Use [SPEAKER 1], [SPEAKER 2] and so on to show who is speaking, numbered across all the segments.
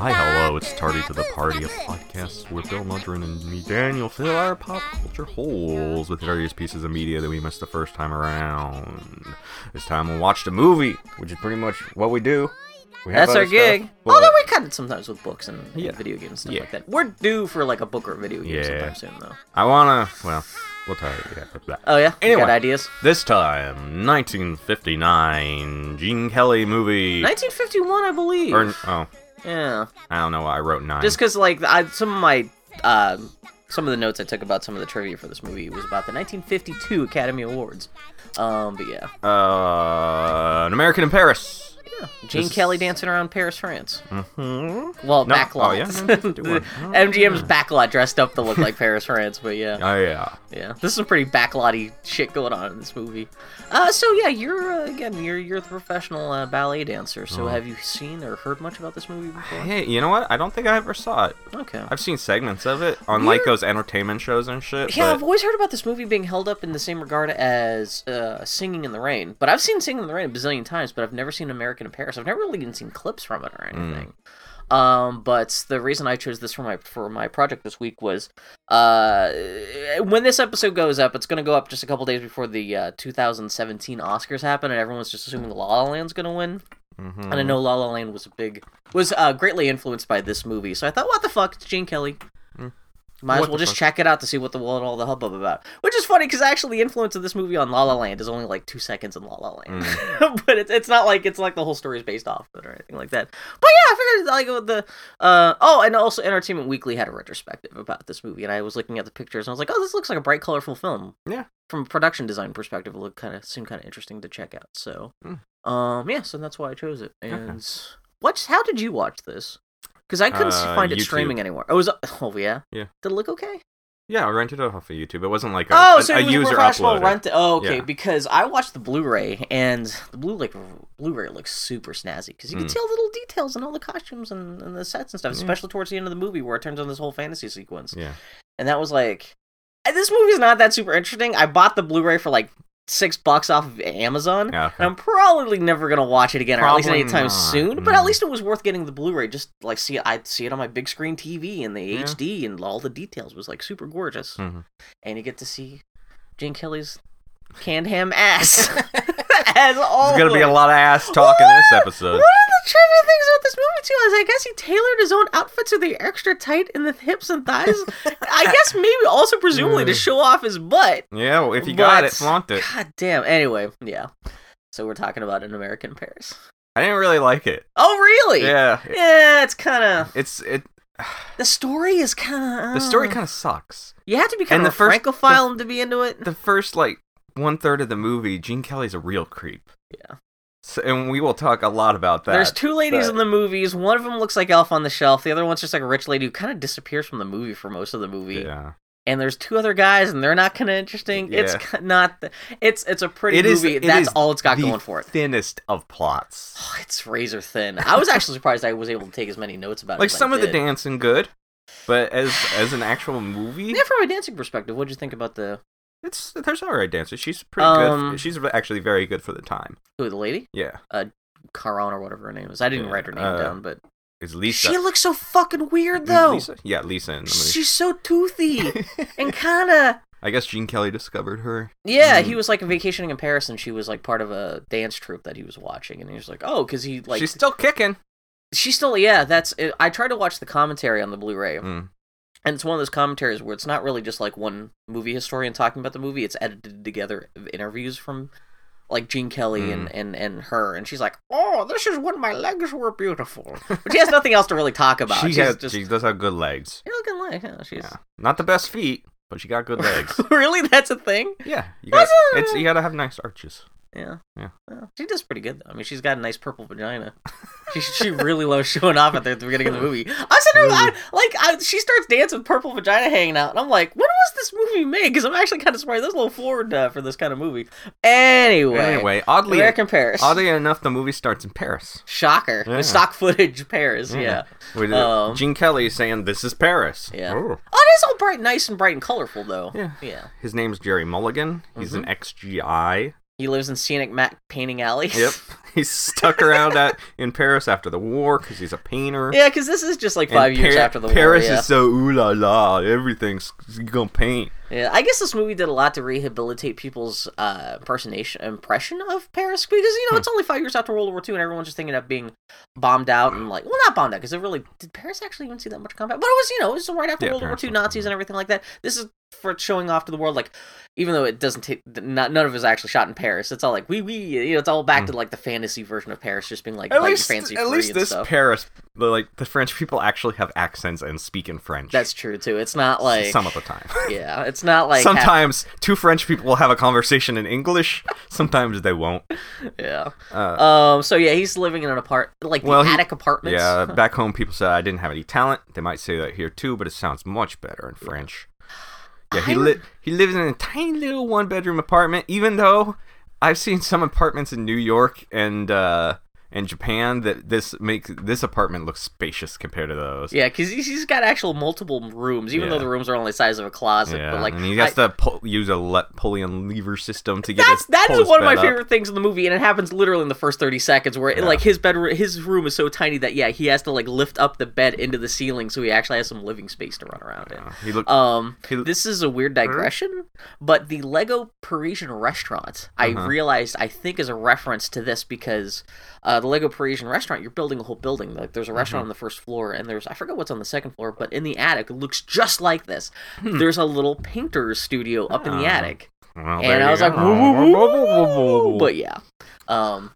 [SPEAKER 1] Hi, hello, it's Tardy to the Party, a podcast where Bill Mudrin and me, Daniel, fill our pop culture holes with various pieces of media that we missed the first time around. This time we watched a movie, which is pretty much what we do. We have
[SPEAKER 2] That's our
[SPEAKER 1] other stuff,
[SPEAKER 2] gig.
[SPEAKER 1] but-
[SPEAKER 2] Although we cut it sometimes with books and, and
[SPEAKER 1] Yeah.
[SPEAKER 2] video games and stuff
[SPEAKER 1] Yeah.
[SPEAKER 2] like that. We're due for like a book or video game
[SPEAKER 1] Yeah.
[SPEAKER 2] sometime soon, though.
[SPEAKER 1] I wanna, well, we'll tell you after that.
[SPEAKER 2] Oh yeah, You
[SPEAKER 1] Anyway.
[SPEAKER 2] got ideas.
[SPEAKER 1] This time, 1959, Gene Kelly movie.
[SPEAKER 2] 1951, I believe.
[SPEAKER 1] Or, oh,
[SPEAKER 2] yeah,
[SPEAKER 1] I don't know why I wrote nine.
[SPEAKER 2] just because like I, some of my uh, some of the notes I took about some of the trivia for this movie was about the 1952 Academy Awards. Um, but yeah,
[SPEAKER 1] uh, An American in Paris.
[SPEAKER 2] Gene
[SPEAKER 1] Just-
[SPEAKER 2] Kelly dancing around Paris, France. Mm-hmm. Well,
[SPEAKER 1] No,
[SPEAKER 2] backlot.
[SPEAKER 1] oh, yeah, 1951. Oh,
[SPEAKER 2] MGM's backlot dressed up to look like Paris, France. But yeah.
[SPEAKER 1] Oh, yeah.
[SPEAKER 2] Yeah, this is some pretty backlotty shit going on in this movie. Uh, so yeah, you're uh, again, you're you're the professional uh, ballet dancer. So have you seen or heard much about this movie before?
[SPEAKER 1] Hey, you know what? I don't think I ever saw it.
[SPEAKER 2] Okay.
[SPEAKER 1] I've seen segments of it on like
[SPEAKER 2] Weird.
[SPEAKER 1] those entertainment shows and shit.
[SPEAKER 2] yeah, I've
[SPEAKER 1] but
[SPEAKER 2] always heard about this movie being held up in the same regard as uh, Singing in the Rain, but I've seen Singing in the Rain a bazillion times, but I've never seen American in Paris. I've never really even seen clips from it or anything. Um, but the reason I chose this for my for my project this week was uh, when this episode goes up, it's going to go up just a couple days before the uh, 2017 Oscars happen, and everyone's just assuming La La Land's going to win.
[SPEAKER 1] mhm.
[SPEAKER 2] And I know La La Land was a big was uh, greatly influenced by this movie. So I thought, what the fuck, it's Gene Kelly. Might
[SPEAKER 1] Mm. What
[SPEAKER 2] as well
[SPEAKER 1] the
[SPEAKER 2] just
[SPEAKER 1] fuck?
[SPEAKER 2] check it out to see what the what all the hubbub about. Which is funny because actually the influence of this movie on La La Land is only like two seconds in La La Land,
[SPEAKER 1] Mm.
[SPEAKER 2] but it's it's not like it's like the whole story is based off of it or anything like that. But yeah, I figured like with the uh oh, and also Entertainment Weekly had a retrospective about this movie, and I was looking at the pictures and I was like, oh, this looks like a bright, colorful film.
[SPEAKER 1] Yeah.
[SPEAKER 2] From a production design perspective, it looked kind of seemed kind of interesting to check out. So
[SPEAKER 1] Hmm.
[SPEAKER 2] um, yeah, so that's why I chose it. And what? How did you watch this? Because I couldn't s-
[SPEAKER 1] Uh,
[SPEAKER 2] find it
[SPEAKER 1] YouTube.
[SPEAKER 2] streaming anywhere. Oh, it was oh yeah.
[SPEAKER 1] Yeah.
[SPEAKER 2] Did it look okay?
[SPEAKER 1] yeah, I rented it off of YouTube. It wasn't like a,
[SPEAKER 2] Oh,
[SPEAKER 1] a-
[SPEAKER 2] so
[SPEAKER 1] a
[SPEAKER 2] it was
[SPEAKER 1] user
[SPEAKER 2] professional
[SPEAKER 1] uploaded.
[SPEAKER 2] rent. Oh, okay.
[SPEAKER 1] Yeah.
[SPEAKER 2] Because I watched the Blu-ray, and the blue like Blu-ray looks super snazzy because you can
[SPEAKER 1] Mm.
[SPEAKER 2] see all the little details and all the costumes and, and the sets and stuff,
[SPEAKER 1] Yeah.
[SPEAKER 2] especially towards the end of the movie where it turns on this whole fantasy sequence.
[SPEAKER 1] Yeah.
[SPEAKER 2] And that was like, "Eh, this movie's not that super interesting. I bought the Blu-ray for like six bucks off of Amazon.
[SPEAKER 1] Yeah, okay.
[SPEAKER 2] And I'm probably never gonna watch it again, or at least
[SPEAKER 1] Probably
[SPEAKER 2] anytime
[SPEAKER 1] not,
[SPEAKER 2] soon. But at
[SPEAKER 1] mm.
[SPEAKER 2] least it was worth getting the Blu-ray. Just like see, I see it on my big screen TV, and the
[SPEAKER 1] Yeah.
[SPEAKER 2] HD and all the details was like super gorgeous.
[SPEAKER 1] Mhm.
[SPEAKER 2] And you get to see Gene Kelly's canned ham ass. As always.
[SPEAKER 1] There's gonna be a lot of ass talk in this episode.
[SPEAKER 2] One of the trivia things about this movie too is I guess he tailored his own outfit to the extra tight in the hips and thighs. I guess maybe also presumably to
[SPEAKER 1] Mm.
[SPEAKER 2] show off his butt.
[SPEAKER 1] Yeah, well, if you got
[SPEAKER 2] But-
[SPEAKER 1] it, flaunt it.
[SPEAKER 2] God damn. Anyway, yeah. So we're talking about an American in Paris.
[SPEAKER 1] I didn't really like it.
[SPEAKER 2] Oh, really?
[SPEAKER 1] Yeah,
[SPEAKER 2] Yeah, it's kind of
[SPEAKER 1] it's it.
[SPEAKER 2] the story is kind of
[SPEAKER 1] The story kind of sucks.
[SPEAKER 2] You have to be kind
[SPEAKER 1] and
[SPEAKER 2] of
[SPEAKER 1] the first-
[SPEAKER 2] francophile to be into it.
[SPEAKER 1] The first like one third of the movie, Gene Kelly's a real creep.
[SPEAKER 2] Yeah.
[SPEAKER 1] So, and we will talk a lot about that.
[SPEAKER 2] There's two ladies
[SPEAKER 1] but-
[SPEAKER 2] in the movies. One of them looks like Elf on the Shelf. The other one's just like a rich lady who kind of disappears from the movie for most of the movie.
[SPEAKER 1] Yeah.
[SPEAKER 2] And there's two other guys, and they're not kind of interesting. It's
[SPEAKER 1] Yeah.
[SPEAKER 2] ki- not. The, it's it's a pretty
[SPEAKER 1] It is-
[SPEAKER 2] movie.
[SPEAKER 1] it is
[SPEAKER 2] That's all it's got
[SPEAKER 1] the
[SPEAKER 2] going for it.
[SPEAKER 1] Thinnest of plots.
[SPEAKER 2] Oh, it's razor thin. I was actually surprised I was able to take as many notes about it.
[SPEAKER 1] Like
[SPEAKER 2] as I
[SPEAKER 1] some of the
[SPEAKER 2] did.
[SPEAKER 1] dancing good, but as as an actual movie,
[SPEAKER 2] Yeah, from a dancing perspective, what'd you think about the
[SPEAKER 1] it's there's alright dancers. She's pretty
[SPEAKER 2] Um,
[SPEAKER 1] good. She's actually very good for the time.
[SPEAKER 2] who the lady Uh,
[SPEAKER 1] Yeah,
[SPEAKER 2] Caron or whatever her name is? I didn't
[SPEAKER 1] Yeah,
[SPEAKER 2] write her name
[SPEAKER 1] uh,
[SPEAKER 2] down, but
[SPEAKER 1] is Lisa?
[SPEAKER 2] She looks so fucking weird
[SPEAKER 1] Is
[SPEAKER 2] though.
[SPEAKER 1] Lisa? Yeah, Lisa in the
[SPEAKER 2] She's so toothy
[SPEAKER 1] movie.
[SPEAKER 2] and kind of
[SPEAKER 1] I guess Gene Kelly discovered her.
[SPEAKER 2] yeah.
[SPEAKER 1] Mm.
[SPEAKER 2] He was like vacationing in Paris, and she was like part of a dance troupe that he was watching, and he was like, oh, because he like
[SPEAKER 1] she's
[SPEAKER 2] she's,
[SPEAKER 1] still kicking.
[SPEAKER 2] still yeah. That's I tried to watch the commentary on the Blu-ray,
[SPEAKER 1] Mm.
[SPEAKER 2] and it's one of those commentaries where it's not really just like one movie historian talking about the movie. It's edited together of interviews from like Gene Kelly
[SPEAKER 1] Mm.
[SPEAKER 2] and, and and her, and she's like, oh, this is when my legs were beautiful. But she has nothing else to really talk about.
[SPEAKER 1] She
[SPEAKER 2] she's
[SPEAKER 1] has,
[SPEAKER 2] just
[SPEAKER 1] she does have good legs.
[SPEAKER 2] you're looking like yeah, she's.
[SPEAKER 1] Yeah, not the best feet, but she got good legs.
[SPEAKER 2] really, that's a thing.
[SPEAKER 1] yeah, you got
[SPEAKER 2] That's a-
[SPEAKER 1] it's you gotta have nice arches.
[SPEAKER 2] Yeah.
[SPEAKER 1] Yeah.
[SPEAKER 2] Well, she does pretty good though. I mean, she's got a nice purple vagina. she she really loves showing off at the beginning of the movie. I said, her, I, like, I, she starts dancing with purple vagina hanging out, and I'm like, when was this movie made? Because I'm actually kind of surprised. That's a little forward uh, for this kind of movie. Anyway,
[SPEAKER 1] Anyway, oddly,
[SPEAKER 2] American Paris.
[SPEAKER 1] oddly enough, the movie starts in Paris.
[SPEAKER 2] Shocker.
[SPEAKER 1] Yeah.
[SPEAKER 2] Stock footage Paris. Yeah.
[SPEAKER 1] With uh,
[SPEAKER 2] Um,
[SPEAKER 1] Gene Kelly saying, "This is Paris."
[SPEAKER 2] Yeah.
[SPEAKER 1] Oh.
[SPEAKER 2] Oh, it is all bright, nice and bright and colorful though.
[SPEAKER 1] Yeah.
[SPEAKER 2] Yeah.
[SPEAKER 1] His name's Jerry Mulligan. He's
[SPEAKER 2] Mm-hmm.
[SPEAKER 1] an ex-GI.
[SPEAKER 2] He lives in scenic Mac painting alley.
[SPEAKER 1] Yep. He's stuck around at in Paris after the war because he's a painter.
[SPEAKER 2] yeah, because this is just like
[SPEAKER 1] And
[SPEAKER 2] five years
[SPEAKER 1] Par-
[SPEAKER 2] after the
[SPEAKER 1] Paris
[SPEAKER 2] war. yeah.
[SPEAKER 1] is so ooh la la. Everything's you gonna paint.
[SPEAKER 2] Yeah, I guess this movie did a lot to rehabilitate people's uh, impersonation impression of Paris because you
[SPEAKER 1] Hmm.
[SPEAKER 2] know it's only five years after World War II and everyone's just thinking of being bombed out and like well not bombed out because it really did Paris actually even see that much combat but it was you know it was right after
[SPEAKER 1] Yeah,
[SPEAKER 2] World
[SPEAKER 1] Paris
[SPEAKER 2] War II
[SPEAKER 1] was-
[SPEAKER 2] Nazis and everything like that. This is for showing off to the world like even though it doesn't take not, none of it was actually shot in Paris. It's all like we we you know it's all back to like the fantasy version of Paris just being like
[SPEAKER 1] Hmm. At
[SPEAKER 2] light and
[SPEAKER 1] least,
[SPEAKER 2] fancy
[SPEAKER 1] at
[SPEAKER 2] free
[SPEAKER 1] least
[SPEAKER 2] and
[SPEAKER 1] this
[SPEAKER 2] stuff.
[SPEAKER 1] Paris, the, like the French people actually have accents and speak in French.
[SPEAKER 2] That's true too. It's not like
[SPEAKER 1] some of the time.
[SPEAKER 2] yeah, it's not like half-
[SPEAKER 1] sometimes two French people will have a conversation in English. sometimes they won't.
[SPEAKER 2] yeah.
[SPEAKER 1] Uh,
[SPEAKER 2] Um. So yeah, he's living in an apart, like
[SPEAKER 1] Well,
[SPEAKER 2] the
[SPEAKER 1] he-
[SPEAKER 2] attic apartments.
[SPEAKER 1] yeah, back home people said I didn't have any talent. They might say that here too, but it sounds much better in French. Yeah, he
[SPEAKER 2] I'm-
[SPEAKER 1] li- he lives in a tiny little one bedroom apartment. Even though I've seen some apartments in New York and uh, and Japan that this makes this apartment look spacious compared to those.
[SPEAKER 2] Yeah, because he's, he's got actual multiple rooms, even though
[SPEAKER 1] Yeah.
[SPEAKER 2] the rooms are only the size of a closet.
[SPEAKER 1] Yeah,
[SPEAKER 2] but like,
[SPEAKER 1] and he
[SPEAKER 2] I-
[SPEAKER 1] has to pull, use a le- pulley and lever system to get
[SPEAKER 2] that's
[SPEAKER 1] his
[SPEAKER 2] that
[SPEAKER 1] pull
[SPEAKER 2] is
[SPEAKER 1] his
[SPEAKER 2] one of my
[SPEAKER 1] bed up.
[SPEAKER 2] favorite things in the movie, and it happens literally in the first thirty seconds, where it,
[SPEAKER 1] Yeah.
[SPEAKER 2] like his bedroom, his room is so tiny that yeah, he has to like lift up the bed into the ceiling, so he actually has some living space to run around in.
[SPEAKER 1] Yeah, He looked
[SPEAKER 2] Um,
[SPEAKER 1] He- Hmm?
[SPEAKER 2] this is a weird digression, but the Lego Parisian restaurant, I
[SPEAKER 1] Uh-huh.
[SPEAKER 2] realized, I think, is a reference to this because uh, the Lego Parisian restaurant, you're building a whole building. Like, there's a
[SPEAKER 1] Uh-huh.
[SPEAKER 2] restaurant on the first floor, and there's, I forget what's on the second floor, but in the attic, it looks just like this. There's a little painter's studio up in the
[SPEAKER 1] Hmm. Ah.
[SPEAKER 2] attic.
[SPEAKER 1] well, there
[SPEAKER 2] and I
[SPEAKER 1] you
[SPEAKER 2] was like,
[SPEAKER 1] go.
[SPEAKER 2] "Woo, woo, woo." but yeah. Um,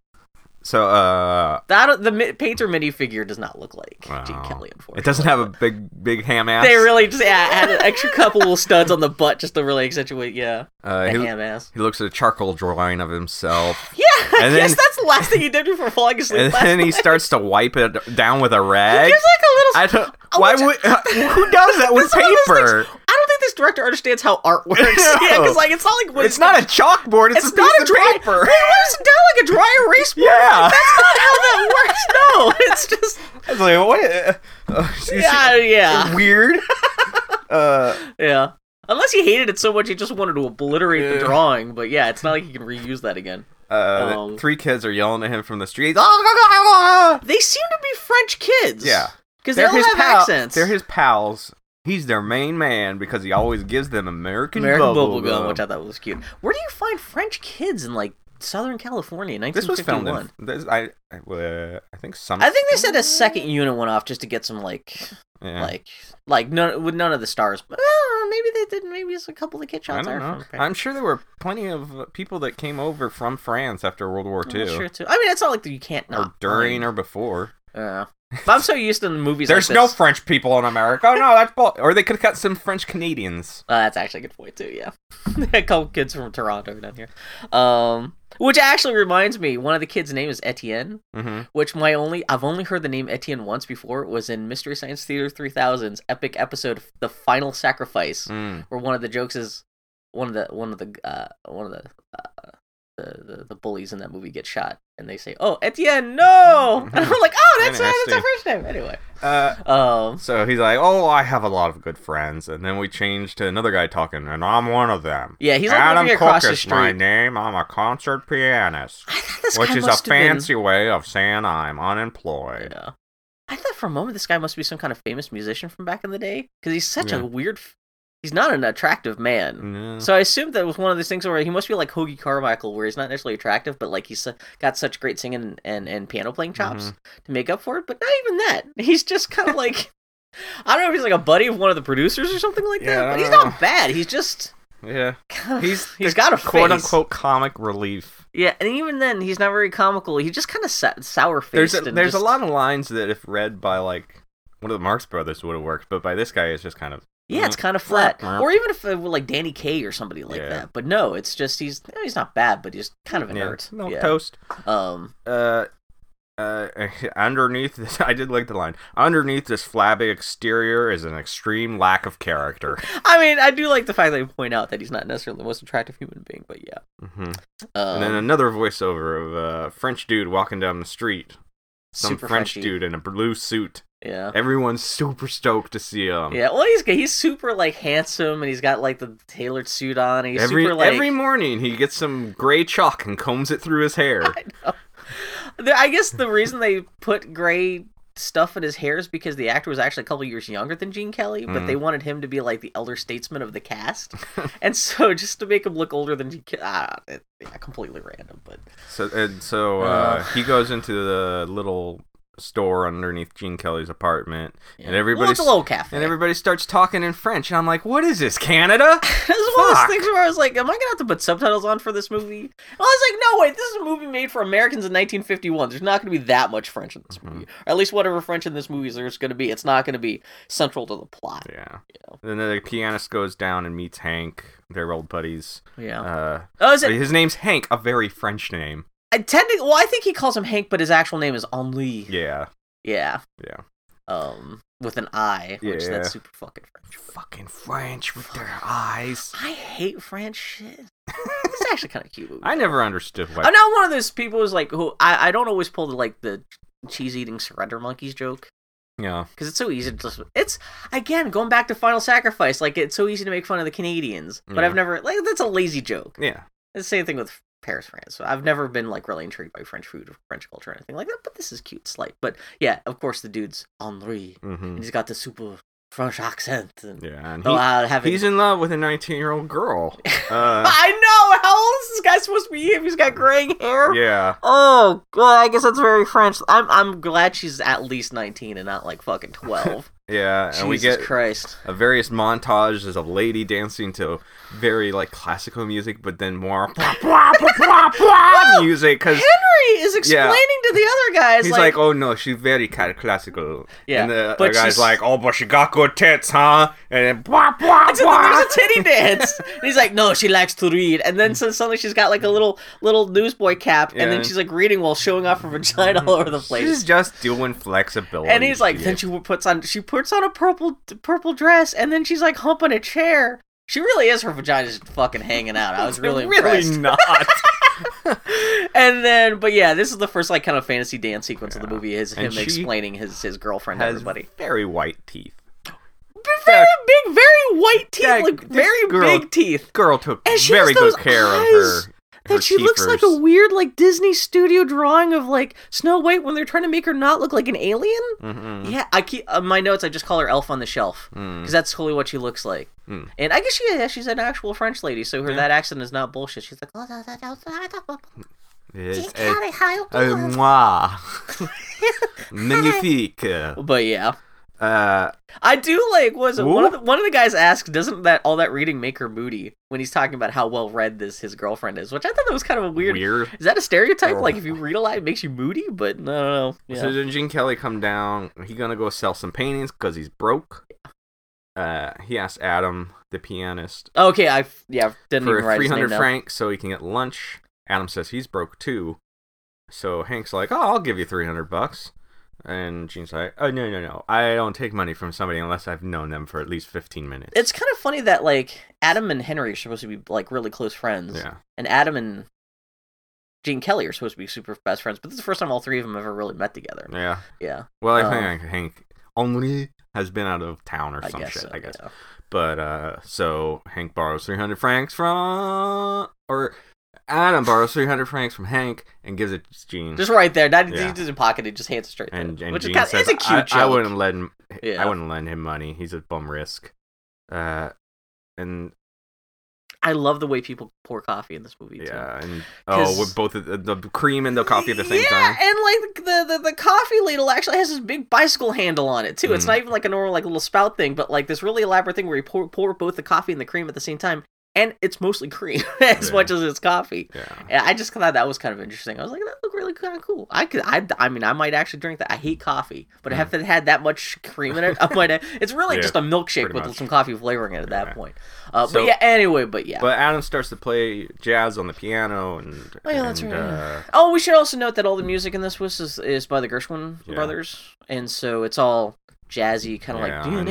[SPEAKER 1] so uh,
[SPEAKER 2] that the mi- painter minifigure does not look like Gene
[SPEAKER 1] Wow.
[SPEAKER 2] Kelly, unfortunately.
[SPEAKER 1] it doesn't have a big big ham ass.
[SPEAKER 2] They really just yeah, had an extra couple little studs on the butt just to really accentuate, yeah.
[SPEAKER 1] Uh,
[SPEAKER 2] The
[SPEAKER 1] he,
[SPEAKER 2] ham ass.
[SPEAKER 1] he looks at a charcoal drawing of himself,
[SPEAKER 2] Yeah, I
[SPEAKER 1] And
[SPEAKER 2] guess
[SPEAKER 1] then-
[SPEAKER 2] that's the last thing he did before falling asleep.
[SPEAKER 1] and
[SPEAKER 2] last
[SPEAKER 1] then he
[SPEAKER 2] night.
[SPEAKER 1] starts to wipe it down with a rag.
[SPEAKER 2] There's like a
[SPEAKER 1] I
[SPEAKER 2] little.
[SPEAKER 1] don't.
[SPEAKER 2] Oh,
[SPEAKER 1] Why
[SPEAKER 2] which-
[SPEAKER 1] would? who does that with
[SPEAKER 2] That's one of those
[SPEAKER 1] paper?
[SPEAKER 2] things- I don't think this director understands how art works.
[SPEAKER 1] No.
[SPEAKER 2] Yeah, because like it's not like when
[SPEAKER 1] It's not a chalkboard. It's,
[SPEAKER 2] It's
[SPEAKER 1] a
[SPEAKER 2] not
[SPEAKER 1] piece
[SPEAKER 2] a
[SPEAKER 1] of
[SPEAKER 2] dry.
[SPEAKER 1] paper.
[SPEAKER 2] Wait, what is it down like a dry erase board?
[SPEAKER 1] Yeah.
[SPEAKER 2] that's not how that works. No, it's just
[SPEAKER 1] It's like what? Uh,
[SPEAKER 2] yeah, yeah,
[SPEAKER 1] Weird. Uh,
[SPEAKER 2] yeah. Unless he hated it so much he just wanted to obliterate the
[SPEAKER 1] Yeah.
[SPEAKER 2] drawing. But yeah, it's not like he can reuse that again.
[SPEAKER 1] uh,
[SPEAKER 2] Um,
[SPEAKER 1] three kids are yelling at him from the street. Ah,
[SPEAKER 2] They seem to be French kids.
[SPEAKER 1] Yeah.
[SPEAKER 2] because they all have
[SPEAKER 1] pal-
[SPEAKER 2] accents.
[SPEAKER 1] They're his pals. He's their main man because he always gives them American,
[SPEAKER 2] American
[SPEAKER 1] bubble
[SPEAKER 2] bubblegum,
[SPEAKER 1] gum.
[SPEAKER 2] which I thought was cute. Where do you find French kids in like Southern California in
[SPEAKER 1] this was filmed
[SPEAKER 2] 1951?
[SPEAKER 1] in. This, I I, uh, I think some.
[SPEAKER 2] I think they said a second unit went off just to get some like
[SPEAKER 1] Yeah.
[SPEAKER 2] like like none with none of the stars. But I don't know, maybe they did. Maybe it's a couple of the kid
[SPEAKER 1] I
[SPEAKER 2] shots.
[SPEAKER 1] don't know.
[SPEAKER 2] are from-
[SPEAKER 1] I'm sure there were plenty of uh, people that came over from France after World War
[SPEAKER 2] I'm
[SPEAKER 1] II,
[SPEAKER 2] sure too. I mean, it's not like you can't not
[SPEAKER 1] or during, or before.
[SPEAKER 2] Yeah, but I'm so used to the movies.
[SPEAKER 1] There's
[SPEAKER 2] like
[SPEAKER 1] no
[SPEAKER 2] this.
[SPEAKER 1] French people in America. Oh no, that's bull. Or they could have cut some French Canadians.
[SPEAKER 2] Uh, that's actually a good point too. Yeah, a couple kids from Toronto down here. Um, which actually reminds me, one of the kids' name is Etienne.
[SPEAKER 1] Mm-hmm.
[SPEAKER 2] which my only I've only heard the name Etienne once before was in Mystery Science Theater 3000's epic episode The Final Sacrifice
[SPEAKER 1] Mm.
[SPEAKER 2] where one of the jokes is one of the one of the uh one of the uh, the, the the bullies in that movie get shot and they say, "Oh, Etienne, no!"
[SPEAKER 1] Mm-hmm.
[SPEAKER 2] And I'm like, "Oh, that's uh, that's our
[SPEAKER 1] Interesting.
[SPEAKER 2] first name." Anyway,
[SPEAKER 1] Uh,
[SPEAKER 2] um,
[SPEAKER 1] so he's like, "Oh, I have a lot of good friends," and then we change to another guy talking, and I'm one of them.
[SPEAKER 2] yeah, he's like
[SPEAKER 1] Adam
[SPEAKER 2] living across
[SPEAKER 1] Cook
[SPEAKER 2] the
[SPEAKER 1] is my
[SPEAKER 2] street.
[SPEAKER 1] name. I'm a concert pianist,
[SPEAKER 2] I thought this
[SPEAKER 1] which
[SPEAKER 2] guy
[SPEAKER 1] is a
[SPEAKER 2] must have been-
[SPEAKER 1] fancy way of saying I'm unemployed.
[SPEAKER 2] Yeah. I thought for a moment this guy must be some kind of famous musician from back in the day because he's such
[SPEAKER 1] Yeah.
[SPEAKER 2] a weird. f- He's not an attractive man.
[SPEAKER 1] No.
[SPEAKER 2] Mm-hmm. So I assumed that was one of those things where he must be like Hoagie Carmichael, where he's not necessarily attractive, but like he's uh, got such great singing and, and piano playing chops
[SPEAKER 1] Mm-hmm.
[SPEAKER 2] to make up for it. But not even that. He's just kind of like I don't know if he's like a buddy of one of the producers or something like
[SPEAKER 1] Yeah,
[SPEAKER 2] that.
[SPEAKER 1] I
[SPEAKER 2] But
[SPEAKER 1] don't
[SPEAKER 2] he's
[SPEAKER 1] know.
[SPEAKER 2] not bad. He's just
[SPEAKER 1] yeah.
[SPEAKER 2] kind of
[SPEAKER 1] He's
[SPEAKER 2] he's
[SPEAKER 1] the
[SPEAKER 2] got a
[SPEAKER 1] quote
[SPEAKER 2] face.
[SPEAKER 1] unquote comic relief.
[SPEAKER 2] yeah, and even then he's not very comical. He's just kind of sa- sour
[SPEAKER 1] There's
[SPEAKER 2] faced.
[SPEAKER 1] a, there's a lot of lines that if read by like one of the Marx Brothers would have worked, but by this guy it's just kind of
[SPEAKER 2] Yeah, it's kind of flat. Or even if it were like Danny Kaye or somebody like
[SPEAKER 1] Mm-hmm. Yeah.
[SPEAKER 2] that. But no, it's just he's no, he's not bad, but he's kind of a
[SPEAKER 1] Yeah.
[SPEAKER 2] nerd.
[SPEAKER 1] No
[SPEAKER 2] yeah.
[SPEAKER 1] toast.
[SPEAKER 2] Um,
[SPEAKER 1] uh, uh, underneath this, I did like the line. Underneath this flabby exterior is an extreme lack of character.
[SPEAKER 2] I mean, I do like the fact that you point out that he's not necessarily the most attractive human being, but yeah.
[SPEAKER 1] hmm and
[SPEAKER 2] Um,
[SPEAKER 1] then another voiceover of a French dude walking down the street. Some
[SPEAKER 2] super
[SPEAKER 1] French
[SPEAKER 2] Frenchy.
[SPEAKER 1] dude in a blue suit.
[SPEAKER 2] Yeah.
[SPEAKER 1] Everyone's super stoked to see him.
[SPEAKER 2] Yeah, well, he's he's super like handsome, and he's got like the tailored suit on. And he's
[SPEAKER 1] every
[SPEAKER 2] super like
[SPEAKER 1] every morning he gets some gray chalk and combs it through his hair.
[SPEAKER 2] The- I guess the reason they put gray stuff in his hair is because the actor was actually a couple years younger than Gene Kelly, but
[SPEAKER 1] Mm.
[SPEAKER 2] they wanted him to be like the elder statesman of the cast, and so just to make him look older than Gene Kelly, ah, it- yeah, completely random. But
[SPEAKER 1] So and so uh,
[SPEAKER 2] Uh.
[SPEAKER 1] he goes into the little store underneath Gene Kelly's apartment, and
[SPEAKER 2] well,
[SPEAKER 1] everybody's
[SPEAKER 2] it's a little cafe.
[SPEAKER 1] and everybody starts talking in French, and I'm like, "What is this, Canada?"
[SPEAKER 2] this is one of those
[SPEAKER 1] Fuck.
[SPEAKER 2] things where I was like, "Am I gonna have to put subtitles on for this movie?" And I was like, "No, wait, this is a movie made for Americans in 1951. There's not gonna be that much French in
[SPEAKER 1] Mm-hmm.
[SPEAKER 2] this movie, or at least whatever French in this movie is there's gonna be. It's not gonna be central to the plot."
[SPEAKER 1] yeah. Then the pianist goes down and meets Hank. They're old buddies.
[SPEAKER 2] Yeah.
[SPEAKER 1] Uh,
[SPEAKER 2] oh, is it
[SPEAKER 1] his name's Hank, a very French name.
[SPEAKER 2] I technically, well, I think he calls him Hank, but his actual name is Henri.
[SPEAKER 1] Yeah.
[SPEAKER 2] Yeah.
[SPEAKER 1] Yeah.
[SPEAKER 2] Um, with an I, which
[SPEAKER 1] Yeah.
[SPEAKER 2] that's super fucking French.
[SPEAKER 1] Fucking French with their eyes.
[SPEAKER 2] I hate French shit. it's actually kind of cute. Movie.
[SPEAKER 1] I never understood why.
[SPEAKER 2] I'm not one of those people who's like who I, I don't always pull the like the cheese eating surrender monkeys joke
[SPEAKER 1] Yeah.
[SPEAKER 2] because it's so easy to just it's again going back to Final Sacrifice like it's so easy to make fun of the Canadians, but
[SPEAKER 1] Yeah.
[SPEAKER 2] I've never like that's a lazy joke.
[SPEAKER 1] Yeah.
[SPEAKER 2] It's the same thing with Paris, France. So I've never been like really intrigued by French food or French culture or anything like that. But this is cute, slight. But yeah, of course the dude's Henri.
[SPEAKER 1] hmm
[SPEAKER 2] And he's got the super French accent. And
[SPEAKER 1] Yeah. And
[SPEAKER 2] oh, I'll have
[SPEAKER 1] he,
[SPEAKER 2] it-
[SPEAKER 1] he's in love with a 19 year old girl. Uh,
[SPEAKER 2] I know. How old is this guy supposed to be? If he's got graying hair.
[SPEAKER 1] yeah.
[SPEAKER 2] Oh, well, I guess that's very French. I'm I'm glad she's at least 19 and not like fucking 12.
[SPEAKER 1] Yeah. And
[SPEAKER 2] Jesus
[SPEAKER 1] we get
[SPEAKER 2] Christ.
[SPEAKER 1] a various montages of lady dancing to very like classical music, but then more blah, blah, blah, blah, blah music because
[SPEAKER 2] Henry is
[SPEAKER 1] Yeah.
[SPEAKER 2] explaining to the other guys
[SPEAKER 1] He's like,
[SPEAKER 2] like,
[SPEAKER 1] oh no, she's very kind of classical.
[SPEAKER 2] Yeah,
[SPEAKER 1] And the other
[SPEAKER 2] but
[SPEAKER 1] guy's
[SPEAKER 2] she's-
[SPEAKER 1] like, oh, but she got good tits, huh? And then blah blah
[SPEAKER 2] It's like,
[SPEAKER 1] blah.
[SPEAKER 2] there's a titty dance. And he's like, no, she likes to read. And then so suddenly she's got like a little little newsboy cap, and
[SPEAKER 1] Yeah.
[SPEAKER 2] then she's like reading while showing off her vagina all over the
[SPEAKER 1] She's
[SPEAKER 2] place.
[SPEAKER 1] just doing flexibility.
[SPEAKER 2] And he's like, then
[SPEAKER 1] shit.
[SPEAKER 2] she puts on she puts on a purple purple dress, and then she's like humping a chair. She really is her vagina's fucking hanging out. I was really impressed.
[SPEAKER 1] really not.
[SPEAKER 2] and then, but yeah, this is the first like kind of fantasy dance sequence of the movie. Is
[SPEAKER 1] And
[SPEAKER 2] him
[SPEAKER 1] she
[SPEAKER 2] explaining his his girlfriend to
[SPEAKER 1] Has
[SPEAKER 2] everybody.
[SPEAKER 1] very white teeth.
[SPEAKER 2] Very big, very white teeth,
[SPEAKER 1] Yeah,
[SPEAKER 2] like
[SPEAKER 1] this
[SPEAKER 2] very
[SPEAKER 1] girl-
[SPEAKER 2] big teeth.
[SPEAKER 1] Girl took
[SPEAKER 2] And she has
[SPEAKER 1] very good
[SPEAKER 2] those
[SPEAKER 1] care
[SPEAKER 2] eyes
[SPEAKER 1] of her. her
[SPEAKER 2] That she looks like a
[SPEAKER 1] teethers.
[SPEAKER 2] weird like Disney studio drawing of like Snow White when they're trying to make her not look like an alien.
[SPEAKER 1] Mhm.
[SPEAKER 2] Yeah, I keep uh, my notes. I just call her Elf on the Shelf
[SPEAKER 1] Mm.
[SPEAKER 2] because that's totally what she looks like.
[SPEAKER 1] Mm.
[SPEAKER 2] And I guess she yeah, she's an actual French lady, so her
[SPEAKER 1] Yeah.
[SPEAKER 2] that accent is not bullshit. She's like, oh, that, that, that, that, that, that,
[SPEAKER 1] It's a-
[SPEAKER 2] that, that,
[SPEAKER 1] Oh,
[SPEAKER 2] that."
[SPEAKER 1] moi. Magnifique.
[SPEAKER 2] but yeah,
[SPEAKER 1] Uh,
[SPEAKER 2] I do like was it one
[SPEAKER 1] Ooh.
[SPEAKER 2] of the, one of the guys asked, doesn't that all that reading make her moody when he's talking about how well read this his girlfriend is, which I thought that was kind of a weird.
[SPEAKER 1] weird.
[SPEAKER 2] Is that a stereotype?
[SPEAKER 1] Oh.
[SPEAKER 2] Like if you read a lot, it makes you moody? But no, no, no. Yeah.
[SPEAKER 1] So then Gene Kelly come down. He gonna go sell some paintings because he's broke. Uh, he asks Adam, the pianist,
[SPEAKER 2] Okay, I yeah didn't
[SPEAKER 1] for
[SPEAKER 2] even write
[SPEAKER 1] three
[SPEAKER 2] his name
[SPEAKER 1] hundred
[SPEAKER 2] down.
[SPEAKER 1] francs so he can get lunch. Adam says he's broke too. So Hank's like, "Oh, I'll give you three hundred bucks." And Gene's like, "Oh no, no, no! I don't take money from somebody unless I've known them for at least fifteen minutes."
[SPEAKER 2] It's kind of funny that like Adam and Henry are supposed to be like really close friends,
[SPEAKER 1] yeah,
[SPEAKER 2] and Adam and Gene Kelly are supposed to be super best friends. But this is the first time all three of them ever really met together.
[SPEAKER 1] yeah.
[SPEAKER 2] Yeah,
[SPEAKER 1] Well, I
[SPEAKER 2] Um,
[SPEAKER 1] think Hank only has been out of town or
[SPEAKER 2] I
[SPEAKER 1] some
[SPEAKER 2] guess.
[SPEAKER 1] shit.
[SPEAKER 2] so,
[SPEAKER 1] I guess.
[SPEAKER 2] yeah.
[SPEAKER 1] But uh so Hank borrows 300 francs from or Adam borrows 300 francs from Hank and gives it to Gene.
[SPEAKER 2] Just right there, not
[SPEAKER 1] Yeah.
[SPEAKER 2] he doesn't pocket it, just hands it straight. there,
[SPEAKER 1] and and
[SPEAKER 2] which
[SPEAKER 1] Gene
[SPEAKER 2] is kind
[SPEAKER 1] says
[SPEAKER 2] it's a cute joke.
[SPEAKER 1] I, I wouldn't lend him
[SPEAKER 2] Yeah.
[SPEAKER 1] I wouldn't lend him money. He's a bum risk. Uh and
[SPEAKER 2] I love the way people pour coffee in this movie. too.
[SPEAKER 1] yeah, and
[SPEAKER 2] 'Cause-
[SPEAKER 1] oh, with both of the, the cream and the coffee at the same
[SPEAKER 2] yeah,
[SPEAKER 1] time.
[SPEAKER 2] and like the, the the coffee ladle actually has this big bicycle handle on it too. It's
[SPEAKER 1] Mhm.
[SPEAKER 2] not even like a normal like little spout thing, but like this really elaborate thing where you pour pour both the coffee and the cream at the same time. and it's mostly cream as
[SPEAKER 1] Yeah.
[SPEAKER 2] much as it's coffee.
[SPEAKER 1] Yeah.
[SPEAKER 2] And I just thought that was kind of interesting. I was like, that looked really kind of cool. I could, I, I mean, I might actually drink that. I hate coffee, but if it had that much cream in it, I might. have- It's really
[SPEAKER 1] Mm. Yeah,
[SPEAKER 2] just a milkshake
[SPEAKER 1] pretty
[SPEAKER 2] with
[SPEAKER 1] much.
[SPEAKER 2] some coffee flavoring in it at that
[SPEAKER 1] Yeah.
[SPEAKER 2] point. Uh,
[SPEAKER 1] So-
[SPEAKER 2] but yeah, anyway, but yeah.
[SPEAKER 1] But Adam starts to play jazz on the piano, and
[SPEAKER 2] Oh, yeah, that's
[SPEAKER 1] and,
[SPEAKER 2] right.
[SPEAKER 1] uh,
[SPEAKER 2] Oh, we should also note that all the music in this was is, is by the Gershwin
[SPEAKER 1] Yeah.
[SPEAKER 2] brothers, and so it's all jazzy, kind of
[SPEAKER 1] Yeah,
[SPEAKER 2] like.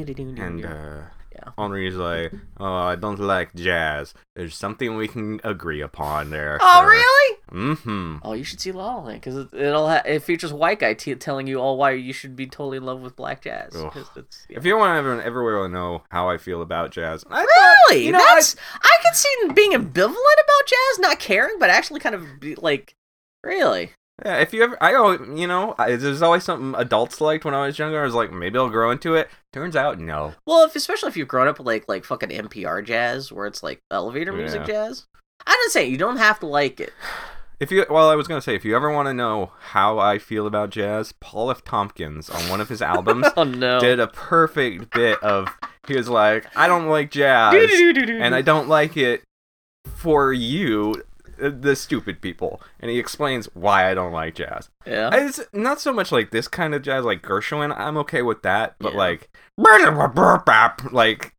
[SPEAKER 1] and uh,
[SPEAKER 2] Yeah.
[SPEAKER 1] Henri's like, "Oh, I don't like jazz. There's something we can agree upon there."
[SPEAKER 2] oh, really?
[SPEAKER 1] Mm-hmm.
[SPEAKER 2] Oh, you should see La La Land because it, it'll ha- it features white guy t- telling you all why you should be totally in love with black jazz. 'cause
[SPEAKER 1] Ugh.
[SPEAKER 2] it's- yeah.
[SPEAKER 1] If you want everyone, everyone to know how I feel about jazz, I
[SPEAKER 2] Really?
[SPEAKER 1] you know,
[SPEAKER 2] That's I could see being ambivalent about jazz, not caring, but actually kind of be like, really.
[SPEAKER 1] Yeah, if you ever, I always, you know, I, there's always something adults liked when I was younger. I was like, maybe I'll grow into it. Turns out, no.
[SPEAKER 2] Well, if especially if you've grown up with, like like fucking NPR jazz, where it's like elevator music
[SPEAKER 1] Yeah.
[SPEAKER 2] jazz. I didn't say you don't have to like it.
[SPEAKER 1] If you, well, I was gonna say, if you ever want to know how I feel about jazz, Paul F. Tompkins on one of his albums
[SPEAKER 2] Oh no.
[SPEAKER 1] did a perfect bit of. He was like, I don't like jazz, and I don't like it for you, uh, the stupid people, and he explains why I don't like jazz.
[SPEAKER 2] yeah.
[SPEAKER 1] It's not so much like this kind of jazz, like Gershwin. I'm okay with that, but
[SPEAKER 2] Yeah.
[SPEAKER 1] like, like,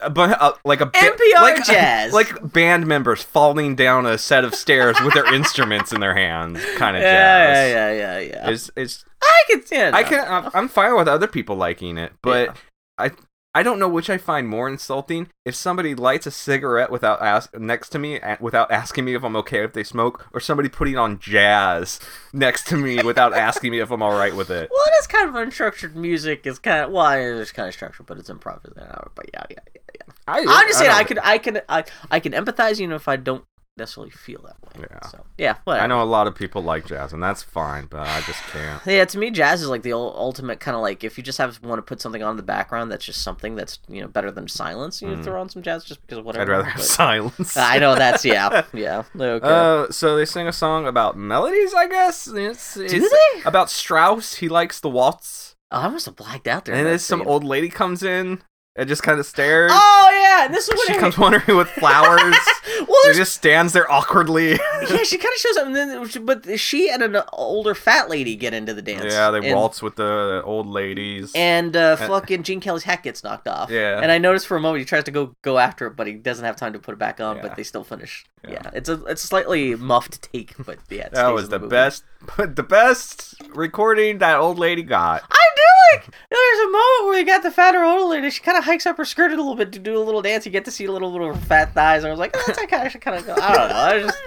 [SPEAKER 1] a bu- uh, like a ba-
[SPEAKER 2] NPR
[SPEAKER 1] like,
[SPEAKER 2] jazz.
[SPEAKER 1] like band members falling down a set of stairs with their instruments in their hands, kind
[SPEAKER 2] Yeah,
[SPEAKER 1] of jazz.
[SPEAKER 2] yeah, yeah, yeah, yeah.
[SPEAKER 1] It's, it's,
[SPEAKER 2] I could, yeah,
[SPEAKER 1] I
[SPEAKER 2] no.
[SPEAKER 1] can, I'm, I'm fine with other people liking it, but
[SPEAKER 2] Yeah.
[SPEAKER 1] I. I don't know which I find more insulting. If somebody lights a cigarette without ask next to me a- without asking me if I'm okay if they smoke, or somebody putting on jazz next to me without asking me if I'm all right with it.
[SPEAKER 2] Well, it is kind of unstructured music. It's kind of well, it's kind of structured, but it's improvised. But yeah, yeah, yeah.
[SPEAKER 1] I,
[SPEAKER 2] I'm just saying, I,
[SPEAKER 1] don't-
[SPEAKER 2] could, I can, I, I can empathize, even if I don't necessarily feel that way.
[SPEAKER 1] Yeah.
[SPEAKER 2] So yeah, whatever.
[SPEAKER 1] I know a lot of people like jazz, and that's fine, but I just can't.
[SPEAKER 2] Yeah, to me, jazz is like the ul- ultimate kind of like if you just have want to put something on in the background that's just something that's you know better than silence. You
[SPEAKER 1] Mm.
[SPEAKER 2] throw on some jazz just because of whatever.
[SPEAKER 1] I'd rather have
[SPEAKER 2] but-
[SPEAKER 1] silence.
[SPEAKER 2] I know that's yeah, yeah. Okay.
[SPEAKER 1] Uh, so they sing a song about melodies, I guess. It's,
[SPEAKER 2] Do
[SPEAKER 1] it's
[SPEAKER 2] they?
[SPEAKER 1] about Strauss. He likes the waltz,
[SPEAKER 2] Oh, I must have blacked out there.
[SPEAKER 1] and
[SPEAKER 2] in
[SPEAKER 1] then
[SPEAKER 2] that
[SPEAKER 1] some
[SPEAKER 2] scene.
[SPEAKER 1] old lady comes in and just kind of stares.
[SPEAKER 2] Oh yeah, and this is
[SPEAKER 1] she
[SPEAKER 2] what
[SPEAKER 1] comes wandering with flowers. she
[SPEAKER 2] Well, there's
[SPEAKER 1] just stands there awkwardly.
[SPEAKER 2] yeah, she kind of shows up, and then but she and an older fat lady get into the dance.
[SPEAKER 1] yeah, they
[SPEAKER 2] and,
[SPEAKER 1] waltz with the old ladies.
[SPEAKER 2] And uh, fucking Gene Kelly's hat gets knocked off.
[SPEAKER 1] Yeah.
[SPEAKER 2] And I noticed for a moment he tries to go go after it, but he doesn't have time to put it back on.
[SPEAKER 1] Yeah.
[SPEAKER 2] But they still finish.
[SPEAKER 1] Yeah.
[SPEAKER 2] Yeah. It's a it's a slightly muffed take, but yeah. It
[SPEAKER 1] that
[SPEAKER 2] stays
[SPEAKER 1] was
[SPEAKER 2] in
[SPEAKER 1] the
[SPEAKER 2] movie.
[SPEAKER 1] best, but the best recording that old lady got.
[SPEAKER 2] I do like. There's a moment where they got the fatter older lady. She kind of hikes up her skirt a little bit to do a little dance. You get to see a little little of her fat thighs. I was like, oh, that's kind of kind of. I don't know. I just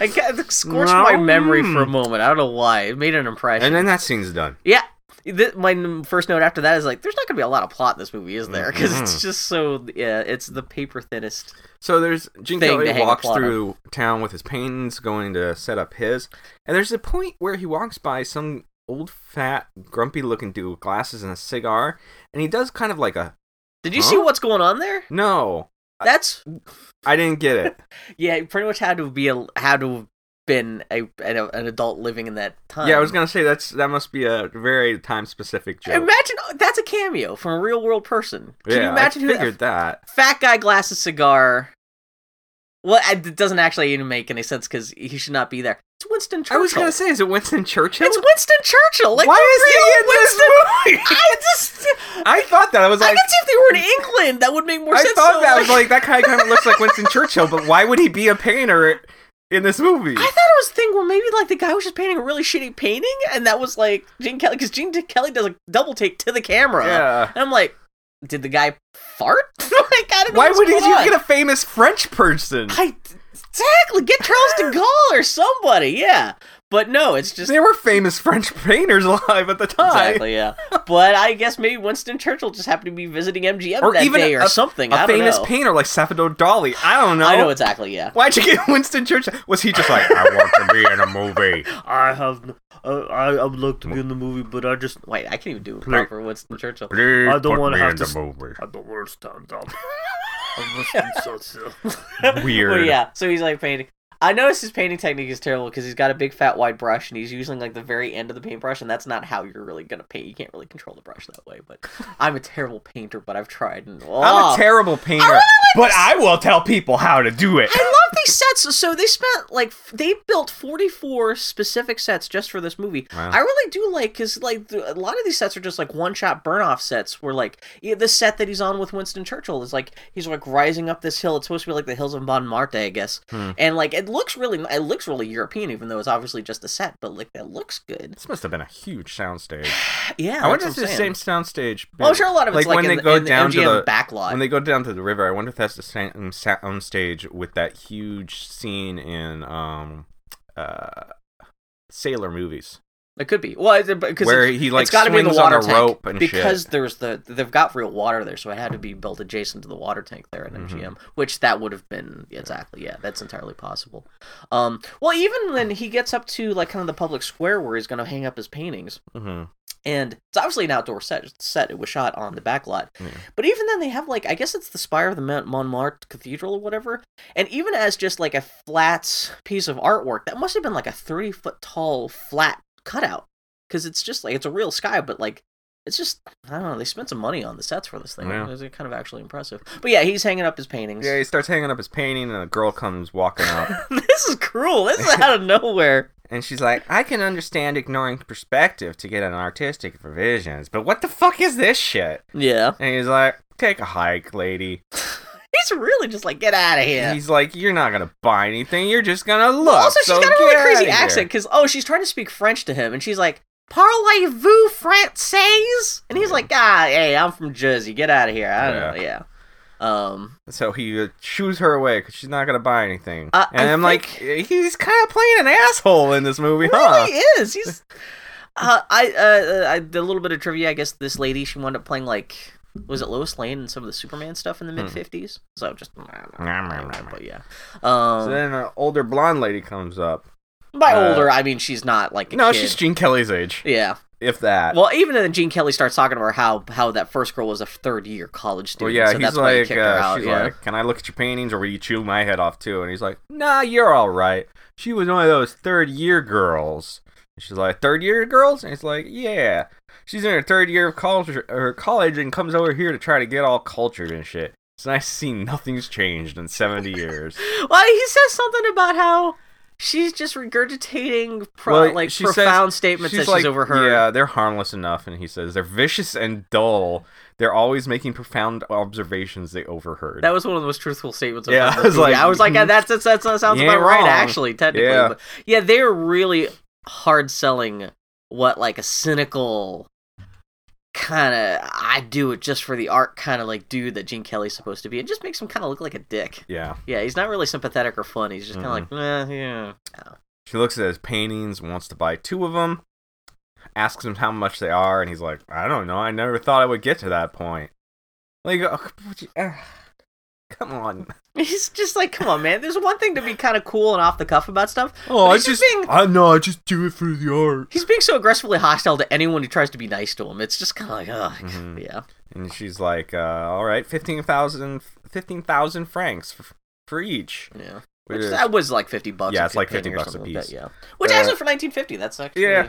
[SPEAKER 2] I kind of scorched my
[SPEAKER 1] No.
[SPEAKER 2] memory for a moment. I don't know why. It made an impression.
[SPEAKER 1] And then that scene's done.
[SPEAKER 2] Yeah. Th my n- first note after that is like, there's not going to be a lot of plot in this movie, is there? Because
[SPEAKER 1] Mhm.
[SPEAKER 2] it's just so, yeah, it's the paper thinnest.
[SPEAKER 1] So there's Gene
[SPEAKER 2] thing to
[SPEAKER 1] Kelly
[SPEAKER 2] hang a
[SPEAKER 1] walks
[SPEAKER 2] plot on.
[SPEAKER 1] through town with his paintings, going to set up his, and there's a point where he walks by some old, fat, grumpy-looking dude with glasses and a cigar, and he does kind of like a
[SPEAKER 2] Did you
[SPEAKER 1] Huh?
[SPEAKER 2] see what's going on there?
[SPEAKER 1] no,
[SPEAKER 2] That's
[SPEAKER 1] I didn't get it.
[SPEAKER 2] yeah, it pretty much had to be a had to have been a an, an adult living in that time.
[SPEAKER 1] yeah, I was gonna say that's that must be a very time-specific joke.
[SPEAKER 2] imagine oh, that's a cameo from a real world person. Can
[SPEAKER 1] yeah,
[SPEAKER 2] you imagine
[SPEAKER 1] I
[SPEAKER 2] who
[SPEAKER 1] figured
[SPEAKER 2] that
[SPEAKER 1] that?
[SPEAKER 2] fat guy, glasses, cigar? Well, it it doesn't actually even make any sense because he should not be there. It's Winston Churchill.
[SPEAKER 1] I was gonna say, is it Winston Churchill?
[SPEAKER 2] it's Winston Churchill. Like
[SPEAKER 1] Why
[SPEAKER 2] the
[SPEAKER 1] is
[SPEAKER 2] real
[SPEAKER 1] he in this
[SPEAKER 2] Winston
[SPEAKER 1] movie?
[SPEAKER 2] I just
[SPEAKER 1] I thought that I was
[SPEAKER 2] I
[SPEAKER 1] like,
[SPEAKER 2] could see if they were in England, that would make more
[SPEAKER 1] I
[SPEAKER 2] sense.
[SPEAKER 1] thought
[SPEAKER 2] though,
[SPEAKER 1] that was like that guy kind of looks like Winston Churchill, but why would he be a painter in this movie?
[SPEAKER 2] I thought it was a thing where maybe like the guy was just painting a really shitty painting, and that was like Gene Kelly because Gene Kelly does a double take to the camera.
[SPEAKER 1] yeah.
[SPEAKER 2] and I'm like, did the guy fart? like, I don't know
[SPEAKER 1] Why
[SPEAKER 2] what's
[SPEAKER 1] would you
[SPEAKER 2] going on.
[SPEAKER 1] get a famous French person?
[SPEAKER 2] I exactly get Charles de Gaulle or somebody? Yeah, but no, it's just
[SPEAKER 1] There were famous French painters alive at the time.
[SPEAKER 2] exactly yeah. but I guess maybe Winston Churchill just happened to be visiting MGM
[SPEAKER 1] Or
[SPEAKER 2] that
[SPEAKER 1] even
[SPEAKER 2] day or
[SPEAKER 1] a-
[SPEAKER 2] something. I
[SPEAKER 1] A
[SPEAKER 2] don't
[SPEAKER 1] famous
[SPEAKER 2] know.
[SPEAKER 1] painter like Salvador Dali. I don't know.
[SPEAKER 2] I know exactly yeah.
[SPEAKER 1] Why'd you get Winston Churchill? Was he just like, I want to be in a movie?
[SPEAKER 3] I have. Uh, I I would love to be in the movie, but I just
[SPEAKER 2] Wait, I can't even do a
[SPEAKER 3] Play-
[SPEAKER 2] proper Winston Churchill.
[SPEAKER 1] Please
[SPEAKER 3] I don't
[SPEAKER 1] put
[SPEAKER 3] wanna
[SPEAKER 1] me
[SPEAKER 3] have
[SPEAKER 1] in
[SPEAKER 3] to
[SPEAKER 1] the
[SPEAKER 3] s-
[SPEAKER 1] movie.
[SPEAKER 3] I don't want to stand up. I must be so silly.
[SPEAKER 1] Weird.
[SPEAKER 2] Well, yeah. So he's like painting. I noticed his painting technique is terrible because he's got a big fat wide brush and he's using like the very end of the paintbrush, and that's not how you're really gonna paint. You can't really control the brush that way. But I'm a terrible painter, but I've tried. And,
[SPEAKER 1] I'm
[SPEAKER 2] Oh.
[SPEAKER 1] a terrible painter, but I will tell people how to do it.
[SPEAKER 2] I love these sets. So they spent like f- they built 44 specific sets just for this movie.
[SPEAKER 1] Wow.
[SPEAKER 2] I really do like cuz like th- a lot of these sets are just like one-shot burn-off sets where like yeah, the set that he's on with Winston Churchill is like he's like rising up this hill. It's supposed to be like the hills of Montmartre, I guess.
[SPEAKER 1] Hmm.
[SPEAKER 2] And like it looks really it looks really European even though it's obviously just a set, but like that looks good.
[SPEAKER 1] This must have been a huge soundstage.
[SPEAKER 2] Yeah.
[SPEAKER 1] I wonder if it's
[SPEAKER 2] that's
[SPEAKER 1] the
[SPEAKER 2] what
[SPEAKER 1] same
[SPEAKER 2] I'm saying.
[SPEAKER 1] soundstage.
[SPEAKER 2] Well, I'm sure a lot of it's like,
[SPEAKER 1] when
[SPEAKER 2] in
[SPEAKER 1] they
[SPEAKER 2] the-
[SPEAKER 1] go
[SPEAKER 2] in the
[SPEAKER 1] down to
[SPEAKER 2] MGM
[SPEAKER 1] the
[SPEAKER 2] backlot.
[SPEAKER 1] When they go down to the river, I wonder if that's the same soundstage with that huge scene in um, uh, sailor movies.
[SPEAKER 2] It could be. Well, because
[SPEAKER 1] Where he, like,
[SPEAKER 2] it's got to be in the
[SPEAKER 1] swings on
[SPEAKER 2] water
[SPEAKER 1] a
[SPEAKER 2] tank
[SPEAKER 1] rope and
[SPEAKER 2] because there's the they've got real water there, so it had to be built adjacent to the water tank there at
[SPEAKER 1] Mhm.
[SPEAKER 2] MGM, which that would have been exactly yeah, that's entirely possible. Um, well, even when he gets up to like kind of the public square where he's going to hang up his paintings,
[SPEAKER 1] hmm
[SPEAKER 2] and it's obviously an outdoor set. Set it was shot on the back lot,
[SPEAKER 1] Yeah.
[SPEAKER 2] but even then they have like I guess it's the spire of the Mont- Montmartre Cathedral or whatever, and even as just like a flat piece of artwork, that must have been like a thirty foot tall flat cutout because it's just like it's a real sky, but like. It's just I don't know. They spent some money on the sets for this thing.
[SPEAKER 1] Yeah.
[SPEAKER 2] It was kind of actually impressive. But yeah, he's hanging up his paintings.
[SPEAKER 1] Yeah, he starts hanging up his painting, and a girl comes walking up,
[SPEAKER 2] this is cruel. This is out of nowhere.
[SPEAKER 1] and she's like, "I can understand ignoring perspective to get an artistic visions, but what the fuck is this shit?"
[SPEAKER 2] Yeah,
[SPEAKER 1] And he's like, "Take a hike, lady."
[SPEAKER 2] he's really just like get out of here.
[SPEAKER 1] He's like, "You're not gonna buy anything. You're just gonna look."
[SPEAKER 2] also, she's
[SPEAKER 1] so
[SPEAKER 2] got a really
[SPEAKER 1] get outta
[SPEAKER 2] crazy
[SPEAKER 1] here."
[SPEAKER 2] accent because oh, she's trying to speak French to him, and she's like, "Parlez-vous français?" And he's like, "Ah, hey, I'm from Jersey. Get out of here. I don't know. Yeah." Um.
[SPEAKER 1] So he uh, shoos her away because she's not gonna buy anything.
[SPEAKER 2] Uh,
[SPEAKER 1] and
[SPEAKER 2] I
[SPEAKER 1] I'm like,
[SPEAKER 2] think-
[SPEAKER 1] he's kind of playing an asshole in this movie, huh?
[SPEAKER 2] really is. He's. Uh, I uh, I did a little bit of trivia. I guess this lady she wound up playing like was it Lois Lane and some of the Superman stuff in the
[SPEAKER 1] Hmm.
[SPEAKER 2] mid fifties. So just but yeah. Um,
[SPEAKER 1] So then an older blonde lady comes up.
[SPEAKER 2] by
[SPEAKER 1] uh,
[SPEAKER 2] older I mean she's not like a
[SPEAKER 1] No,
[SPEAKER 2] kid.
[SPEAKER 1] she's Gene Kelly's age,
[SPEAKER 2] yeah.
[SPEAKER 1] if that.
[SPEAKER 2] Well, even then, Gene Kelly starts talking about how how that first girl was a third year college
[SPEAKER 1] Well,
[SPEAKER 2] student.
[SPEAKER 1] yeah,
[SPEAKER 2] so
[SPEAKER 1] he's
[SPEAKER 2] that's why he
[SPEAKER 1] like,
[SPEAKER 2] kicked her
[SPEAKER 1] uh,
[SPEAKER 2] out.
[SPEAKER 1] she's
[SPEAKER 2] yeah.
[SPEAKER 1] like, can I look at your paintings or will you chew my head off too? And he's like, nah, you're all right. She was one of those third year girls. And she's like, third year girls? And he's like, yeah. She's in her third year of college, or college and comes over here to try to get all cultured and shit. It's nice to see nothing's changed in 70 years.
[SPEAKER 2] well, he says something about how she's just regurgitating pro-
[SPEAKER 1] Well,
[SPEAKER 2] like
[SPEAKER 1] she
[SPEAKER 2] profound
[SPEAKER 1] says-
[SPEAKER 2] statements that she's
[SPEAKER 1] like,
[SPEAKER 2] overheard.
[SPEAKER 1] Yeah, they're harmless enough. And he says, they're vicious and dull. They're always making profound observations they overheard.
[SPEAKER 2] That was one of the most truthful statements. I've
[SPEAKER 1] Yeah,
[SPEAKER 2] heard
[SPEAKER 1] I
[SPEAKER 2] in a
[SPEAKER 1] was like,
[SPEAKER 2] movie. I was like, "Ah, that's that sounds that sounds
[SPEAKER 1] You
[SPEAKER 2] about
[SPEAKER 1] ain't
[SPEAKER 2] right,
[SPEAKER 1] wrong.
[SPEAKER 2] actually, technically.
[SPEAKER 1] Yeah.
[SPEAKER 2] But yeah, they're really hard selling what like a cynical kind of I do it just for the art kind of like dude that Gene Kelly's supposed to be. It just makes him kind of look like a dick.
[SPEAKER 1] yeah.
[SPEAKER 2] Yeah, he's not really sympathetic or funny. He's just kind of like, eh, yeah.
[SPEAKER 1] She looks at his paintings, wants to buy two of them, asks him how much they are, and he's like, I don't know. I never thought I would get to that point. Like, oh, would you- ah, come on.
[SPEAKER 2] He's just like, come on, man. There's one thing to be kind of cool and off the cuff about stuff.
[SPEAKER 1] Oh,
[SPEAKER 2] but he's just, being
[SPEAKER 1] I know, I just do it for the art.
[SPEAKER 2] he's being so aggressively hostile to anyone who tries to be nice to him. It's just kind of like, ugh,
[SPEAKER 1] Mhm.
[SPEAKER 2] yeah.
[SPEAKER 1] And she's like, uh, all right, 15,000 15,000 francs for, for each.
[SPEAKER 2] Yeah,
[SPEAKER 1] Which
[SPEAKER 2] which
[SPEAKER 1] is-
[SPEAKER 2] that was like fifty bucks.
[SPEAKER 1] Yeah,
[SPEAKER 2] a
[SPEAKER 1] it's like
[SPEAKER 2] painting
[SPEAKER 1] 50
[SPEAKER 2] or
[SPEAKER 1] bucks a
[SPEAKER 2] something like that,
[SPEAKER 1] piece.
[SPEAKER 2] yeah, which
[SPEAKER 1] Uh,
[SPEAKER 2] actually for nineteen fifty, that's actually
[SPEAKER 1] yeah.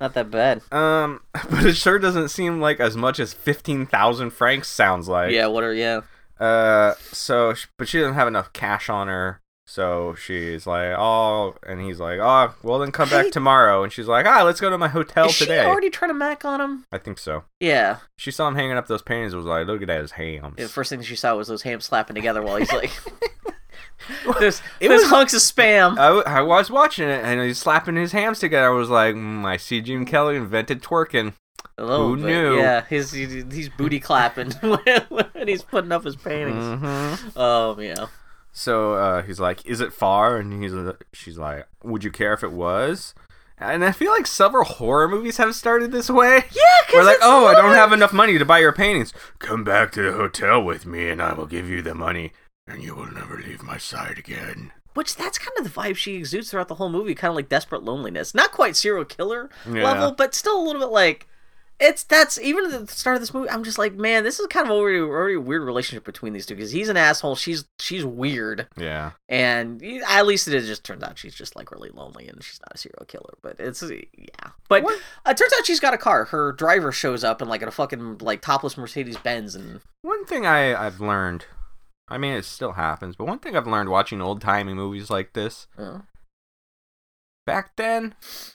[SPEAKER 2] not that bad.
[SPEAKER 1] Um, but it sure doesn't seem like as much as 15,000 francs sounds like.
[SPEAKER 2] yeah, what are yeah?
[SPEAKER 1] Uh, so, sh- but she doesn't have enough cash on her, so she's like, "Oh," and he's like, "Oh, well, then come back
[SPEAKER 2] Hey.
[SPEAKER 1] tomorrow." And she's like, "Ah, let's go to my hotel
[SPEAKER 2] Is
[SPEAKER 1] today."
[SPEAKER 2] she already trying to mac on him?
[SPEAKER 1] I think so.
[SPEAKER 2] Yeah.
[SPEAKER 1] She saw him hanging up those paintings. and Was like, "Look at his hams."
[SPEAKER 2] The first thing she saw was those hams slapping together while he's like, "There's,
[SPEAKER 1] It
[SPEAKER 2] there's
[SPEAKER 1] was-
[SPEAKER 2] hunks of spam."
[SPEAKER 1] I, w- I was watching it, and he's slapping his hams together. I was like, mm, "I see Jim Kelly invented twerking."
[SPEAKER 2] A little
[SPEAKER 1] who
[SPEAKER 2] bit.
[SPEAKER 1] knew?
[SPEAKER 2] Yeah, he's he's he's booty clapping when he's putting up his paintings.
[SPEAKER 1] hmm
[SPEAKER 2] Um, yeah.
[SPEAKER 1] So uh, he's like, "Is it far?" And he's uh, she's like, "Would you care if it was?" And I feel like several horror movies have started this way.
[SPEAKER 2] Yeah, because
[SPEAKER 1] We're like, oh, I don't have enough money to buy your paintings. Come back to the hotel with me, and I will give you the money, and you will never leave my side again.
[SPEAKER 2] Which that's kind of the vibe she exudes throughout the whole movie, kind of like desperate loneliness. Not quite serial killer
[SPEAKER 1] Yeah.
[SPEAKER 2] level, but still a little bit like, it's that's even at the start of this movie. I'm just like, man, this is kind of already already a weird relationship between these two because he's an asshole, she's she's weird,
[SPEAKER 1] Yeah.
[SPEAKER 2] and he- at least it just turns out she's just like really lonely and she's not a serial killer. But it's uh, yeah, but
[SPEAKER 1] What?
[SPEAKER 2] uh, it turns out she's got a car. Her driver shows up in like a fucking like topless Mercedes Benz, and
[SPEAKER 1] One thing I, I've learned, I mean, it still happens, but one thing I've learned watching old timey movies like this,
[SPEAKER 2] uh,
[SPEAKER 1] back then,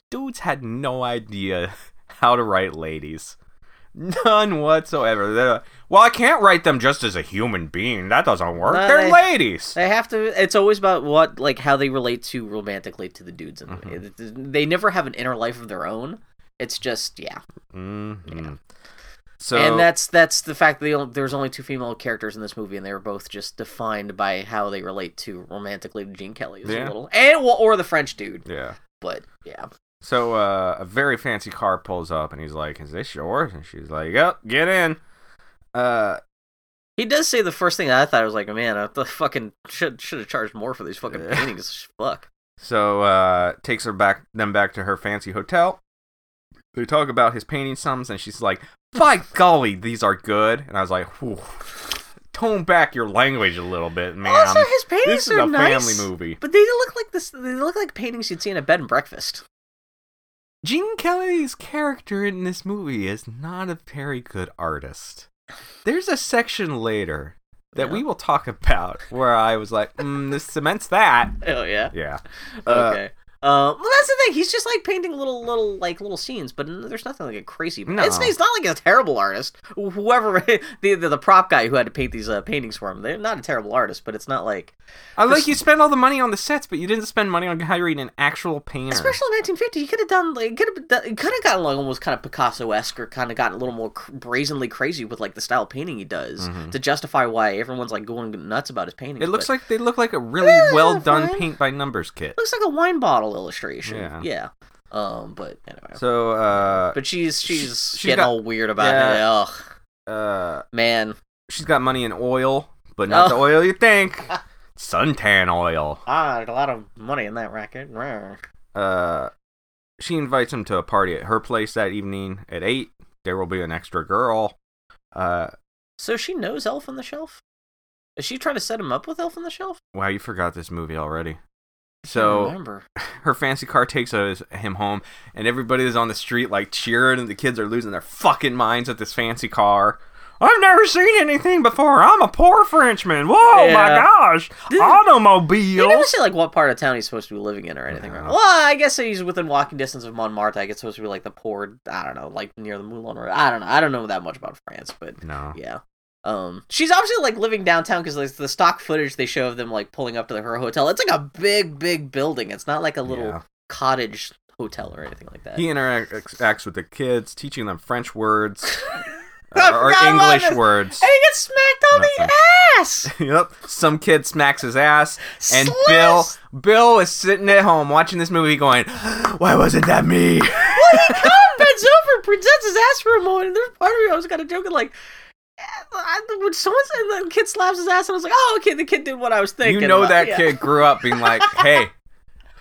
[SPEAKER 1] dudes had no idea how to write ladies. None whatsoever. They're like, well, I can't write them just as a human being. That doesn't work.
[SPEAKER 2] No,
[SPEAKER 1] They're
[SPEAKER 2] they-
[SPEAKER 1] ladies.
[SPEAKER 2] they have to. It's always about what like how they relate to romantically to the dudes, and
[SPEAKER 1] Mm-hmm.
[SPEAKER 2] they never have an inner life of their own. It's just yeah.
[SPEAKER 1] Mhm. So
[SPEAKER 2] and that's that's the fact that they only, there's only two female characters in this movie, and they were both just defined by how they relate to romantically to Gene Kelly is
[SPEAKER 1] Yeah.
[SPEAKER 2] a little, and well, or the French dude.
[SPEAKER 1] yeah.
[SPEAKER 2] But yeah,
[SPEAKER 1] So uh, a very fancy car pulls up, and he's like, "Is this yours?" And she's like, "Yep, get in." Uh,
[SPEAKER 2] he does say the first thing that I thought I was like, man, I th- fucking should should have charged more for these fucking
[SPEAKER 1] Yeah.
[SPEAKER 2] paintings. Fuck.
[SPEAKER 1] so uh, takes her back, them back to her fancy hotel. They talk about his painting sums, and she's like, "By golly, these are good." And I was like, Whew, "Tone back your language a little bit, man."
[SPEAKER 2] also, his paintings
[SPEAKER 1] this is
[SPEAKER 2] are
[SPEAKER 1] a
[SPEAKER 2] nice,
[SPEAKER 1] family movie.
[SPEAKER 2] but they look like this. They look like paintings you'd see in a bed and breakfast.
[SPEAKER 1] Gene Kelly's character in this movie is not a very good artist. There's a section later that
[SPEAKER 2] Yeah.
[SPEAKER 1] we will talk about where I was like, mm, this cements that.
[SPEAKER 2] Oh yeah.
[SPEAKER 1] Yeah. Uh,
[SPEAKER 2] Okay. Uh, well, that's the thing. He's just like painting little, little, like little scenes, but n- there's nothing like a crazy.
[SPEAKER 1] No.
[SPEAKER 2] It's, he's not like a terrible artist. Whoever the, the the prop guy who had to paint these uh, paintings for him, they're not a terrible artist, but it's not like
[SPEAKER 1] I like you spent all the money on the sets, but you didn't spend money on hiring an actual painter.
[SPEAKER 2] especially in 1950, he could have done like could have could have gotten like almost kind of Picasso esque or kind of gotten a little more cr- brazenly crazy with like the style of painting he does
[SPEAKER 1] Mhm.
[SPEAKER 2] to justify why everyone's like going nuts about his paintings.
[SPEAKER 1] it looks
[SPEAKER 2] but
[SPEAKER 1] like they look like a really
[SPEAKER 2] Yeah,
[SPEAKER 1] well done
[SPEAKER 2] fine.
[SPEAKER 1] paint by numbers kit.
[SPEAKER 2] looks like a wine bottle illustration.
[SPEAKER 1] Yeah.
[SPEAKER 2] Yeah. Um. But anyway.
[SPEAKER 1] So, uh,
[SPEAKER 2] but she's she's,
[SPEAKER 1] she's
[SPEAKER 2] getting
[SPEAKER 1] got-
[SPEAKER 2] all weird about it.
[SPEAKER 1] Yeah.
[SPEAKER 2] Ugh.
[SPEAKER 1] uh,
[SPEAKER 2] Man.
[SPEAKER 1] she's got money in oil, but not the
[SPEAKER 2] Oh.
[SPEAKER 1] oil you think. Suntan oil.
[SPEAKER 2] Ah, a lot of money in that racket. Rawr.
[SPEAKER 1] Uh, she invites him to a party at her place that evening at eight. There will be an extra girl. Uh,
[SPEAKER 2] So she knows Elf on the Shelf? Is she trying to set him up with Elf on the Shelf?
[SPEAKER 1] wow, you forgot this movie already.
[SPEAKER 2] I don't
[SPEAKER 1] So
[SPEAKER 2] remember.
[SPEAKER 1] her fancy car takes us, him home, and everybody is on the street like cheering, and the kids are losing their fucking minds at this fancy car. I've never seen anything before. I'm a poor Frenchman. Whoa, my
[SPEAKER 2] Yeah.
[SPEAKER 1] gosh,
[SPEAKER 2] This- They never
[SPEAKER 1] automobiles.
[SPEAKER 2] say like what part of town he's supposed to be living in or anything. right?
[SPEAKER 1] No.
[SPEAKER 2] Well, I guess he's within walking distance of Montmartre. I guess it's supposed to be like the poor, I don't know, like near the Moulin Rouge. I don't know. I don't know that much about France, but
[SPEAKER 1] No,
[SPEAKER 2] yeah. Um, she's obviously like living downtown because like, the stock footage they show of them like pulling up to her hotel. It's like a big, big building. It's not like a little
[SPEAKER 1] Yeah.
[SPEAKER 2] cottage hotel or anything like that.
[SPEAKER 1] he interacts with the kids, teaching them French words
[SPEAKER 2] I
[SPEAKER 1] or, or
[SPEAKER 2] forgot about
[SPEAKER 1] English
[SPEAKER 2] this.
[SPEAKER 1] words.
[SPEAKER 2] And he gets smacked on
[SPEAKER 1] Nothing.
[SPEAKER 2] the ass.
[SPEAKER 1] yep. Some kid smacks his ass, and
[SPEAKER 2] Slaps.
[SPEAKER 1] Bill Bill is sitting at home watching this movie, going, "Why wasn't that me?"
[SPEAKER 2] Well, he comes, bends over, and presents his ass for a moment. And there's part of me I was kind of joking, like, eh, I, when someone said the kid slaps his ass, and I was like, oh, okay, the kid did what I was thinking.
[SPEAKER 1] you know
[SPEAKER 2] about-
[SPEAKER 1] that
[SPEAKER 2] yeah.
[SPEAKER 1] kid grew up being like, hey,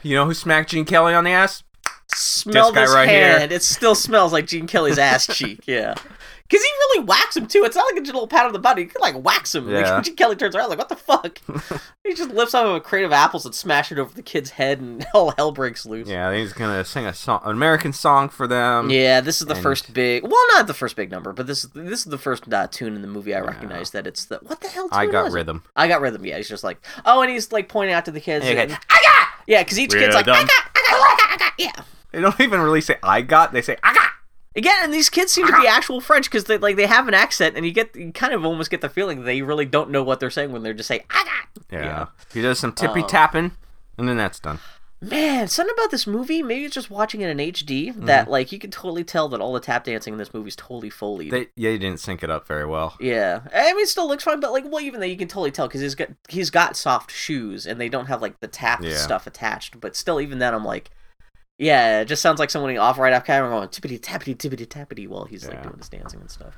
[SPEAKER 1] you know who smacked Gene Kelly on the ass?
[SPEAKER 2] Smelled
[SPEAKER 1] guy
[SPEAKER 2] his
[SPEAKER 1] right here.
[SPEAKER 2] hand. It still smells like Gene Kelly's ass cheek. Yeah. Because he really whacks him too. It's not like a little pat on the body. He could like whacks him. Like,
[SPEAKER 1] Yeah.
[SPEAKER 2] Gene Kelly turns around like, what the fuck? he just lifts up a crate of apples and smashes it over the kid's head, and all hell breaks loose.
[SPEAKER 1] Yeah, he's gonna sing a song, an American song for them.
[SPEAKER 2] Yeah, this is the
[SPEAKER 1] and-
[SPEAKER 2] first big. Well, not the first big number, but this is this is the first uh, tune in the movie I recognize that it's the what the hell? Tune
[SPEAKER 1] I got
[SPEAKER 2] was it?
[SPEAKER 1] rhythm.
[SPEAKER 2] I got rhythm. Yeah, he's just like oh, and he's like pointing out to the kids.
[SPEAKER 1] Okay.
[SPEAKER 2] and- I got. Yeah, because each kid's like I
[SPEAKER 1] Rhythm.
[SPEAKER 2] got, I got, I got, I got. Yeah.
[SPEAKER 1] They don't even really say I got. They say I got.
[SPEAKER 2] Again, and these kids seem to be actual French because they like they have an accent, and you get you kind of almost get the feeling they really don't know what they're saying when they're just saying I got.
[SPEAKER 1] Yeah.
[SPEAKER 2] Yeah. Oh.
[SPEAKER 1] He does some tippy tapping, and then that's done.
[SPEAKER 2] Man, something about this movie. Maybe it's just watching it in HD that
[SPEAKER 1] Mm-hmm.
[SPEAKER 2] like you can totally tell that all the tap dancing in this movie is totally foley.
[SPEAKER 1] They yeah, he didn't sync it up very well.
[SPEAKER 2] Yeah, I mean, it still looks fine, but like, well, even though you can totally tell because he's got he's got soft shoes, and they don't have like the tap
[SPEAKER 1] Yeah.
[SPEAKER 2] stuff attached. But still, even then, I'm like, yeah, it just sounds like someone off right off camera going tippity tappity tippity tappity while he's
[SPEAKER 1] Yeah.
[SPEAKER 2] like doing his dancing and stuff.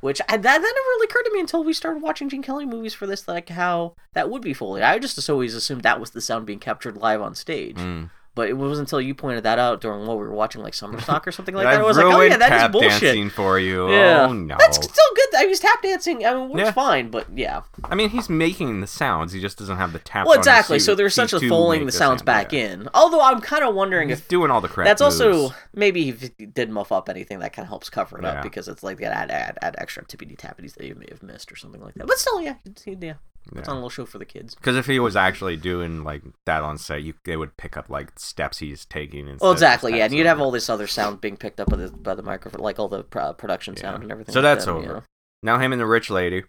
[SPEAKER 2] Which I, that that never really occurred to me until we started watching Gene Kelly movies for this, like how that would be foley. I just always assumed that was the sound being captured live on stage.
[SPEAKER 1] Mm.
[SPEAKER 2] But it wasn't until you pointed that out during what we were watching, like Summer Stock or something like
[SPEAKER 1] I
[SPEAKER 2] that. I was like, oh
[SPEAKER 1] ruined
[SPEAKER 2] yeah, that is
[SPEAKER 1] tap
[SPEAKER 2] bullshit.
[SPEAKER 1] dancing for you.
[SPEAKER 2] Yeah,
[SPEAKER 1] Oh no.
[SPEAKER 2] that's still good. I mean, tap dancing. I mean, works
[SPEAKER 1] Yeah.
[SPEAKER 2] fine, but yeah.
[SPEAKER 1] I mean, he's making the sounds. He just doesn't have the tap.
[SPEAKER 2] Well, exactly. So they're essentially folding the sounds back in. Although I'm kind of wondering
[SPEAKER 1] He's
[SPEAKER 2] if
[SPEAKER 1] doing all the correct.
[SPEAKER 2] that's also
[SPEAKER 1] moves.
[SPEAKER 2] maybe if he did muff up anything that kind of helps cover it
[SPEAKER 1] Yeah.
[SPEAKER 2] up because it's like that add, add, add extra tippity tappities that you may have missed or something like that. But still, yeah, it's- yeah, it's on a little show for the kids.
[SPEAKER 1] Because if he was actually doing like that on set, you they would pick up like steps he's taking. instead
[SPEAKER 2] Well,
[SPEAKER 1] of
[SPEAKER 2] exactly. Yeah,
[SPEAKER 1] steps
[SPEAKER 2] and you'd have
[SPEAKER 1] over.
[SPEAKER 2] all this other sound being picked up by the by the microphone, like all the pro- production sound and everything.
[SPEAKER 1] So
[SPEAKER 2] like
[SPEAKER 1] that's
[SPEAKER 2] that,
[SPEAKER 1] over.
[SPEAKER 2] you know.
[SPEAKER 1] now him and the rich lady,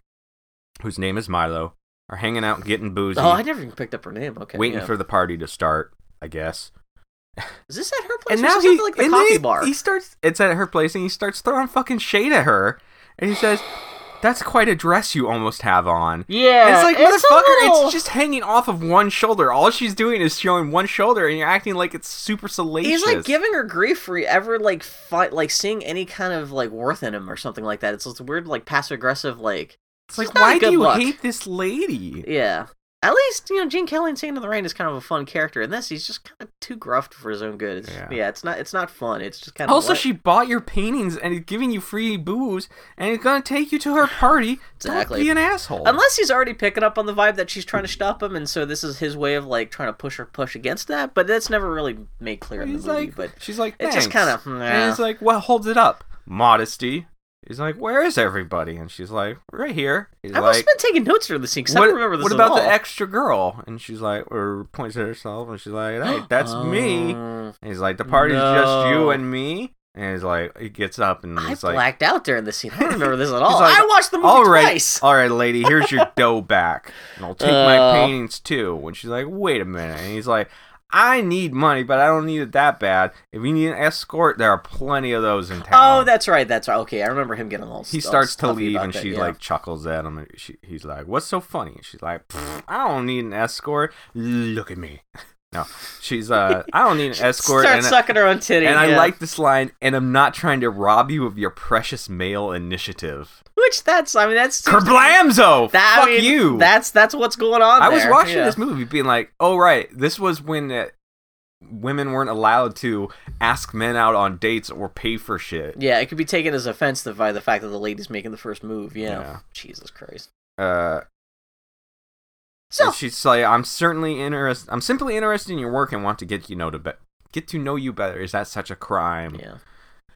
[SPEAKER 1] whose name is Milo, are hanging out getting boozy,
[SPEAKER 2] Oh, I never even picked up her name. Okay,
[SPEAKER 1] waiting
[SPEAKER 2] yeah.
[SPEAKER 1] for the party to start. I guess.
[SPEAKER 2] Is this at her place? And now he like the
[SPEAKER 1] and then
[SPEAKER 2] coffee
[SPEAKER 1] he-
[SPEAKER 2] bar.
[SPEAKER 1] He starts. It's at her place, and he starts throwing fucking shade at her, and he says, "That's quite a dress you almost have on."
[SPEAKER 2] Yeah,
[SPEAKER 1] And it's like
[SPEAKER 2] a
[SPEAKER 1] motherfucker,
[SPEAKER 2] little-
[SPEAKER 1] it's just hanging off of one shoulder. All she's doing is showing one shoulder, and you're acting like it's super salacious.
[SPEAKER 2] He's like giving her grief for ever like fight, like seeing any kind of like worth in him or something like that. It's this weird like passive aggressive like
[SPEAKER 1] It's like,
[SPEAKER 2] not a
[SPEAKER 1] why do
[SPEAKER 2] good
[SPEAKER 1] you
[SPEAKER 2] look.
[SPEAKER 1] hate this lady?
[SPEAKER 2] yeah. At least you know Gene Kelly in Singing in the Rain is kind of a fun character. In this, he's just kind of too gruffed for his own good. It's,
[SPEAKER 1] Yeah.
[SPEAKER 2] yeah. it's not it's not fun. It's just kind of
[SPEAKER 1] Also, she bought your paintings and is giving you free booze, and is gonna take you to her party.
[SPEAKER 2] Exactly.
[SPEAKER 1] Don't be an asshole.
[SPEAKER 2] Unless he's already picking up on the vibe that she's trying to stop him, and so this is his way of like trying to push her push against that. But that's never really made clear in the
[SPEAKER 1] He's
[SPEAKER 2] movie.
[SPEAKER 1] like,
[SPEAKER 2] but
[SPEAKER 1] she's like,
[SPEAKER 2] it's just
[SPEAKER 1] "Thanks."
[SPEAKER 2] kind of
[SPEAKER 1] And he's like, what holds it up? Modesty. He's like, where is everybody? And she's like, right here. He's
[SPEAKER 2] I must
[SPEAKER 1] like,
[SPEAKER 2] have been taking notes during the scene because I
[SPEAKER 1] what,
[SPEAKER 2] don't remember this
[SPEAKER 1] what
[SPEAKER 2] at
[SPEAKER 1] about
[SPEAKER 2] all.
[SPEAKER 1] the extra girl? And she's like, or points at herself, and she's like, hey, that's me. And
[SPEAKER 2] Oh.
[SPEAKER 1] he's like, the party's just you
[SPEAKER 2] No.
[SPEAKER 1] and me. And he's like, he gets up and
[SPEAKER 2] I
[SPEAKER 1] he's like,
[SPEAKER 2] blacked out during this scene. I don't remember this at
[SPEAKER 1] He's
[SPEAKER 2] all.
[SPEAKER 1] like,
[SPEAKER 2] I watched the movie
[SPEAKER 1] all right,
[SPEAKER 2] twice.
[SPEAKER 1] all right, lady, here's your dough back, and I'll take my
[SPEAKER 2] Oh.
[SPEAKER 1] paintings too. And she's like, wait a minute, and he's like, I need money, but I don't need it that bad. If you need an escort, there are plenty of those in town.
[SPEAKER 2] Oh, that's right. That's right. Okay, I remember him getting all.
[SPEAKER 1] he
[SPEAKER 2] all
[SPEAKER 1] starts to
[SPEAKER 2] stuffy
[SPEAKER 1] leave,
[SPEAKER 2] about
[SPEAKER 1] and
[SPEAKER 2] that,
[SPEAKER 1] she
[SPEAKER 2] yeah.
[SPEAKER 1] like chuckles at him. And she, he's like, "What's so funny?" And she's like, "Pfft, "I don't need an escort. Look at me." No, she's uh, "I don't need an escort." and
[SPEAKER 2] starts
[SPEAKER 1] I-
[SPEAKER 2] sucking her own titty.
[SPEAKER 1] and I
[SPEAKER 2] yeah.
[SPEAKER 1] like this line, and I'm not trying to rob you of your precious male initiative.
[SPEAKER 2] which that's. I mean, that's
[SPEAKER 1] Kerblamzo!
[SPEAKER 2] That,
[SPEAKER 1] Fuck
[SPEAKER 2] I mean,
[SPEAKER 1] you!
[SPEAKER 2] That's that's what's going on.
[SPEAKER 1] I was
[SPEAKER 2] there,
[SPEAKER 1] watching
[SPEAKER 2] yeah.
[SPEAKER 1] this movie being like, oh, right, this was when uh, women weren't allowed to ask men out on dates or pay for shit.
[SPEAKER 2] Yeah, it could be taken as offensive by the fact that the lady's making the first move. Yeah.
[SPEAKER 1] Yeah.
[SPEAKER 2] Jesus Christ.
[SPEAKER 1] Uh,
[SPEAKER 2] So
[SPEAKER 1] and she'd say, I'm certainly interested, I'm simply interested in your work and want to get you know to be- get to know you better. Is that such a crime?
[SPEAKER 2] yeah.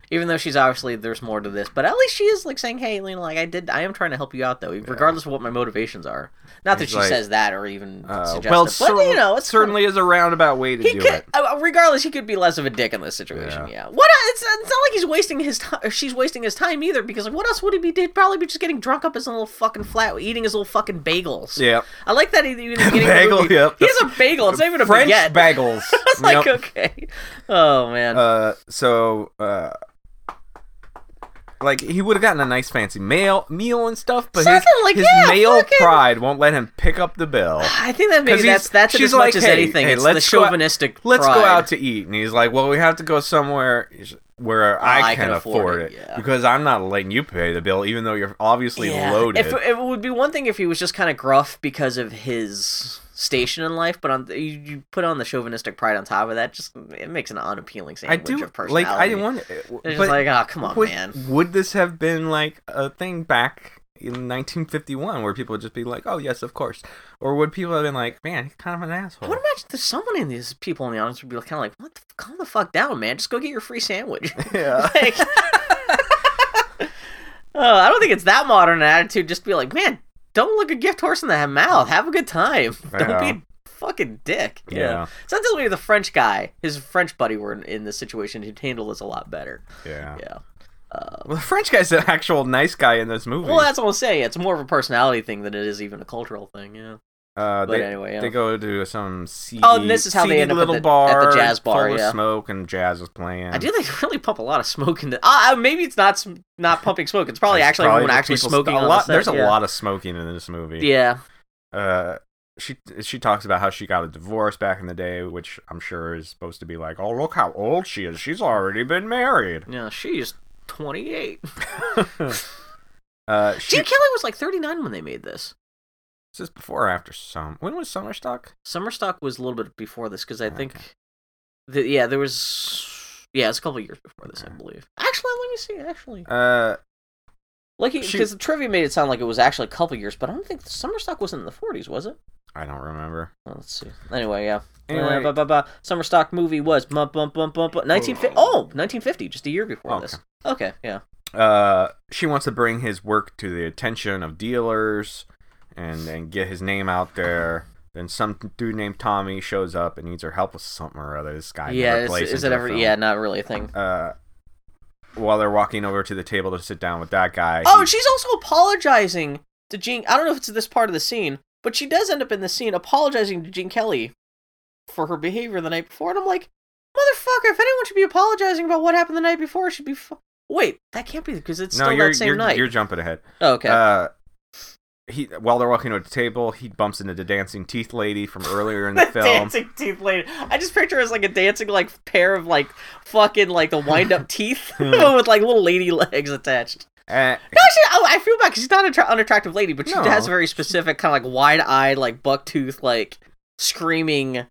[SPEAKER 2] Even though she's obviously there's more to this, but at least she is like saying, "Hey, Lena, like I did, I am trying to help you out though, regardless of what my motivations are." Not that
[SPEAKER 1] It's
[SPEAKER 2] she
[SPEAKER 1] like,
[SPEAKER 2] says that or even
[SPEAKER 1] Uh,
[SPEAKER 2] suggests
[SPEAKER 1] well,
[SPEAKER 2] it,
[SPEAKER 1] cer-
[SPEAKER 2] but you know, it's kinda-
[SPEAKER 1] certainly is a roundabout way to
[SPEAKER 2] He
[SPEAKER 1] do
[SPEAKER 2] could,
[SPEAKER 1] it.
[SPEAKER 2] uh, regardless, he could be less of a dick in this situation. Yeah. What? el- It's, it's not like he's wasting his time, or she's wasting his time either. Because like, what else would he be? He'd probably be just getting drunk up his little fucking flat, eating his little fucking bagels.
[SPEAKER 1] Yeah,
[SPEAKER 2] I like that he even getting
[SPEAKER 1] Bagel,
[SPEAKER 2] The movie-
[SPEAKER 1] yep.
[SPEAKER 2] He has a bagel. It's not even a
[SPEAKER 1] French
[SPEAKER 2] baguette.
[SPEAKER 1] bagels.
[SPEAKER 2] it's like
[SPEAKER 1] Yep.
[SPEAKER 2] okay. Oh man.
[SPEAKER 1] Uh, so uh like he would have gotten a nice fancy mail meal and stuff, but his,
[SPEAKER 2] Something like-
[SPEAKER 1] his
[SPEAKER 2] yeah,
[SPEAKER 1] male
[SPEAKER 2] fucking-
[SPEAKER 1] pride won't let him pick up the bill.
[SPEAKER 2] I think that
[SPEAKER 1] 'cause
[SPEAKER 2] maybe
[SPEAKER 1] he's-
[SPEAKER 2] that's that's it
[SPEAKER 1] she's
[SPEAKER 2] as much
[SPEAKER 1] like,
[SPEAKER 2] as
[SPEAKER 1] "Hey,
[SPEAKER 2] anything.
[SPEAKER 1] hey,
[SPEAKER 2] it's the
[SPEAKER 1] let's go out-
[SPEAKER 2] chauvinistic.
[SPEAKER 1] Let's go
[SPEAKER 2] pride.
[SPEAKER 1] out to eat, and he's like, "Well, we have to go somewhere where I, can, afford it,
[SPEAKER 2] yeah.
[SPEAKER 1] because I'm not letting you pay the bill, even though you're obviously loaded."
[SPEAKER 2] If, it would be one thing if he was just kind of gruff because of his station in life, but on you, you put on the chauvinistic pride on top of that, just it makes an unappealing
[SPEAKER 1] I
[SPEAKER 2] sandwich
[SPEAKER 1] do
[SPEAKER 2] of personality.
[SPEAKER 1] like I didn't want,
[SPEAKER 2] It's
[SPEAKER 1] but
[SPEAKER 2] just like, oh come on,
[SPEAKER 1] would,
[SPEAKER 2] man.
[SPEAKER 1] would this have been like a thing back in 1951 where people would just be like, "Oh yes, of course," or would people have been like, "Man, he's kind of an
[SPEAKER 2] I
[SPEAKER 1] asshole"?
[SPEAKER 2] would imagine there's someone in these people in the audience would be kind of like, what? The, calm the fuck down, man. Just go get your free sandwich.
[SPEAKER 1] Yeah.
[SPEAKER 2] like, oh, I don't think it's that modern an attitude. Just to be like, man, don't look a gift horse in the mouth. Have a good time. Don't
[SPEAKER 1] Yeah.
[SPEAKER 2] be a fucking dick.
[SPEAKER 1] Yeah.
[SPEAKER 2] Sounds like maybe the French guy, his French buddy, were in, in this situation. He'd handle this a lot better.
[SPEAKER 1] yeah,
[SPEAKER 2] Yeah. Uh,
[SPEAKER 1] Well, the French guy's an actual nice guy in this movie.
[SPEAKER 2] Well, that's what I'm saying. It's more of a personality thing than it is even a cultural thing. Yeah.
[SPEAKER 1] uh,
[SPEAKER 2] but
[SPEAKER 1] they,
[SPEAKER 2] anyway, yeah.
[SPEAKER 1] they go to some seedy,
[SPEAKER 2] Oh, and this is how they
[SPEAKER 1] seedy
[SPEAKER 2] end up at
[SPEAKER 1] little
[SPEAKER 2] the- at the
[SPEAKER 1] bar,
[SPEAKER 2] jazz bar,
[SPEAKER 1] full of
[SPEAKER 2] yeah.
[SPEAKER 1] smoke and jazz is playing.
[SPEAKER 2] I do. They really pump a lot of smoke into. Uh, maybe it's not sm- not pumping smoke. It's probably
[SPEAKER 1] It's
[SPEAKER 2] actually
[SPEAKER 1] probably
[SPEAKER 2] everyone
[SPEAKER 1] the
[SPEAKER 2] actually
[SPEAKER 1] people-
[SPEAKER 2] smoking.
[SPEAKER 1] A
[SPEAKER 2] on the
[SPEAKER 1] lot,
[SPEAKER 2] set,
[SPEAKER 1] there's a
[SPEAKER 2] yeah.
[SPEAKER 1] lot of smoking in this movie.
[SPEAKER 2] Yeah.
[SPEAKER 1] Uh, she she talks about how she got a divorce back in the day, which I'm sure is supposed to be like, oh look how old she is. She's already been married.
[SPEAKER 2] Yeah. She's 28.
[SPEAKER 1] uh, she
[SPEAKER 2] Gene Kelly was like 39 when they made this.
[SPEAKER 1] is this before or after some? When was Summer Stock? Oh,
[SPEAKER 2] Summerstock was a little bit before this because I think The, yeah, there was. Yeah, it's a couple years before this, I believe. Actually, let me see. Actually,
[SPEAKER 1] Uh,
[SPEAKER 2] like
[SPEAKER 1] she-
[SPEAKER 2] because the trivia made it sound like it was actually a couple years, but I don't think the summer stock wasn't in the 40s, was it?
[SPEAKER 1] I don't remember.
[SPEAKER 2] Well, let's see. Anyway, yeah.
[SPEAKER 1] Anyway,
[SPEAKER 2] Uh, ba- ba- ba. summer stock movie was bump bump bump bump. bump 1950. Oh, 1950, just a year before
[SPEAKER 1] Okay.
[SPEAKER 2] this. Okay, yeah.
[SPEAKER 1] uh, she wants to bring his work to the attention of dealers and and get his name out there. Then some dude named Tommy shows up and needs her help with something or other. This guy
[SPEAKER 2] yeah,
[SPEAKER 1] never
[SPEAKER 2] is,
[SPEAKER 1] plays
[SPEAKER 2] is
[SPEAKER 1] into
[SPEAKER 2] it
[SPEAKER 1] the
[SPEAKER 2] ever?
[SPEAKER 1] film.
[SPEAKER 2] Yeah, not really a thing.
[SPEAKER 1] Uh, while they're walking over to the table to sit down with that guy.
[SPEAKER 2] Oh,
[SPEAKER 1] he-
[SPEAKER 2] and she's also apologizing to Gene. I don't know if it's this part of the scene, but she does end up in the scene apologizing to Gene Kelly for her behavior the night before. And I'm like, motherfucker, if anyone should be apologizing about what happened the night before, it should be. Fu- Wait, that can't be because it's
[SPEAKER 1] no,
[SPEAKER 2] still
[SPEAKER 1] you're
[SPEAKER 2] that same
[SPEAKER 1] you're,
[SPEAKER 2] night.
[SPEAKER 1] you're jumping ahead.
[SPEAKER 2] Oh, okay.
[SPEAKER 1] Uh, he while they're walking to the table, he bumps into the dancing teeth lady from earlier in the film.
[SPEAKER 2] dancing teeth lady. I just picture her as like a dancing like pair of like fucking like the wind up teeth but with like little lady legs attached.
[SPEAKER 1] And-
[SPEAKER 2] No, she, oh, I feel bad because she's not an attra- unattractive lady, but she
[SPEAKER 1] No.
[SPEAKER 2] has a very specific kind of like wide eyed, like buck tooth, like screaming.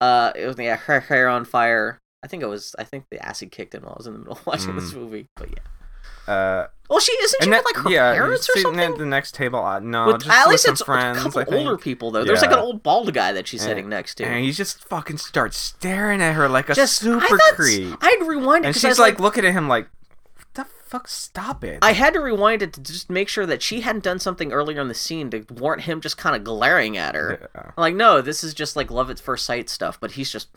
[SPEAKER 2] Uh, it was yeah, her hair on fire. I think it was. I think the acid kicked in while I was in the middle of watching this movie. But yeah.
[SPEAKER 1] uh,
[SPEAKER 2] Well, she isn't she
[SPEAKER 1] Mm. and
[SPEAKER 2] with
[SPEAKER 1] that-
[SPEAKER 2] like her
[SPEAKER 1] yeah,
[SPEAKER 2] parents or
[SPEAKER 1] sitting
[SPEAKER 2] something.
[SPEAKER 1] at the next table. Uh, no,
[SPEAKER 2] with,
[SPEAKER 1] just
[SPEAKER 2] at
[SPEAKER 1] with
[SPEAKER 2] least
[SPEAKER 1] some
[SPEAKER 2] it's
[SPEAKER 1] friends.
[SPEAKER 2] a
[SPEAKER 1] I
[SPEAKER 2] couple
[SPEAKER 1] think.
[SPEAKER 2] older people though. There's like an
[SPEAKER 1] Yeah.
[SPEAKER 2] old bald guy that she's
[SPEAKER 1] And-
[SPEAKER 2] sitting next to.
[SPEAKER 1] and he just fucking starts staring at her like a
[SPEAKER 2] Just
[SPEAKER 1] super
[SPEAKER 2] I thought,
[SPEAKER 1] creep.
[SPEAKER 2] I'd rewind it
[SPEAKER 1] And
[SPEAKER 2] because I
[SPEAKER 1] she's
[SPEAKER 2] was
[SPEAKER 1] like, looking at him like, "What the fuck? Stop it!"
[SPEAKER 2] I had to rewind it to just make sure that she hadn't done something earlier in the scene to warrant him just kind of glaring at her.
[SPEAKER 1] Yeah.
[SPEAKER 2] Like, no, this is just like love at first sight stuff, but he's just.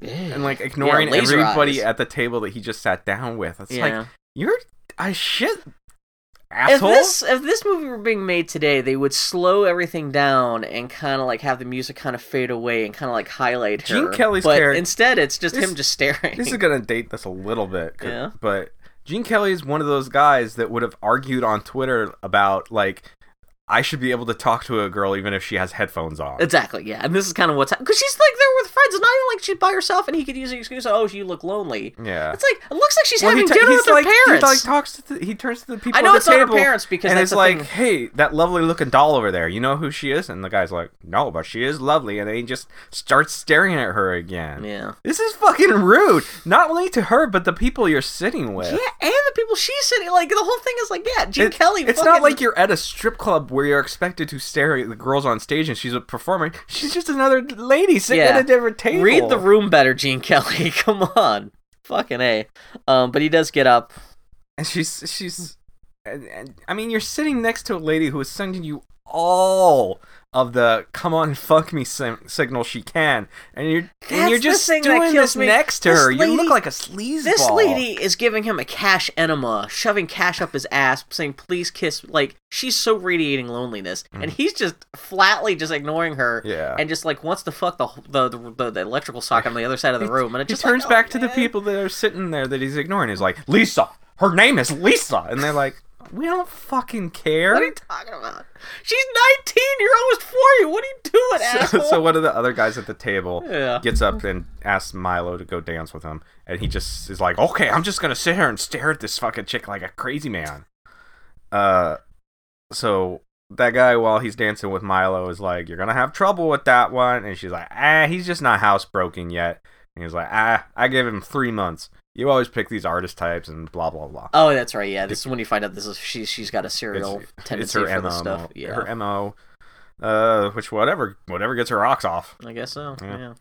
[SPEAKER 1] and like ignoring
[SPEAKER 2] laser
[SPEAKER 1] everybody
[SPEAKER 2] eyes.
[SPEAKER 1] at the table that he just sat down with. It's
[SPEAKER 2] yeah.
[SPEAKER 1] like you're a shit
[SPEAKER 2] if
[SPEAKER 1] asshole.
[SPEAKER 2] this if this movie were being made today, they would slow everything down and kind of like have the music kind of fade away and kind of like highlight her.
[SPEAKER 1] Gene Kelly's
[SPEAKER 2] but
[SPEAKER 1] character-
[SPEAKER 2] instead, it's just
[SPEAKER 1] This-
[SPEAKER 2] him just staring.
[SPEAKER 1] this is gonna date this a little bit, 'cause-
[SPEAKER 2] Yeah.
[SPEAKER 1] but Gene Kelly is one of those guys that would have argued on Twitter about like I should be able to talk to a girl even if she has headphones on.
[SPEAKER 2] Exactly, yeah, and this is kind of what's because she's like there with friends. It's not even like she's by herself, and he could use the excuse, "Oh, you look lonely."
[SPEAKER 1] yeah,
[SPEAKER 2] It's like it looks like she's
[SPEAKER 1] Well,
[SPEAKER 2] having
[SPEAKER 1] ta-
[SPEAKER 2] dinner
[SPEAKER 1] he's
[SPEAKER 2] with her
[SPEAKER 1] like,
[SPEAKER 2] parents.
[SPEAKER 1] He like talks to the, he turns to the people.
[SPEAKER 2] I know
[SPEAKER 1] at the
[SPEAKER 2] it's not her
[SPEAKER 1] table,
[SPEAKER 2] parents because
[SPEAKER 1] and
[SPEAKER 2] that's
[SPEAKER 1] it's
[SPEAKER 2] the
[SPEAKER 1] like,
[SPEAKER 2] thing.
[SPEAKER 1] hey, that lovely looking doll over there. You know who she is? And the guy's like, no, but she is lovely. And then he just starts staring at her again.
[SPEAKER 2] yeah.
[SPEAKER 1] This is fucking rude. Not only to her, but the people you're sitting with.
[SPEAKER 2] Yeah, and the people she's sitting like the whole thing is like, yeah, Gene
[SPEAKER 1] It-
[SPEAKER 2] Kelly.
[SPEAKER 1] It's
[SPEAKER 2] fucking-
[SPEAKER 1] not like you're at a strip club where you're expected to stare at the girls on stage and she's a performer. She's just another lady sitting
[SPEAKER 2] Yeah.
[SPEAKER 1] at a different table.
[SPEAKER 2] read the room better, Gene Kelly. Come on, fucking a. Um, but he does get up.
[SPEAKER 1] And she's she's. And, and, I mean, you're sitting next to a lady who is sending you all of the "come on and fuck me" sim- signal she can, and you're and
[SPEAKER 2] That's
[SPEAKER 1] you're
[SPEAKER 2] the
[SPEAKER 1] just
[SPEAKER 2] thing that
[SPEAKER 1] doing
[SPEAKER 2] kills
[SPEAKER 1] this
[SPEAKER 2] me.
[SPEAKER 1] next to
[SPEAKER 2] This
[SPEAKER 1] her. you
[SPEAKER 2] lady-
[SPEAKER 1] look like a sleazeball.
[SPEAKER 2] This lady is giving him a cash enema, shoving cash up his ass, saying, "Please kiss." Like she's so radiating loneliness, and he's just flatly just ignoring her.
[SPEAKER 1] Yeah.
[SPEAKER 2] and just like wants to fuck the the the, the electrical socket on the other side of the room, and it
[SPEAKER 1] He
[SPEAKER 2] just
[SPEAKER 1] turns
[SPEAKER 2] like, oh,
[SPEAKER 1] back to the
[SPEAKER 2] man.
[SPEAKER 1] people that are sitting there that he's ignoring. He's like, "Lisa, her name is Lisa," and they're like, "We don't fucking care."
[SPEAKER 2] What are you talking about? She's 19. You're almost 40. What are you doing,
[SPEAKER 1] so,
[SPEAKER 2] asshole?
[SPEAKER 1] so one of the other guys at the table
[SPEAKER 2] Yeah.
[SPEAKER 1] gets up and asks Milo to go dance with him, and he just is like, "Okay, I'm just gonna sit here and stare at this fucking chick like a crazy man." Uh, so that guy, while he's dancing with Milo, is like, "You're gonna have trouble with that one," and she's like, "Ah, he's just not housebroken yet." And he's like, "Ah, I give him three months. You always pick these artist types and blah blah blah."
[SPEAKER 2] Oh, that's right. Yeah, this is when you find out this is she. She's got a serial tendency for this stuff. Yeah,
[SPEAKER 1] her mo. Uh, which whatever, whatever gets her rocks off.
[SPEAKER 2] I guess so.
[SPEAKER 1] Yeah.
[SPEAKER 2] Yeah.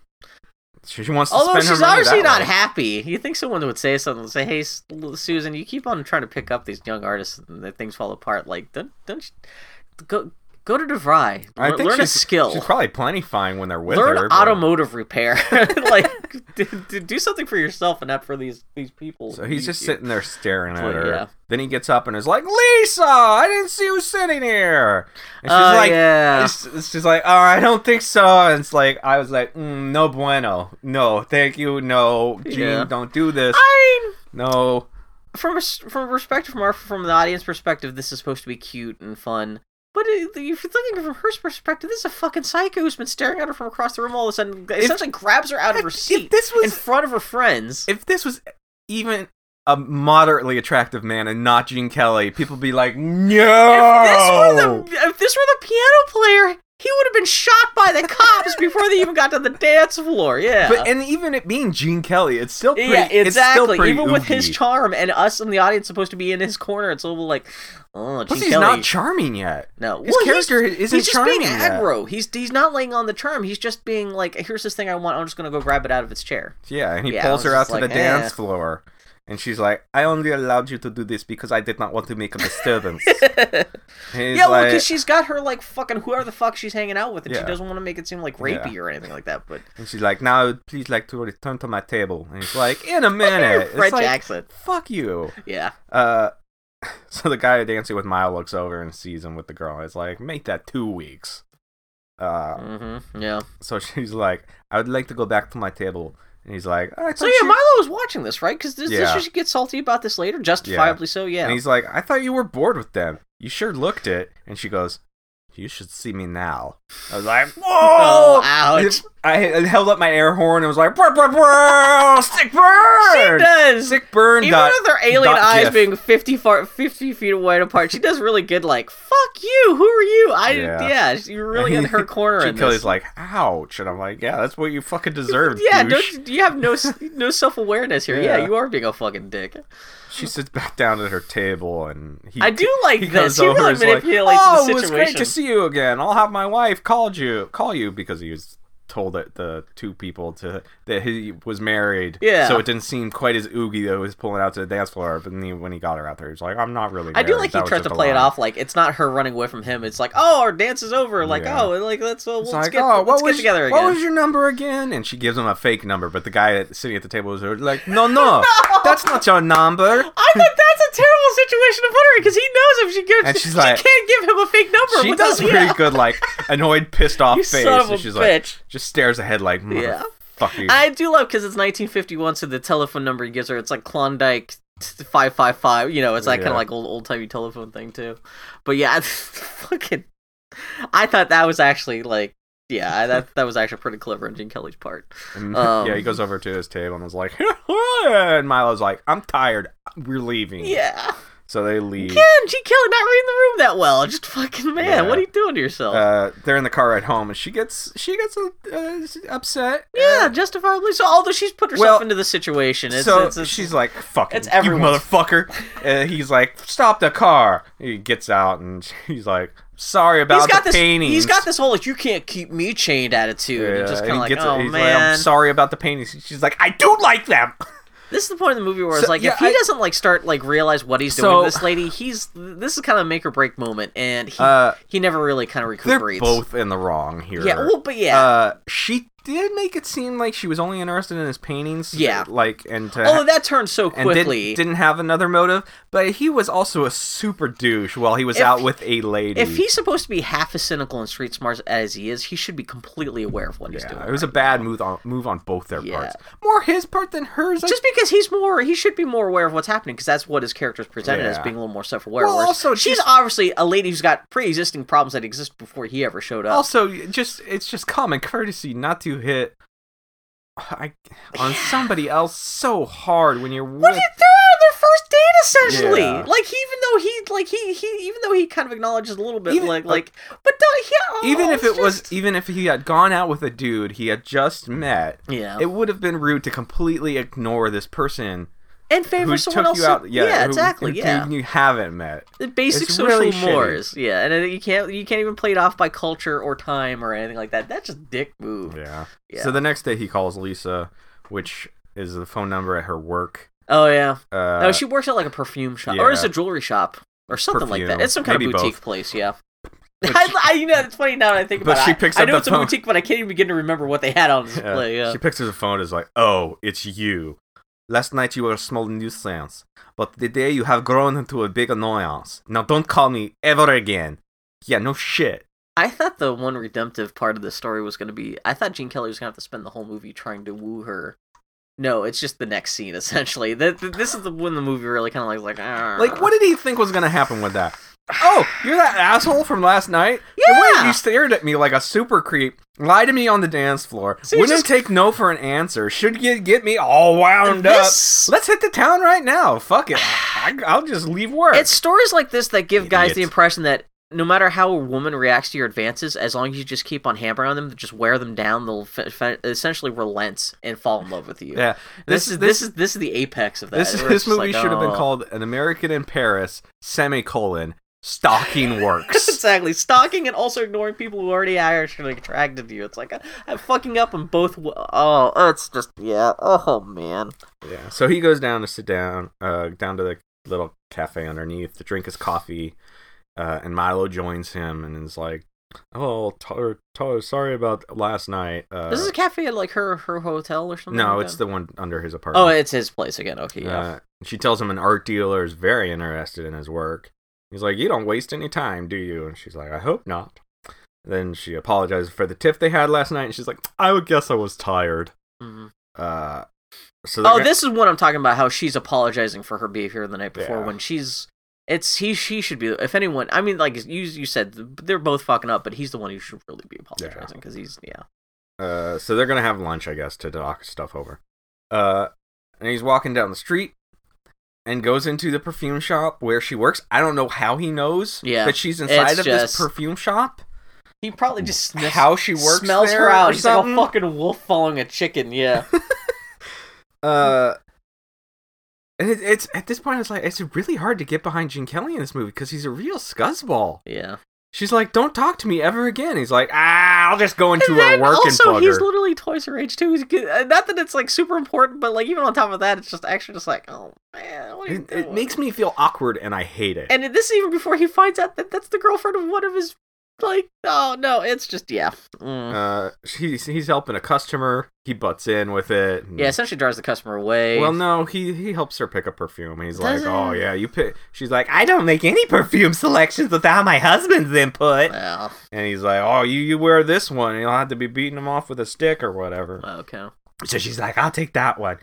[SPEAKER 1] She she wants to
[SPEAKER 2] Although
[SPEAKER 1] spend
[SPEAKER 2] she's
[SPEAKER 1] her money
[SPEAKER 2] obviously
[SPEAKER 1] that
[SPEAKER 2] not
[SPEAKER 1] way.
[SPEAKER 2] happy. You think someone would say something? Say, "Hey, S- L- Susan, you keep on trying to pick up these young artists, and that things fall apart. Like, don't don't you, go go to DeVry.
[SPEAKER 1] I
[SPEAKER 2] Lear-
[SPEAKER 1] think
[SPEAKER 2] learn a
[SPEAKER 1] she's,
[SPEAKER 2] skill.
[SPEAKER 1] She's probably planifying when they're with
[SPEAKER 2] learn
[SPEAKER 1] her. but-
[SPEAKER 2] automotive repair. like, d- d- do something for yourself and not for these these people.
[SPEAKER 1] So he's just
[SPEAKER 2] You-
[SPEAKER 1] sitting there staring at
[SPEAKER 2] Well,
[SPEAKER 1] her.
[SPEAKER 2] yeah.
[SPEAKER 1] Then he gets up and is like, "Lisa, I didn't see you sitting here." And she's
[SPEAKER 2] Oh,
[SPEAKER 1] like,
[SPEAKER 2] yeah.
[SPEAKER 1] it's, it's just like, "Oh, I don't think so." And it's like, I was like, mm, "No bueno, no, thank you, no, Gene,
[SPEAKER 2] Yeah.
[SPEAKER 1] don't do this,
[SPEAKER 2] I mean,
[SPEAKER 1] no."
[SPEAKER 2] from a, s- from a perspective from our from the audience perspective, this is supposed to be cute and fun. But it, if you're thinking from her perspective, this is a fucking psycho who's been staring at her from across the room all of a sudden. essentially, grabs her out of her
[SPEAKER 1] if
[SPEAKER 2] seat
[SPEAKER 1] this was-
[SPEAKER 2] in front of her friends.
[SPEAKER 1] If this was even a moderately attractive man and not Gene Kelly, people would be like, "No."
[SPEAKER 2] If this were the if this were the piano player, he you would have been shot by the cops before they even got to the dance floor. Yeah.
[SPEAKER 1] But and even it being Gene Kelly, it's still pretty,
[SPEAKER 2] yeah,
[SPEAKER 1] it's still
[SPEAKER 2] exactly.
[SPEAKER 1] pretty
[SPEAKER 2] Even with his
[SPEAKER 1] oogie.
[SPEAKER 2] charm and us in the audience supposed to be in his corner, it's a little like, oh,
[SPEAKER 1] Plus,
[SPEAKER 2] Gene
[SPEAKER 1] he's
[SPEAKER 2] Kelly.
[SPEAKER 1] not charming yet.
[SPEAKER 2] no,
[SPEAKER 1] His
[SPEAKER 2] Well,
[SPEAKER 1] character
[SPEAKER 2] he's,
[SPEAKER 1] isn't
[SPEAKER 2] he's just
[SPEAKER 1] charming
[SPEAKER 2] being
[SPEAKER 1] yet.
[SPEAKER 2] aggro. He's he's not laying on the charm. He's just being like, here's this thing I want. I'm just gonna go grab it out of its chair.
[SPEAKER 1] Yeah, and he
[SPEAKER 2] Yeah, I
[SPEAKER 1] pulls
[SPEAKER 2] was
[SPEAKER 1] her out
[SPEAKER 2] just
[SPEAKER 1] to
[SPEAKER 2] like,
[SPEAKER 1] the dance
[SPEAKER 2] eh.
[SPEAKER 1] floor, and she's like, "I only allowed you to do this because I did not want to make a disturbance." He's
[SPEAKER 2] yeah, well,
[SPEAKER 1] like,
[SPEAKER 2] because she's got her like fucking whoever the fuck she's hanging out with, and she
[SPEAKER 1] Yeah.
[SPEAKER 2] doesn't want to make it seem like rapey or anything like that. But
[SPEAKER 1] and she's like, "Now, I would please, like to return to my table." And he's like, "In a minute." It's
[SPEAKER 2] French
[SPEAKER 1] like,
[SPEAKER 2] accent,
[SPEAKER 1] Fuck you.
[SPEAKER 2] yeah.
[SPEAKER 1] Uh, so the guy dancing with Mile looks over and sees him with the girl. He's like, "Make that two weeks." Uh,
[SPEAKER 2] Mm-hmm. Yeah.
[SPEAKER 1] so she's like, "I would like to go back to my table." And he's like, I thought
[SPEAKER 2] So yeah,
[SPEAKER 1] you-
[SPEAKER 2] Milo was watching this, right? Because this,
[SPEAKER 1] Yeah.
[SPEAKER 2] this should get salty about this later, justifiably so. Yeah.
[SPEAKER 1] And he's like, I thought you were bored with them. You sure looked it. And she goes, You should see me now. I was like, Whoa!
[SPEAKER 2] oh, ouch.
[SPEAKER 1] I, I held up my air horn and was like, brr, brr, brr, Sick burn!
[SPEAKER 2] She does.
[SPEAKER 1] Sick burn.
[SPEAKER 2] Even
[SPEAKER 1] dot-
[SPEAKER 2] with her alien
[SPEAKER 1] dot
[SPEAKER 2] eyes
[SPEAKER 1] gif."
[SPEAKER 2] being 50, far, 50 feet wide apart, she does really good, like, fuck you, who are you? I,
[SPEAKER 1] Yeah.
[SPEAKER 2] yeah, you're really in her corner
[SPEAKER 1] She
[SPEAKER 2] in
[SPEAKER 1] Kelly's
[SPEAKER 2] this.
[SPEAKER 1] like, Ouch. And I'm like, Yeah, that's what you fucking deserve.
[SPEAKER 2] yeah,
[SPEAKER 1] douche."
[SPEAKER 2] don't, you have no s- no self awareness here. Yeah.
[SPEAKER 1] Yeah.
[SPEAKER 2] you are being a fucking dick.
[SPEAKER 1] She sits back down at her table and he.
[SPEAKER 2] I do like
[SPEAKER 1] He goes
[SPEAKER 2] this. He
[SPEAKER 1] over
[SPEAKER 2] really
[SPEAKER 1] and is like,
[SPEAKER 2] manipulates
[SPEAKER 1] oh,
[SPEAKER 2] the
[SPEAKER 1] it's great
[SPEAKER 2] situation.
[SPEAKER 1] to see you again. I'll have my wife called you, call you because he was told that the two people to that he was married.
[SPEAKER 2] Yeah.
[SPEAKER 1] So it didn't seem quite as oogie though. He was pulling out to the dance floor, but then he, when he got her out there, he was like, "I'm not really."
[SPEAKER 2] I do
[SPEAKER 1] married.
[SPEAKER 2] like
[SPEAKER 1] That
[SPEAKER 2] he
[SPEAKER 1] was
[SPEAKER 2] tries
[SPEAKER 1] just
[SPEAKER 2] to
[SPEAKER 1] a
[SPEAKER 2] play it
[SPEAKER 1] lie."
[SPEAKER 2] off like it's not her running away from him. It's like, oh, our dance is over. Like,
[SPEAKER 1] Yeah.
[SPEAKER 2] oh, like let's, uh,
[SPEAKER 1] It's
[SPEAKER 2] let's
[SPEAKER 1] like,
[SPEAKER 2] get,
[SPEAKER 1] oh, what
[SPEAKER 2] let's
[SPEAKER 1] was
[SPEAKER 2] get together
[SPEAKER 1] what
[SPEAKER 2] again.
[SPEAKER 1] was your number again? And she gives him a fake number, but the guy at- sitting at the table was like, "No, no, that's not your number."
[SPEAKER 2] I thought that's a terrible situation to put her in because he knows if she gives,
[SPEAKER 1] And she's
[SPEAKER 2] she
[SPEAKER 1] like-
[SPEAKER 2] can't give him a fake number.
[SPEAKER 1] She
[SPEAKER 2] without,
[SPEAKER 1] does pretty
[SPEAKER 2] yeah.
[SPEAKER 1] good, like annoyed, pissed off
[SPEAKER 2] You
[SPEAKER 1] face,
[SPEAKER 2] son of a
[SPEAKER 1] and she's
[SPEAKER 2] bitch.
[SPEAKER 1] like, just stares ahead, like,
[SPEAKER 2] Yeah.
[SPEAKER 1] motherfucker.
[SPEAKER 2] I do love because it's 1951, so the telephone number he gives her, it's like Klondike t- 555. You know, it's that kind
[SPEAKER 1] Yeah.
[SPEAKER 2] of like old old timey telephone thing too. But yeah, fucking, I thought that was actually like, yeah, I- that that was actually pretty clever on Gene Kelly's part.
[SPEAKER 1] And,
[SPEAKER 2] Um,
[SPEAKER 1] yeah, he goes over to his table and is like, and Milo's like, I'm tired. We're leaving.
[SPEAKER 2] Yeah,
[SPEAKER 1] So they leave.
[SPEAKER 2] man, Gene Kelly not reading the room that well. Just fucking man,
[SPEAKER 1] Yeah.
[SPEAKER 2] what are you doing to yourself?
[SPEAKER 1] Uh, they're in the car at home, and she gets she gets uh, upset.
[SPEAKER 2] yeah, justifiably so. Although she's put herself
[SPEAKER 1] well,
[SPEAKER 2] into the situation, it's,
[SPEAKER 1] so
[SPEAKER 2] it's, it's-
[SPEAKER 1] she's like, "Fuck
[SPEAKER 2] it's
[SPEAKER 1] it, you
[SPEAKER 2] everyone's-
[SPEAKER 1] motherfucker!" and he's like, "Stop the car!" He gets out, and she's like, "Sorry about
[SPEAKER 2] he's got
[SPEAKER 1] the
[SPEAKER 2] this.
[SPEAKER 1] paintings."
[SPEAKER 2] He's got this whole like you can't keep me chained attitude. and
[SPEAKER 1] Yeah,
[SPEAKER 2] it's just
[SPEAKER 1] and
[SPEAKER 2] kind
[SPEAKER 1] he
[SPEAKER 2] of like,
[SPEAKER 1] gets it.
[SPEAKER 2] oh
[SPEAKER 1] He's like,
[SPEAKER 2] man,
[SPEAKER 1] I'm sorry about the paintings. She's like, I do like them.
[SPEAKER 2] This is the point of the movie where it's
[SPEAKER 1] So,
[SPEAKER 2] like,
[SPEAKER 1] yeah,
[SPEAKER 2] if he
[SPEAKER 1] I-
[SPEAKER 2] doesn't like start like realize what he's doing,
[SPEAKER 1] So-
[SPEAKER 2] to this lady, he's this is kind of a make or break moment, and he
[SPEAKER 1] Uh,
[SPEAKER 2] he never really kind of
[SPEAKER 1] They're
[SPEAKER 2] recuperates.
[SPEAKER 1] both in the wrong here.
[SPEAKER 2] yeah, well, but yeah,
[SPEAKER 1] Uh, she did make it seem like she was only interested in his paintings.
[SPEAKER 2] Yeah.
[SPEAKER 1] Like, and to
[SPEAKER 2] although that turns so
[SPEAKER 1] and
[SPEAKER 2] quickly.
[SPEAKER 1] Did, not have another motive, but he was also a super douche while he was
[SPEAKER 2] If-
[SPEAKER 1] out with a lady.
[SPEAKER 2] if he's supposed to be half as cynical and street smart as he is, he should be completely aware of what he's doing.
[SPEAKER 1] yeah, it was a bad move on move on both their
[SPEAKER 2] Yeah.
[SPEAKER 1] parts. More his part than hers. I
[SPEAKER 2] just because he's more, he should be more aware of what's happening because that's what his character's presented as
[SPEAKER 1] Yeah.
[SPEAKER 2] being a little more self-aware.
[SPEAKER 1] Well,
[SPEAKER 2] whereas
[SPEAKER 1] also,
[SPEAKER 2] she's
[SPEAKER 1] just-
[SPEAKER 2] obviously a lady who's got pre-existing problems that exist before he ever showed up.
[SPEAKER 1] also just it's just common courtesy not to hit I, on somebody else so hard when you're
[SPEAKER 2] What
[SPEAKER 1] with
[SPEAKER 2] did they're on their first date essentially?
[SPEAKER 1] Yeah.
[SPEAKER 2] Like he, even though he like he he even though he kind of acknowledges a little bit
[SPEAKER 1] Even-
[SPEAKER 2] like
[SPEAKER 1] like-
[SPEAKER 2] like but don't yeah,
[SPEAKER 1] even if
[SPEAKER 2] it's
[SPEAKER 1] it was
[SPEAKER 2] just-
[SPEAKER 1] even if he had gone out with a dude he had just met
[SPEAKER 2] yeah
[SPEAKER 1] it would have been rude to completely ignore this person
[SPEAKER 2] and
[SPEAKER 1] who
[SPEAKER 2] favor someone
[SPEAKER 1] took
[SPEAKER 2] else
[SPEAKER 1] you out
[SPEAKER 2] who- yeah,
[SPEAKER 1] who-
[SPEAKER 2] exactly
[SPEAKER 1] who
[SPEAKER 2] yeah
[SPEAKER 1] you haven't met
[SPEAKER 2] the basic
[SPEAKER 1] it's
[SPEAKER 2] social
[SPEAKER 1] really shitty.
[SPEAKER 2] mores yeah and it- you can't you can't even play it off by culture or time or anything like that that's just dick move
[SPEAKER 1] yeah.
[SPEAKER 2] Yeah.
[SPEAKER 1] so the next day he calls lisa which is the phone number at her work
[SPEAKER 2] oh yeah
[SPEAKER 1] uh,
[SPEAKER 2] no she works at like a perfume shop or it's
[SPEAKER 1] yeah.
[SPEAKER 2] a jewelry shop or something like
[SPEAKER 1] Perfume.
[SPEAKER 2] that it's some kind
[SPEAKER 1] Maybe
[SPEAKER 2] of boutique
[SPEAKER 1] both.
[SPEAKER 2] place yeah
[SPEAKER 1] But
[SPEAKER 2] I,
[SPEAKER 1] she-
[SPEAKER 2] I, you know, it's funny now that I think
[SPEAKER 1] But
[SPEAKER 2] about it.
[SPEAKER 1] she
[SPEAKER 2] I-
[SPEAKER 1] picks
[SPEAKER 2] I,
[SPEAKER 1] up
[SPEAKER 2] know
[SPEAKER 1] the
[SPEAKER 2] it's
[SPEAKER 1] phone.
[SPEAKER 2] a boutique, but I can't even begin to remember what they had on
[SPEAKER 1] yeah.
[SPEAKER 2] display. Yeah.
[SPEAKER 1] uh, she picks up the phone and is like oh it's you last night you were a small nuisance but today you have grown into a big annoyance now don't call me ever again yeah no shit
[SPEAKER 2] I thought the one redemptive part of the story was going to be I thought Gene Kelly was going to have to spend the whole movie trying to woo her. No, it's just the next scene essentially. That that- this is the when the movie really kind of like "Ah." like "Arr."
[SPEAKER 1] Like, what did he think was gonna happen with that? Oh, you're that asshole from last night. The way
[SPEAKER 2] Yeah.
[SPEAKER 1] you stared at me like a super creep, lied to me on the dance floor,
[SPEAKER 2] So you
[SPEAKER 1] wouldn't
[SPEAKER 2] just-
[SPEAKER 1] take no for an answer, should get get me all wound
[SPEAKER 2] This-
[SPEAKER 1] up. Let's hit the town right now. Fuck it, I, will just leave work.
[SPEAKER 2] It's stories like this that give guys the
[SPEAKER 1] Idiot.
[SPEAKER 2] impression that no matter how a woman reacts to your advances, as long as you just keep on hammering on them, just wear them down, they'll f- f- essentially relents and fall in love with you.
[SPEAKER 1] Yeah,
[SPEAKER 2] This, is this is this is the apex of that.
[SPEAKER 1] This
[SPEAKER 2] Where
[SPEAKER 1] this
[SPEAKER 2] it's just
[SPEAKER 1] movie
[SPEAKER 2] like,
[SPEAKER 1] should have been
[SPEAKER 2] oh.
[SPEAKER 1] called An American in Paris semicolon Stalking Works.
[SPEAKER 2] exactly stalking and also ignoring people who already are actually attracted to you. It's like I, I'm fucking up on both. w- Oh, it's just yeah. Oh man.
[SPEAKER 1] yeah. So he goes down to sit down, uh, down to the little cafe underneath to drink his coffee, uh, and Milo joins him and is like, "Oh, to- to- sorry about last night." Uh,
[SPEAKER 2] this is a cafe at like her her hotel or something.
[SPEAKER 1] no,
[SPEAKER 2] like
[SPEAKER 1] it's
[SPEAKER 2] that?
[SPEAKER 1] the one under his apartment.
[SPEAKER 2] Oh, it's his place again. Okay, Oh, yeah.
[SPEAKER 1] Uh, she tells him an art dealer is very interested in his work. He's like, "You don't waste any time, do you?" And she's like, "I hope not." Then she apologizes for the tiff they had last night, and she's like, "I would guess I was tired."
[SPEAKER 2] Mhm.
[SPEAKER 1] Uh, so they're
[SPEAKER 2] Oh,
[SPEAKER 1] go-
[SPEAKER 2] this is what I'm talking about. How she's apologizing for her behavior the night before
[SPEAKER 1] Yeah.
[SPEAKER 2] when she's. It's he. She should be. If anyone, I mean, like you, you said they're both fucking up, but he's the one who should really be apologizing because he's yeah.
[SPEAKER 1] uh, so they're gonna have lunch, I guess, to talk stuff over. Uh, and he's walking down the street and goes into the perfume shop where she works. I don't know how he knows
[SPEAKER 2] Yeah.
[SPEAKER 1] that she's inside
[SPEAKER 2] It's
[SPEAKER 1] of this
[SPEAKER 2] just-
[SPEAKER 1] perfume shop.
[SPEAKER 2] He probably just sniffs,
[SPEAKER 1] How she works
[SPEAKER 2] smells
[SPEAKER 1] there
[SPEAKER 2] her
[SPEAKER 1] or
[SPEAKER 2] out. He's like a
[SPEAKER 1] something?
[SPEAKER 2] fucking wolf following a chicken. Yeah.
[SPEAKER 1] Uh, and it, it's at this point, it's like it's really hard to get behind Gene Kelly in this movie because he's a real scuzzball.
[SPEAKER 2] yeah.
[SPEAKER 1] She's like, "Don't talk to me ever again." He's like, "Ah, I'll just go into
[SPEAKER 2] And
[SPEAKER 1] a
[SPEAKER 2] then
[SPEAKER 1] work and
[SPEAKER 2] also,
[SPEAKER 1] bug
[SPEAKER 2] he's
[SPEAKER 1] her."
[SPEAKER 2] literally twice her age too. He's good. uh, Not that it's like super important, but like even on top of that, it's just actually just like, oh man, what are you
[SPEAKER 1] It, it
[SPEAKER 2] doing?
[SPEAKER 1] makes me feel awkward, and I hate it.
[SPEAKER 2] And this is even before he finds out that that's the girlfriend of one of his. Like, oh no, it's just yeah. Mm.
[SPEAKER 1] Uh, he's he's helping a customer. He butts in with it. and-
[SPEAKER 2] yeah, essentially drives the customer away.
[SPEAKER 1] Well, no, he he helps her pick a perfume. He's
[SPEAKER 2] Does
[SPEAKER 1] like, "Oh
[SPEAKER 2] it?
[SPEAKER 1] yeah, you pick." She's like, "I don't make any perfume selections without my husband's input."
[SPEAKER 2] Well,
[SPEAKER 1] And he's like, "Oh, you you wear this one, you'll have to be beating him off with a stick or whatever."
[SPEAKER 2] okay.
[SPEAKER 1] So she's like, I'll take that one.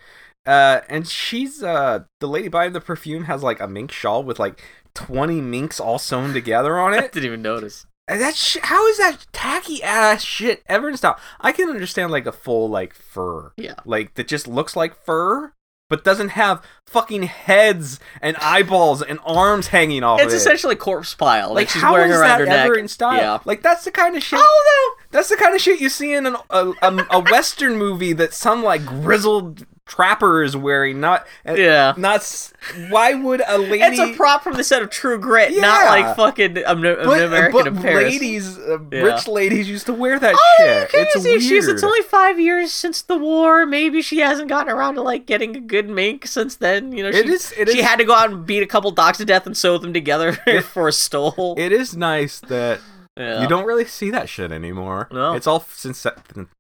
[SPEAKER 1] Uh, and she's uh, the lady buying the perfume has like a mink shawl with like twenty minks all sewn together on
[SPEAKER 2] I
[SPEAKER 1] it.
[SPEAKER 2] didn't even notice.
[SPEAKER 1] And that sh- how is that tacky ass shit ever gonna stop? I can understand like a full like fur,
[SPEAKER 2] Yeah.
[SPEAKER 1] like that just looks like fur, but doesn't have fucking heads and eyeballs and arms hanging off. of
[SPEAKER 2] It's
[SPEAKER 1] it.
[SPEAKER 2] essentially corpse pile.
[SPEAKER 1] like
[SPEAKER 2] Like she's
[SPEAKER 1] how
[SPEAKER 2] wearing
[SPEAKER 1] is that
[SPEAKER 2] around her
[SPEAKER 1] ever
[SPEAKER 2] neck.
[SPEAKER 1] in style?
[SPEAKER 2] Yeah.
[SPEAKER 1] Like that's the kind of shit.
[SPEAKER 2] Oh no.
[SPEAKER 1] That's the kind of shit you see in an, a, a, a western movie that some like grizzled trapper is wearing. Not
[SPEAKER 2] Yeah.
[SPEAKER 1] not. s- Why would a lady?
[SPEAKER 2] It's a prop from the set of True Grit, not
[SPEAKER 1] Yeah.
[SPEAKER 2] like fucking um, no- um,
[SPEAKER 1] but,
[SPEAKER 2] American
[SPEAKER 1] but
[SPEAKER 2] in Paris.
[SPEAKER 1] ladies, uh,
[SPEAKER 2] Yeah.
[SPEAKER 1] rich ladies used to wear that
[SPEAKER 2] Oh, you're
[SPEAKER 1] shit. It's
[SPEAKER 2] crazy.
[SPEAKER 1] weird.
[SPEAKER 2] She's it's only five years since the war. Maybe she hasn't gotten around to like getting a good mink since then. You know, she,
[SPEAKER 1] It is- it
[SPEAKER 2] she
[SPEAKER 1] is-
[SPEAKER 2] had to go out and beat a couple dogs to death and sew them together for a stole.
[SPEAKER 1] It is nice that
[SPEAKER 2] Yeah.
[SPEAKER 1] you don't really see that shit anymore.
[SPEAKER 2] No.
[SPEAKER 1] It's all since
[SPEAKER 2] the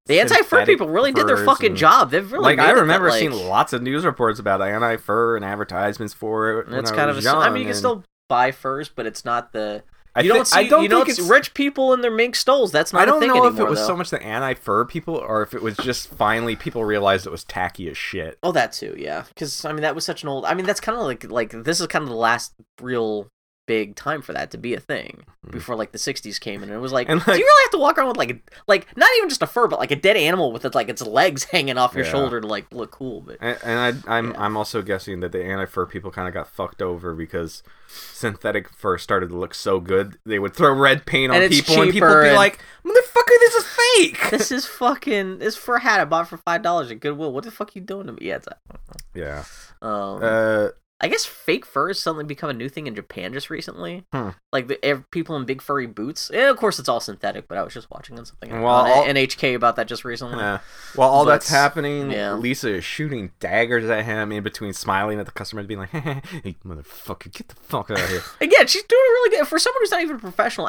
[SPEAKER 2] anti-fur people really did their fucking job. They've really
[SPEAKER 1] Like
[SPEAKER 2] made
[SPEAKER 1] I
[SPEAKER 2] it that,
[SPEAKER 1] remember
[SPEAKER 2] like,
[SPEAKER 1] seeing lots of news reports about anti fur and advertisements for it. when
[SPEAKER 2] That's
[SPEAKER 1] I
[SPEAKER 2] kind of
[SPEAKER 1] was
[SPEAKER 2] a. I
[SPEAKER 1] young,
[SPEAKER 2] mean, you can
[SPEAKER 1] and
[SPEAKER 2] still buy furs, but it's not the.
[SPEAKER 1] I
[SPEAKER 2] You don't
[SPEAKER 1] thi-
[SPEAKER 2] see.
[SPEAKER 1] I don't
[SPEAKER 2] you know,
[SPEAKER 1] think
[SPEAKER 2] it's
[SPEAKER 1] it's
[SPEAKER 2] rich people in their mink stoles. That's not.
[SPEAKER 1] I don't
[SPEAKER 2] a thing
[SPEAKER 1] know
[SPEAKER 2] anymore,
[SPEAKER 1] if it was
[SPEAKER 2] though.
[SPEAKER 1] so much the anti fur people or if it was just finally people realized it was tacky as shit.
[SPEAKER 2] Oh, that too, yeah. Because I mean, that was such an old. I mean, that's kind of like like this is kind of the last real big time for that to be a thing
[SPEAKER 1] Mm.
[SPEAKER 2] before like the '60s came in. And it was like,
[SPEAKER 1] And,
[SPEAKER 2] do
[SPEAKER 1] like-
[SPEAKER 2] you really have to walk around with like a- like not even just a fur, but like a dead animal with its, like its legs hanging off your
[SPEAKER 1] Yeah.
[SPEAKER 2] shoulder to like look cool? But
[SPEAKER 1] And, and I, I'm
[SPEAKER 2] Yeah.
[SPEAKER 1] I'm also guessing that the anti fur people kind of got fucked over because synthetic fur started to look so good they would throw red paint on
[SPEAKER 2] And it's
[SPEAKER 1] people and people
[SPEAKER 2] cheaper
[SPEAKER 1] would be
[SPEAKER 2] and-
[SPEAKER 1] like, "Motherfucker, this is fake."
[SPEAKER 2] this is fucking this fur hat I bought for five dollars at Goodwill. What the fuck you doing to me? Yeah, it's
[SPEAKER 1] yeah.
[SPEAKER 2] um,
[SPEAKER 1] Uh,
[SPEAKER 2] I guess fake fur has suddenly become a new thing in Japan just recently.
[SPEAKER 1] Hmm.
[SPEAKER 2] Like the ev- people in big furry boots. Yeah, of course, it's all synthetic. But I was just watching on something
[SPEAKER 1] Well,
[SPEAKER 2] on
[SPEAKER 1] all-
[SPEAKER 2] NHK about that just recently.
[SPEAKER 1] yeah. While all
[SPEAKER 2] But-
[SPEAKER 1] that's happening,
[SPEAKER 2] yeah.
[SPEAKER 1] Lisa is shooting daggers at him in between smiling at the customer and being like, "Hey, motherfucker, get the fuck out of here."
[SPEAKER 2] Again, she's doing really good for someone who's not even a professional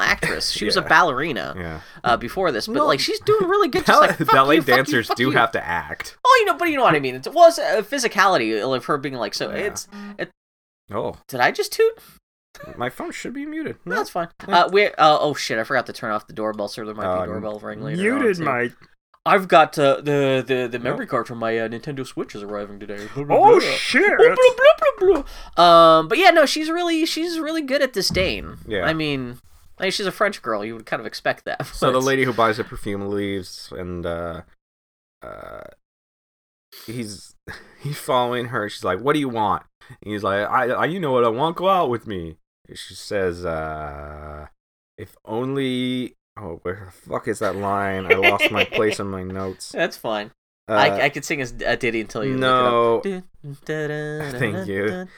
[SPEAKER 2] actress. She was a
[SPEAKER 1] Yeah.
[SPEAKER 2] ballerina
[SPEAKER 1] yeah.
[SPEAKER 2] uh, before this, but
[SPEAKER 1] No.
[SPEAKER 2] like she's doing really good. Just
[SPEAKER 1] Ball-
[SPEAKER 2] like, fuck
[SPEAKER 1] ballet
[SPEAKER 2] you, fuck you,
[SPEAKER 1] dancers
[SPEAKER 2] fuck
[SPEAKER 1] do
[SPEAKER 2] you.
[SPEAKER 1] have to act.
[SPEAKER 2] Oh, you know, but you know what I mean. It was uh, physicality of her being like so.
[SPEAKER 1] Yeah.
[SPEAKER 2] It's. It,
[SPEAKER 1] Oh,
[SPEAKER 2] did I just toot?
[SPEAKER 1] my phone should be muted.
[SPEAKER 2] No, that's fine. Uh, we. Uh, oh shit! I forgot to turn off the doorbell, so there might be
[SPEAKER 1] Uh,
[SPEAKER 2] a doorbell ring later. on,
[SPEAKER 1] muted
[SPEAKER 2] too.
[SPEAKER 1] my
[SPEAKER 2] I've got uh, the the the memory
[SPEAKER 1] Nope.
[SPEAKER 2] card from my uh, Nintendo Switch is arriving today.
[SPEAKER 1] Oh
[SPEAKER 2] Blah,
[SPEAKER 1] shit!
[SPEAKER 2] blah, blah, blah, blah. Um, but yeah, no, she's really she's really good at disdain.
[SPEAKER 1] Yeah.
[SPEAKER 2] I mean, I mean, she's a French girl. You would kind of expect that.
[SPEAKER 1] So the
[SPEAKER 2] but-
[SPEAKER 1] lady who buys the perfume leaves, and uh, uh, he's he's following her. She's like, "What do you want?" And he's like, "I, I you know what I want. Go out with me." And she says, "Uh, If only. Oh, where the fuck is that line? I lost my place in my notes.
[SPEAKER 2] That's fine.
[SPEAKER 1] Uh,
[SPEAKER 2] I, I could sing as a ditty until you.
[SPEAKER 1] no.
[SPEAKER 2] Look it up.
[SPEAKER 1] Thank you.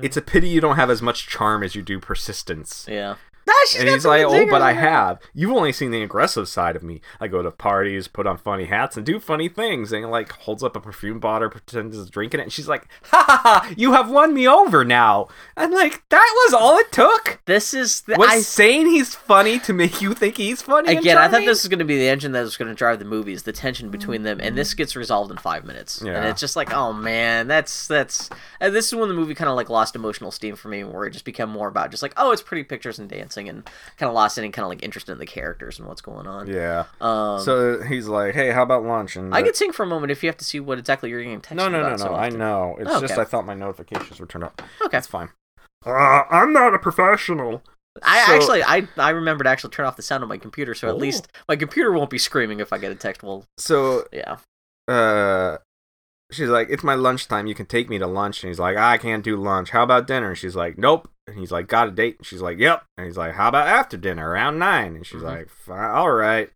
[SPEAKER 1] it's a pity you don't have as much charm as you do persistence.
[SPEAKER 2] yeah. Nah, she's
[SPEAKER 1] and
[SPEAKER 2] got
[SPEAKER 1] he's like,
[SPEAKER 2] some
[SPEAKER 1] "Oh,
[SPEAKER 2] zingers
[SPEAKER 1] but I
[SPEAKER 2] in her.
[SPEAKER 1] have. You've only seen the aggressive side of me. I go to parties, put on funny hats, and do funny things." And he, like holds up a perfume bottle, pretends he's drinking it, and she's like, "Ha ha ha! You have won me over now." I'm like, "That was all it took."
[SPEAKER 2] This is the.
[SPEAKER 1] Was
[SPEAKER 2] I,
[SPEAKER 1] saying he's funny to make you think he's funny. and
[SPEAKER 2] again, I thought
[SPEAKER 1] charming?
[SPEAKER 2] this was going to be the engine that was going to drive the movies, the tension between them, and this gets resolved in five minutes. And
[SPEAKER 1] Yeah.
[SPEAKER 2] it's just like, oh man, that's that's. And this is when the movie kind of like lost emotional steam for me, where it just became more about just like, oh, it's pretty pictures and dancing, and kind of lost any kind of like interest in the characters and what's going on.
[SPEAKER 1] Yeah.
[SPEAKER 2] Um,
[SPEAKER 1] so he's like, "Hey, how about lunch?" And
[SPEAKER 2] I
[SPEAKER 1] the-
[SPEAKER 2] could sing for a moment if you have to see what exactly you're getting texted
[SPEAKER 1] no, no, no,
[SPEAKER 2] about.
[SPEAKER 1] no.
[SPEAKER 2] so
[SPEAKER 1] I
[SPEAKER 2] often.
[SPEAKER 1] know. It's
[SPEAKER 2] Oh,
[SPEAKER 1] just
[SPEAKER 2] okay.
[SPEAKER 1] I thought my notifications were turned off.
[SPEAKER 2] Okay.
[SPEAKER 1] That's fine. Uh, I'm not a professional.
[SPEAKER 2] I
[SPEAKER 1] So-
[SPEAKER 2] actually, I I remember to actually turn off the sound on my computer, so at
[SPEAKER 1] Oh.
[SPEAKER 2] least my computer won't be screaming if I get a text. Well,
[SPEAKER 1] So
[SPEAKER 2] yeah,
[SPEAKER 1] uh she's like it's my lunchtime you can take me to lunch and he's like i can't do lunch how about dinner and she's like nope and he's like got a date and she's like yep and he's like how about after dinner around nine and she's
[SPEAKER 2] Mhm.
[SPEAKER 1] like Fine, all right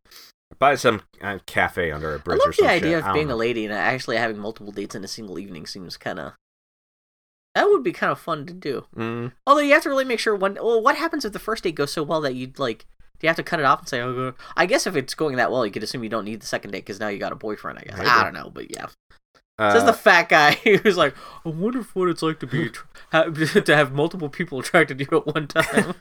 [SPEAKER 1] buy some uh, cafe under a
[SPEAKER 2] I
[SPEAKER 1] bridge
[SPEAKER 2] love
[SPEAKER 1] or some
[SPEAKER 2] the idea
[SPEAKER 1] shit. I
[SPEAKER 2] of
[SPEAKER 1] don't
[SPEAKER 2] being a
[SPEAKER 1] know.
[SPEAKER 2] lady and actually having multiple dates in a single evening. Seems kind of that would be kind of fun to do.
[SPEAKER 1] Mm.
[SPEAKER 2] Although you have to really make sure when. Well, what happens if the first date goes so well that you'd like? Do you have to cut it off and say, "Oh, go-" I guess if it's going that well, you could assume you don't need the second date because now you got a boyfriend." I guess I
[SPEAKER 1] Maybe.
[SPEAKER 2] don't know, but yeah.
[SPEAKER 1] Uh,
[SPEAKER 2] Says the fat guy who's like, "I wonder if what it's like to be attra- ha- to have multiple people attracted to you at one time."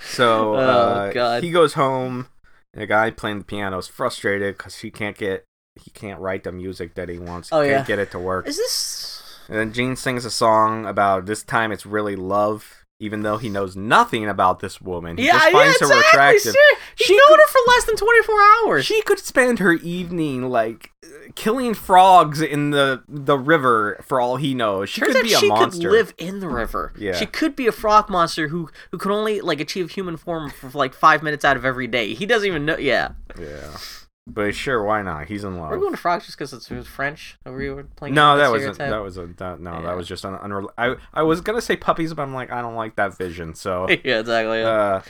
[SPEAKER 1] so
[SPEAKER 2] Oh,
[SPEAKER 1] uh,
[SPEAKER 2] God.
[SPEAKER 1] he goes home and the guy playing the piano is frustrated because he can't get he can't write the music that he wants
[SPEAKER 2] Oh,
[SPEAKER 1] can't
[SPEAKER 2] yeah.
[SPEAKER 1] get it to work
[SPEAKER 2] Is this?
[SPEAKER 1] And then Gene sings a song about this time it's really love, even though he knows nothing about this woman. He just finds her attractive.
[SPEAKER 2] sir. He's
[SPEAKER 1] She
[SPEAKER 2] known her for less than twenty four hours.
[SPEAKER 1] She could spend her evening like killing frogs in the the river for all he knows. She
[SPEAKER 2] Turns
[SPEAKER 1] could
[SPEAKER 2] out
[SPEAKER 1] be a
[SPEAKER 2] she
[SPEAKER 1] monster.
[SPEAKER 2] could live in the river.
[SPEAKER 1] Yeah.
[SPEAKER 2] She could be a frog monster who who can only like achieve human form for like five minutes out of every day. He doesn't even know. Yeah,
[SPEAKER 1] Yeah. But sure, why not? He's in
[SPEAKER 2] we're
[SPEAKER 1] love.
[SPEAKER 2] going to frogs just because it's it was French. Were you playing?
[SPEAKER 1] Oh. No,
[SPEAKER 2] with
[SPEAKER 1] that wasn't.
[SPEAKER 2] stereotype?
[SPEAKER 1] That was a. That, no,
[SPEAKER 2] Yeah.
[SPEAKER 1] that was just an unrel. I I was gonna say puppies, but I'm like I don't like that vision. So,
[SPEAKER 2] yeah, exactly. yeah.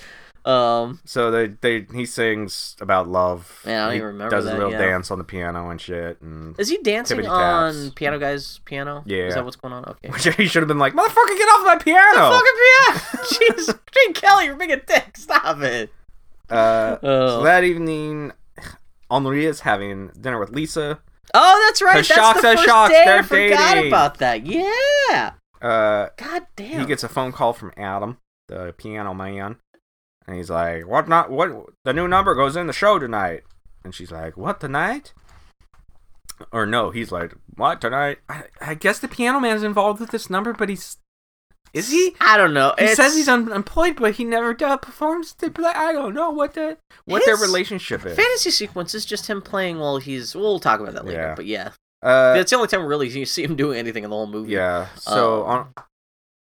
[SPEAKER 1] uh,
[SPEAKER 2] um,
[SPEAKER 1] so they they he sings about love.
[SPEAKER 2] Yeah, I don't
[SPEAKER 1] he
[SPEAKER 2] even remember
[SPEAKER 1] Does a
[SPEAKER 2] that,
[SPEAKER 1] little
[SPEAKER 2] yeah.
[SPEAKER 1] dance on the piano and shit, and
[SPEAKER 2] is he dancing
[SPEAKER 1] Tippity
[SPEAKER 2] on
[SPEAKER 1] taps.
[SPEAKER 2] Piano Guy's piano?
[SPEAKER 1] Yeah.
[SPEAKER 2] is that what's going on? Okay.
[SPEAKER 1] Which he should have been like, motherfucker, get off my piano.
[SPEAKER 2] Fucking piano. Jeez, Gene Kelly, you're being a dick. Stop it.
[SPEAKER 1] Uh, so
[SPEAKER 2] Oh.
[SPEAKER 1] that evening, Henri is having dinner with Lisa.
[SPEAKER 2] Oh, that's right.
[SPEAKER 1] 'Cause
[SPEAKER 2] That's
[SPEAKER 1] shocks
[SPEAKER 2] the
[SPEAKER 1] are
[SPEAKER 2] first
[SPEAKER 1] shocks,
[SPEAKER 2] day. I
[SPEAKER 1] they're
[SPEAKER 2] forgot
[SPEAKER 1] dating.
[SPEAKER 2] about that. Yeah.
[SPEAKER 1] Uh,
[SPEAKER 2] God damn.
[SPEAKER 1] he gets a phone call from Adam, the piano man, and he's like, "What not? What the new number goes in the show tonight?" And she's like, "What tonight?" Or no, he's like, "What tonight?" I, I guess the piano man's involved with this number, but he's is he?
[SPEAKER 2] I don't know.
[SPEAKER 1] He
[SPEAKER 2] It's-
[SPEAKER 1] says he's unemployed, but he never uh, performs. The play. I don't know what the what their
[SPEAKER 2] His
[SPEAKER 1] relationship is.
[SPEAKER 2] fantasy sequence is just him playing while he's. We'll talk about that later.
[SPEAKER 1] Yeah.
[SPEAKER 2] But yeah,
[SPEAKER 1] Uh,
[SPEAKER 2] that's the only time really you see him doing anything in the whole movie.
[SPEAKER 1] Yeah. So
[SPEAKER 2] Um,
[SPEAKER 1] on,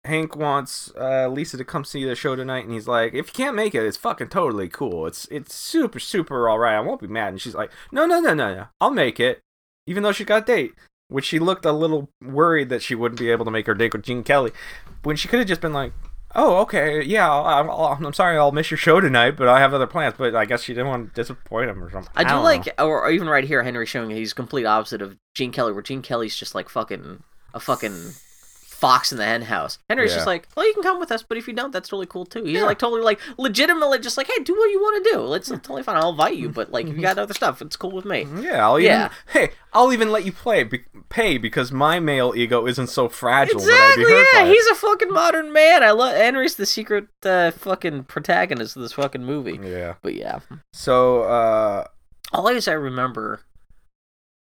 [SPEAKER 1] Hank wants uh, Lisa to come see the show tonight, and he's like, "If you can't make it, it's fucking totally cool. It's it's super super all right. I won't be mad." And she's like, "No, no, no, no, no. I'll make it." Even though she got a date, which she looked a little worried that she wouldn't be able to make her date with Gene Kelly, when she could have just been like. Oh, okay, yeah. I'll, I'll, I'm sorry, I'll miss your show tonight, but I have other plans. But I guess she didn't want to disappoint him or something.
[SPEAKER 2] I do
[SPEAKER 1] don't
[SPEAKER 2] like,
[SPEAKER 1] know.
[SPEAKER 2] or, or even right here, Henry showing he's complete opposite of Gene Kelly, where Gene Kelly's just like fucking a fucking fox in the hen house. Henry's
[SPEAKER 1] Yeah.
[SPEAKER 2] just like, well, you can come with us, but if you don't, that's totally cool too. He's
[SPEAKER 1] Yeah.
[SPEAKER 2] like totally like legitimately just like, hey, do what you want to do. It's totally fine. I'll invite you, but like if you got other stuff, it's cool with me.
[SPEAKER 1] Yeah, I'll even,
[SPEAKER 2] Yeah.
[SPEAKER 1] Hey, I'll even let you play be, pay because my male ego isn't so fragile. that I'd be
[SPEAKER 2] Exactly.
[SPEAKER 1] hurt by
[SPEAKER 2] Yeah,
[SPEAKER 1] it.
[SPEAKER 2] he's a fucking modern man. I love Henry's the secret uh, fucking protagonist of this fucking movie.
[SPEAKER 1] Yeah.
[SPEAKER 2] But yeah,
[SPEAKER 1] So, uh,
[SPEAKER 2] all I, I remember,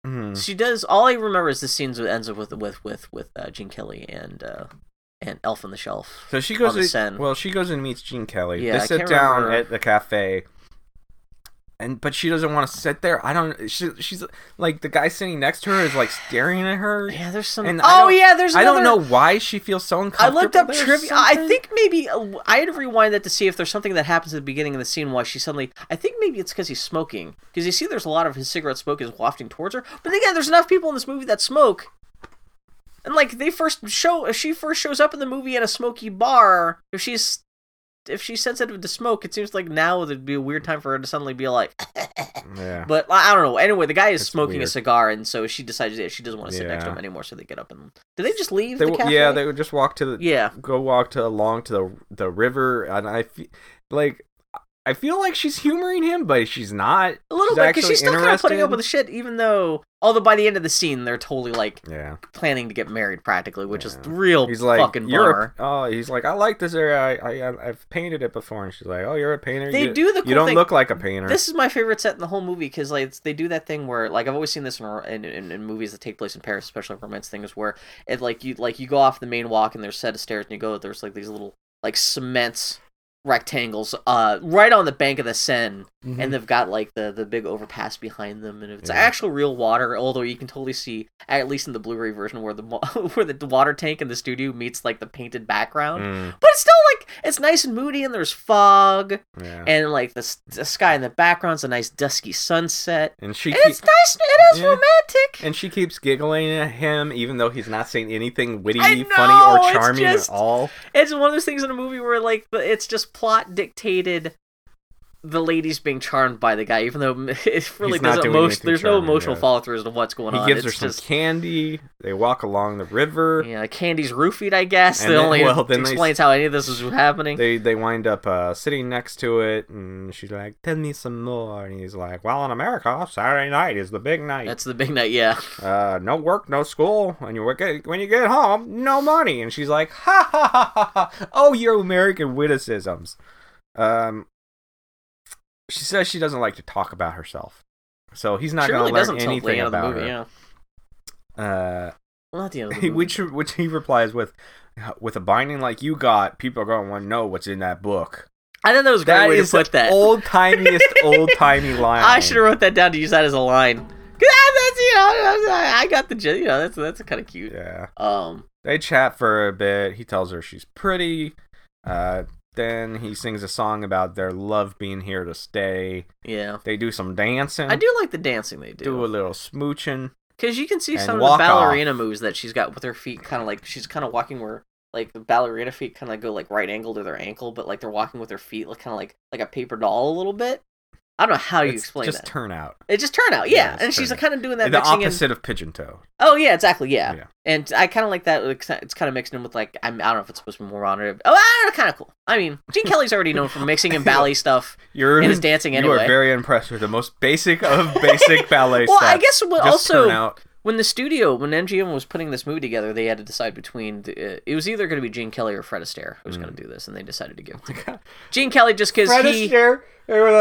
[SPEAKER 1] hmm,
[SPEAKER 2] she does. All I remember is the scenes that ends up with with with with uh, Gene Kelly and uh, and Elf on the Shelf.
[SPEAKER 1] so she
[SPEAKER 2] On the
[SPEAKER 1] goes.
[SPEAKER 2] Seine.
[SPEAKER 1] To, well, she goes and meets Gene Kelly.
[SPEAKER 2] Yeah,
[SPEAKER 1] they
[SPEAKER 2] I
[SPEAKER 1] sit
[SPEAKER 2] can't
[SPEAKER 1] down
[SPEAKER 2] remember.
[SPEAKER 1] at the cafe. And but she doesn't want to sit there. I don't. She, she's like the guy sitting next to her is like staring at her.
[SPEAKER 2] Yeah, there's some.
[SPEAKER 1] And I
[SPEAKER 2] oh
[SPEAKER 1] don't-
[SPEAKER 2] yeah, there's.
[SPEAKER 1] I don't know
[SPEAKER 2] another-
[SPEAKER 1] why she feels so
[SPEAKER 2] I
[SPEAKER 1] uncomfortable.
[SPEAKER 2] looked up
[SPEAKER 1] there or
[SPEAKER 2] trivia. I
[SPEAKER 1] something.
[SPEAKER 2] think maybe uh, I had to rewind that to see if there's something that happens at the beginning of the scene why she suddenly. I think maybe it's because he's smoking. Because you see, there's a lot of his cigarette smoke is wafting towards her. But again, there's enough people in this movie that smoke. And like they first show, if she first shows up in the movie at a smoky bar, if she's if she's sensitive to smoke, it seems like now there'd be a weird time for her to suddenly be like.
[SPEAKER 1] Yeah.
[SPEAKER 2] But I I don't know. Anyway, the guy is
[SPEAKER 1] It's
[SPEAKER 2] smoking a
[SPEAKER 1] weird.
[SPEAKER 2] cigar, and so she decides that she doesn't want to sit next to
[SPEAKER 1] Yeah.
[SPEAKER 2] him anymore. So they get up and did they just leave
[SPEAKER 1] They
[SPEAKER 2] the
[SPEAKER 1] w-
[SPEAKER 2] cafe?
[SPEAKER 1] yeah, they would just walk to the
[SPEAKER 2] yeah.
[SPEAKER 1] go walk to along to the the river, and I feel like I feel like she's humoring him, but she's not.
[SPEAKER 2] A
[SPEAKER 1] She's
[SPEAKER 2] little bit, because
[SPEAKER 1] actually
[SPEAKER 2] she's still kind of putting up
[SPEAKER 1] interested.
[SPEAKER 2] with the shit, even though. Although by the end of the scene, they're totally like
[SPEAKER 1] Yeah,
[SPEAKER 2] planning to get married, practically, which is
[SPEAKER 1] Yeah.
[SPEAKER 2] the real
[SPEAKER 1] he's like
[SPEAKER 2] fucking
[SPEAKER 1] "You're a-
[SPEAKER 2] bummer.
[SPEAKER 1] oh, he's like I like this area. I, I I've painted it before, and she's like, oh, you're a painter.
[SPEAKER 2] They
[SPEAKER 1] you,
[SPEAKER 2] do the cool
[SPEAKER 1] You don't
[SPEAKER 2] thing.
[SPEAKER 1] look like a painter.
[SPEAKER 2] This is my favorite set in the whole movie because like it's- they do that thing where like I've always seen this in, in, in, in movies that take place in Paris, especially romance things, where it like you like you go off the main walk and there's a set of stairs and you go there's like these little like cement rectangles uh right on the bank of the Seine and they've got like the the big overpass behind them and it's
[SPEAKER 1] Mm. Yeah.
[SPEAKER 2] actual real water although you can totally see at least in the Blu-ray version where the mo- where the water tank in the studio meets like the painted background.
[SPEAKER 1] Mm,
[SPEAKER 2] But it's still like it's nice and moody, and there's fog,
[SPEAKER 1] yeah.
[SPEAKER 2] and like the, s- the sky in the background's a nice dusky sunset.
[SPEAKER 1] And she
[SPEAKER 2] And
[SPEAKER 1] keep-
[SPEAKER 2] it's nice. It is
[SPEAKER 1] Yeah.
[SPEAKER 2] romantic.
[SPEAKER 1] and she keeps giggling at him, even though he's not saying anything witty,
[SPEAKER 2] I know,
[SPEAKER 1] funny, or
[SPEAKER 2] it's
[SPEAKER 1] charming
[SPEAKER 2] just-
[SPEAKER 1] at all.
[SPEAKER 2] It's one of those things in a movie where like the, it's just plot dictated. The lady's being charmed by the guy, even though it really
[SPEAKER 1] He's not
[SPEAKER 2] doesn't.
[SPEAKER 1] doing
[SPEAKER 2] Most
[SPEAKER 1] anything
[SPEAKER 2] there's no
[SPEAKER 1] charming,
[SPEAKER 2] emotional
[SPEAKER 1] yeah.
[SPEAKER 2] follow through as to what's going on.
[SPEAKER 1] He gives
[SPEAKER 2] it's
[SPEAKER 1] her some
[SPEAKER 2] just
[SPEAKER 1] candy. They walk along the river.
[SPEAKER 2] yeah, Candy's roofied, I guess.
[SPEAKER 1] And
[SPEAKER 2] They
[SPEAKER 1] then-
[SPEAKER 2] only
[SPEAKER 1] well, then they s-
[SPEAKER 2] explains how any of this is happening.
[SPEAKER 1] They they wind up uh, sitting next to it, and she's like, "Tell me some more." And he's like, "Well, in America, Saturday night is the big night.
[SPEAKER 2] That's the big night, yeah.
[SPEAKER 1] Uh, no work, no school, and you get, when you get home, no money." And she's like, "Ha ha ha ha! ha. Oh, your American witticisms." Um, she says she doesn't like to talk about herself, so he's not
[SPEAKER 2] she
[SPEAKER 1] going
[SPEAKER 2] really
[SPEAKER 1] to learn
[SPEAKER 2] doesn't till the
[SPEAKER 1] anything
[SPEAKER 2] end of the
[SPEAKER 1] about
[SPEAKER 2] movie. Mm-hmm.
[SPEAKER 1] her.
[SPEAKER 2] Yeah,
[SPEAKER 1] Uh,
[SPEAKER 2] well, not the end of the
[SPEAKER 1] He-
[SPEAKER 2] movie.
[SPEAKER 1] which which he replies with with a binding like you got people are going to want to know what's in that book
[SPEAKER 2] I thought that was a great way to put that.
[SPEAKER 1] old timiest old timey line
[SPEAKER 2] I should have wrote that down to use that as a line. 'Cause that- that's you know, that's- I got the gist, you know that's that's kind of cute.
[SPEAKER 1] yeah
[SPEAKER 2] Um,
[SPEAKER 1] they chat for a bit he tells her she's pretty uh then he sings a song about their love being here to stay
[SPEAKER 2] yeah,
[SPEAKER 1] they do some dancing
[SPEAKER 2] I do like the dancing they
[SPEAKER 1] do a
[SPEAKER 2] do
[SPEAKER 1] little smooching
[SPEAKER 2] because you can see
[SPEAKER 1] and
[SPEAKER 2] some of the
[SPEAKER 1] walk
[SPEAKER 2] ballerina moves that she's got with her feet, kind of like she's kind of walking where like the ballerina feet kind of go like right angle to their ankle, but like they're walking with their feet, like kind of like like a paper doll a little bit. I don't know how you
[SPEAKER 1] It's
[SPEAKER 2] explain
[SPEAKER 1] just
[SPEAKER 2] that.
[SPEAKER 1] turn out
[SPEAKER 2] it just turned out,
[SPEAKER 1] Yeah,
[SPEAKER 2] yeah.
[SPEAKER 1] it's
[SPEAKER 2] and she's
[SPEAKER 1] turnout.
[SPEAKER 2] kind of doing that
[SPEAKER 1] the
[SPEAKER 2] mixing in-
[SPEAKER 1] opposite of pigeon toe
[SPEAKER 2] Oh yeah, exactly. Yeah,
[SPEAKER 1] Yeah.
[SPEAKER 2] and I kind of like that. like, It's kind of mixing in with like I'm, I don't know if it's supposed to be more honored. Oh, I don't know, kind of cool. I mean, Gene Kelly's already known for mixing in ballet stuff
[SPEAKER 1] you're
[SPEAKER 2] and his dancing
[SPEAKER 1] you
[SPEAKER 2] anyway.
[SPEAKER 1] are very impressed with the most basic of basic ballet
[SPEAKER 2] well,
[SPEAKER 1] stuff
[SPEAKER 2] I guess what
[SPEAKER 1] just
[SPEAKER 2] also
[SPEAKER 1] turn out
[SPEAKER 2] when the studio when MGM was putting this movie together, they had to decide between the, uh, it was either going to be Gene Kelly or Fred Astaire who was
[SPEAKER 1] Mm.
[SPEAKER 2] going to do this, and they decided to give it to Gene Kelly just because
[SPEAKER 1] Oh Fred
[SPEAKER 2] he.
[SPEAKER 1] Astaire. They were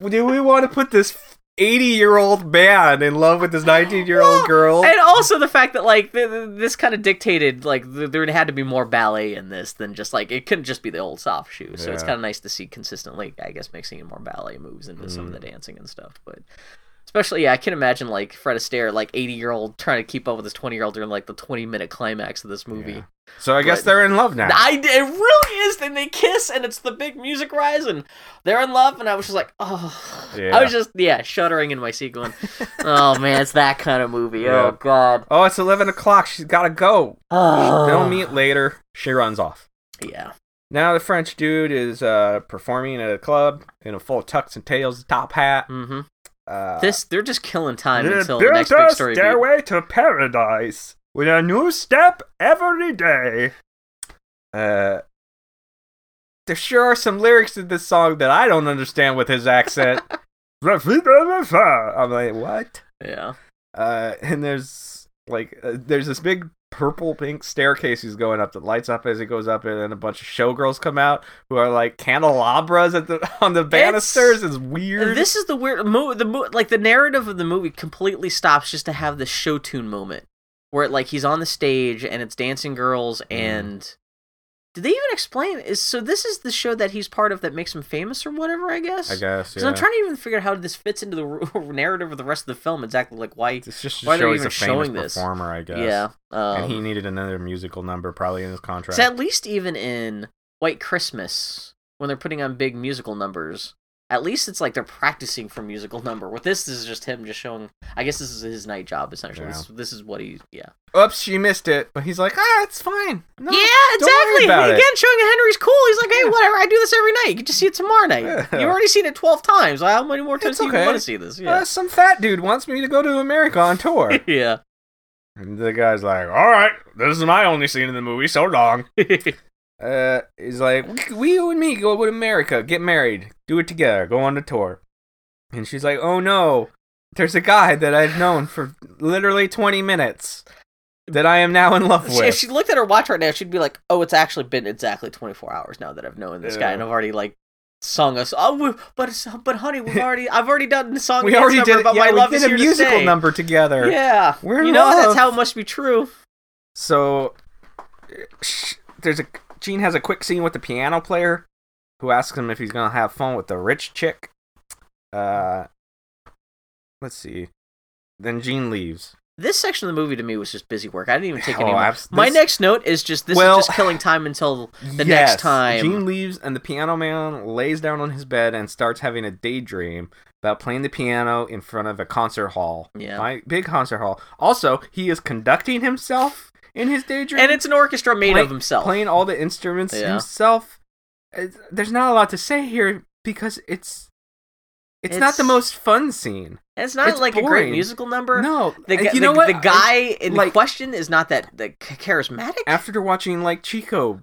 [SPEAKER 1] like, "Do we want to put this eighty-year-old man in love with this nineteen-year-old
[SPEAKER 2] Well,
[SPEAKER 1] girl?"
[SPEAKER 2] And also the fact that like th- th- this kind of dictated like th- there had to be more ballet in this than just like it couldn't just be the old soft shoe. So it's
[SPEAKER 1] Yeah.
[SPEAKER 2] kind of nice to see consistently, I guess, mixing in more ballet moves into some of
[SPEAKER 1] Mm.
[SPEAKER 2] the dancing and stuff. But especially, yeah, I can imagine like Fred Astaire, like eighty year old, trying to keep up with his twenty year old during like the twenty minute climax of this movie.
[SPEAKER 1] Yeah. so I guess
[SPEAKER 2] but-
[SPEAKER 1] they're in love now.
[SPEAKER 2] I it really is. Then they kiss, and it's the big music rise, and they're in love. And I was just like, oh, I
[SPEAKER 1] Yeah.
[SPEAKER 2] was just yeah, shuddering in my seat, going, oh man, it's that kind of movie.
[SPEAKER 1] Yeah.
[SPEAKER 2] Oh god.
[SPEAKER 1] oh, it's eleven o'clock. She's gotta go.
[SPEAKER 2] Oh.
[SPEAKER 1] They'll meet later. She runs off.
[SPEAKER 2] Yeah.
[SPEAKER 1] Now the French dude is uh, performing at a club in a full tux and tails top hat.
[SPEAKER 2] Mm-hmm.
[SPEAKER 1] Uh,
[SPEAKER 2] This they're just killing time
[SPEAKER 1] "They
[SPEAKER 2] until the
[SPEAKER 1] built
[SPEAKER 2] next big
[SPEAKER 1] a
[SPEAKER 2] story. beat.
[SPEAKER 1] stairway to paradise with a new step every day. Uh, there sure are some lyrics in this song that I don't understand with his accent. I'm like, what?
[SPEAKER 2] Yeah.
[SPEAKER 1] Uh, and there's like, uh, there's this big purple pink staircase he's going up that lights up as he goes up, and then a bunch of showgirls come out who are like candelabras at the on the banisters. It's, weird.
[SPEAKER 2] This is the weird mo- the mo- like the narrative of the movie completely stops just to have this show tune moment where it, like he's on the stage and it's dancing girls
[SPEAKER 1] Mm.
[SPEAKER 2] and did they even explain is so this is the show that he's part of that makes him famous or whatever I guess.
[SPEAKER 1] I guess.
[SPEAKER 2] 'Cause
[SPEAKER 1] Yeah.
[SPEAKER 2] I'm trying to even figure out how this fits into the r- narrative of the rest of the film exactly like why
[SPEAKER 1] It's just to
[SPEAKER 2] Why are they
[SPEAKER 1] show he's
[SPEAKER 2] even
[SPEAKER 1] a famous
[SPEAKER 2] showing this?
[SPEAKER 1] performer, I guess.
[SPEAKER 2] yeah. Um,
[SPEAKER 1] and he needed another musical number probably in his contract.
[SPEAKER 2] So at least even in White Christmas, when they're putting on big musical numbers, At least it's like they're practicing for musical number. With this, this is just him just showing. I guess this is his night job essentially. This,
[SPEAKER 1] Yeah.
[SPEAKER 2] this is what he. Yeah.
[SPEAKER 1] Oops, she missed it. But he's like, ah, it's fine. No,
[SPEAKER 2] yeah,
[SPEAKER 1] don't worry
[SPEAKER 2] exactly.
[SPEAKER 1] about it."
[SPEAKER 2] Again, showing that Henry's cool. He's like, hey, whatever. I do this every night. You can just see it tomorrow night.
[SPEAKER 1] Yeah.
[SPEAKER 2] You've already seen it twelve times. How many more times
[SPEAKER 1] It's
[SPEAKER 2] do you
[SPEAKER 1] okay.
[SPEAKER 2] want to see this?
[SPEAKER 1] Uh,
[SPEAKER 2] Yeah.
[SPEAKER 1] some fat dude wants me to go to America on tour.
[SPEAKER 2] yeah.
[SPEAKER 1] and the guy's like, all right, this is my only scene in the movie, so long. Uh, he's like, we, you and me go to America, get married, do it together, go on a tour. And she's like, oh no, there's a guy that I've known for literally 20 minutes that I am now in love
[SPEAKER 2] She- if
[SPEAKER 1] with.
[SPEAKER 2] she looked at her watch right now, she'd be like, "Oh, it's actually been exactly 24 hours now that I've known this guy,
[SPEAKER 1] Yeah.
[SPEAKER 2] and I've already like sung us. Oh, we, but it's- but honey, we've already I've already done the song.
[SPEAKER 1] we
[SPEAKER 2] dance
[SPEAKER 1] already
[SPEAKER 2] number,
[SPEAKER 1] did,
[SPEAKER 2] But
[SPEAKER 1] yeah,
[SPEAKER 2] my love
[SPEAKER 1] we
[SPEAKER 2] is
[SPEAKER 1] did a
[SPEAKER 2] here to
[SPEAKER 1] musical
[SPEAKER 2] stay.
[SPEAKER 1] number together.
[SPEAKER 2] Yeah,
[SPEAKER 1] We're in
[SPEAKER 2] you know
[SPEAKER 1] love.
[SPEAKER 2] that's how it must be true.
[SPEAKER 1] So sh- there's a Gene has a quick scene with the piano player who asks him if he's gonna have fun with the rich chick. Uh, let's see. Then Gene leaves.
[SPEAKER 2] This section of the movie to me was just busy work. I didn't even take
[SPEAKER 1] Oh,
[SPEAKER 2] any. more.
[SPEAKER 1] abs-
[SPEAKER 2] My
[SPEAKER 1] this-
[SPEAKER 2] next note is just this
[SPEAKER 1] Well-
[SPEAKER 2] is just killing time until the
[SPEAKER 1] Yes,
[SPEAKER 2] next time.
[SPEAKER 1] Gene leaves, and the piano man lays down on his bed and starts having a daydream about playing the piano in front of a concert hall.
[SPEAKER 2] Yeah.
[SPEAKER 1] my big concert hall. Also, he is conducting himself in his daydream,
[SPEAKER 2] and it's an orchestra made
[SPEAKER 1] Play-
[SPEAKER 2] of himself.
[SPEAKER 1] playing all the instruments
[SPEAKER 2] Yeah.
[SPEAKER 1] himself. It's- There's not a lot to say here because it's it's, not the
[SPEAKER 2] It's-
[SPEAKER 1] most fun scene.
[SPEAKER 2] And it's not
[SPEAKER 1] it's
[SPEAKER 2] like a
[SPEAKER 1] boring.
[SPEAKER 2] great musical number.
[SPEAKER 1] No,
[SPEAKER 2] The,
[SPEAKER 1] and
[SPEAKER 2] gu-
[SPEAKER 1] you
[SPEAKER 2] the-
[SPEAKER 1] know what?
[SPEAKER 2] The
[SPEAKER 1] I-
[SPEAKER 2] guy in
[SPEAKER 1] like-
[SPEAKER 2] question is not that the charismatic.
[SPEAKER 1] after watching like Chico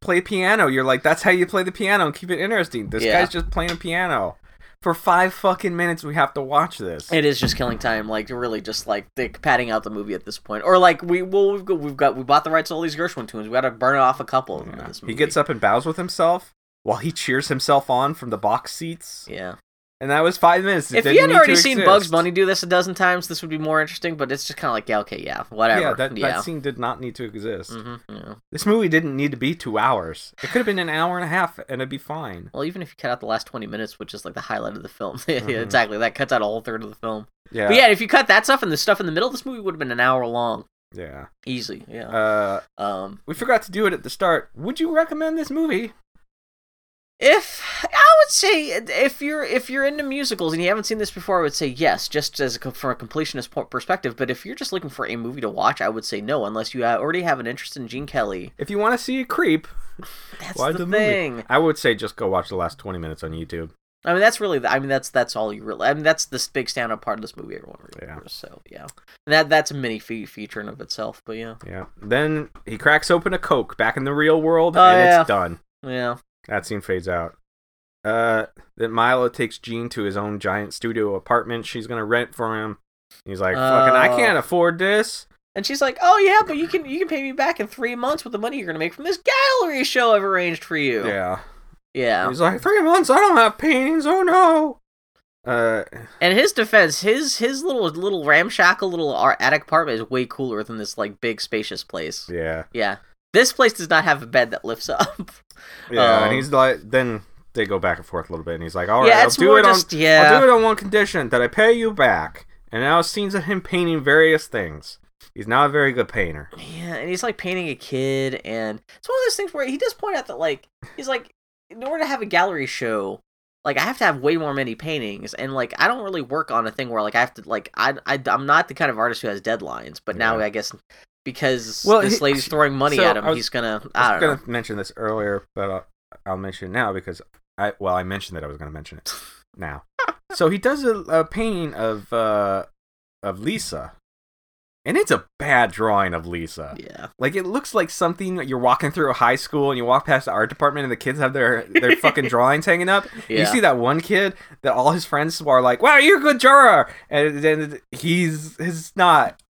[SPEAKER 1] play piano, you're like, that's how you play the piano and keep it interesting. This
[SPEAKER 2] Yeah.
[SPEAKER 1] guy's just playing piano for five fucking minutes. We have to watch this.
[SPEAKER 2] It is just killing time, like really, just like they padding out the movie at this point, or like we well we've got we've got we bought the rights to all these Gershwin tunes. We got to burn off a couple of them. In
[SPEAKER 1] Yeah.
[SPEAKER 2] this movie.
[SPEAKER 1] He gets up and bows with himself while he cheers himself on from the box seats,
[SPEAKER 2] Yeah.
[SPEAKER 1] and that was five minutes. It
[SPEAKER 2] If
[SPEAKER 1] didn't
[SPEAKER 2] you had
[SPEAKER 1] need to
[SPEAKER 2] already seen Bugs
[SPEAKER 1] exist.
[SPEAKER 2] Bunny do this a dozen times, this would be more interesting. But it's just kind of like yeah, okay, yeah, whatever.
[SPEAKER 1] yeah, that,
[SPEAKER 2] yeah.
[SPEAKER 1] that scene did not need to exist.
[SPEAKER 2] Mhm, yeah.
[SPEAKER 1] This movie didn't need to be two hours. It could have been an hour and a half, and it'd be fine.
[SPEAKER 2] Well, even if you cut out the last twenty minutes, which is like the highlight of the film, yeah,
[SPEAKER 1] Mhm.
[SPEAKER 2] exactly. That cuts out a whole third of the film.
[SPEAKER 1] Yeah,
[SPEAKER 2] But yeah, if you cut that stuff and the stuff in the middle, this movie would have been an hour long,
[SPEAKER 1] yeah.
[SPEAKER 2] easy. Yeah.
[SPEAKER 1] Uh,
[SPEAKER 2] um.
[SPEAKER 1] we forgot to do it at the start. Would you recommend this movie?
[SPEAKER 2] If I would say if you're if you're into musicals and you haven't seen this before, I would say yes, just as a, from a completionist po- perspective. But if you're just looking for a movie to watch, I would say no, unless you uh, already have an interest in Gene Kelly.
[SPEAKER 1] If you want to see a creep,
[SPEAKER 2] That's
[SPEAKER 1] watch
[SPEAKER 2] the,
[SPEAKER 1] the movie.
[SPEAKER 2] thing.
[SPEAKER 1] I would say just go watch the last twenty minutes on YouTube.
[SPEAKER 2] I mean, that's really. The, I mean, that's that's all you really. I mean, that's the big standout part of this movie. Everyone remembers. So yeah, And that that's a mini fe- feature in of itself. But yeah,
[SPEAKER 1] Yeah. Then he cracks open a Coke back in the real world,
[SPEAKER 2] Oh,
[SPEAKER 1] and
[SPEAKER 2] yeah.
[SPEAKER 1] it's done.
[SPEAKER 2] yeah,
[SPEAKER 1] That scene fades out. Uh, then Milo takes Gene to his own giant studio apartment. She's gonna rent for him. He's like, "Fucking, I
[SPEAKER 2] Oh.
[SPEAKER 1] can't afford this."
[SPEAKER 2] and she's like, "Oh yeah, but you can you can pay me back in three months with the money you're gonna make from this gallery show I've arranged for you."
[SPEAKER 1] Yeah.
[SPEAKER 2] yeah.
[SPEAKER 1] He's like, three months. I don't have paintings. Oh no. Uh,
[SPEAKER 2] And his defense, his his little little ramshackle little ar- attic apartment is way cooler than this like big spacious place.
[SPEAKER 1] yeah,
[SPEAKER 2] Yeah, this place does not have a bed that lifts up.
[SPEAKER 1] yeah. and
[SPEAKER 2] Um,
[SPEAKER 1] he's like, then they go back and forth a little bit, and he's like, all right,
[SPEAKER 2] yeah,
[SPEAKER 1] I'll
[SPEAKER 2] it's
[SPEAKER 1] do
[SPEAKER 2] more
[SPEAKER 1] it on,
[SPEAKER 2] just yeah.
[SPEAKER 1] I'll do it on one condition that I pay you back. And now it's scenes of him painting various things. He's not a very good painter.
[SPEAKER 2] Yeah, and he's like painting a kid, and it's one of those things where he does point out that like he's like, in order to have a gallery show, like I have to have way more many paintings, and like I don't really work on a thing where like I have to like I, I am not the kind of artist who has deadlines, but now
[SPEAKER 1] Yeah.
[SPEAKER 2] I guess because
[SPEAKER 1] Well,
[SPEAKER 2] this
[SPEAKER 1] he-
[SPEAKER 2] lady's throwing money
[SPEAKER 1] so
[SPEAKER 2] at him,
[SPEAKER 1] I was-
[SPEAKER 2] he's gonna I,
[SPEAKER 1] I
[SPEAKER 2] don't
[SPEAKER 1] was gonna mention this earlier, but I'll, I'll mention it now because I well, I mentioned that I was gonna mention it now. so he does a, a painting of uh of Lisa, and it's a bad drawing of Lisa.
[SPEAKER 2] know. Yeah.
[SPEAKER 1] Like it looks like something that you're walking through a high school and you walk past the art department and the kids have their their fucking drawings hanging up. And You
[SPEAKER 2] Yeah.
[SPEAKER 1] see that one kid that all his friends are like, "Wow, you're a good drawer," and then he's he's not.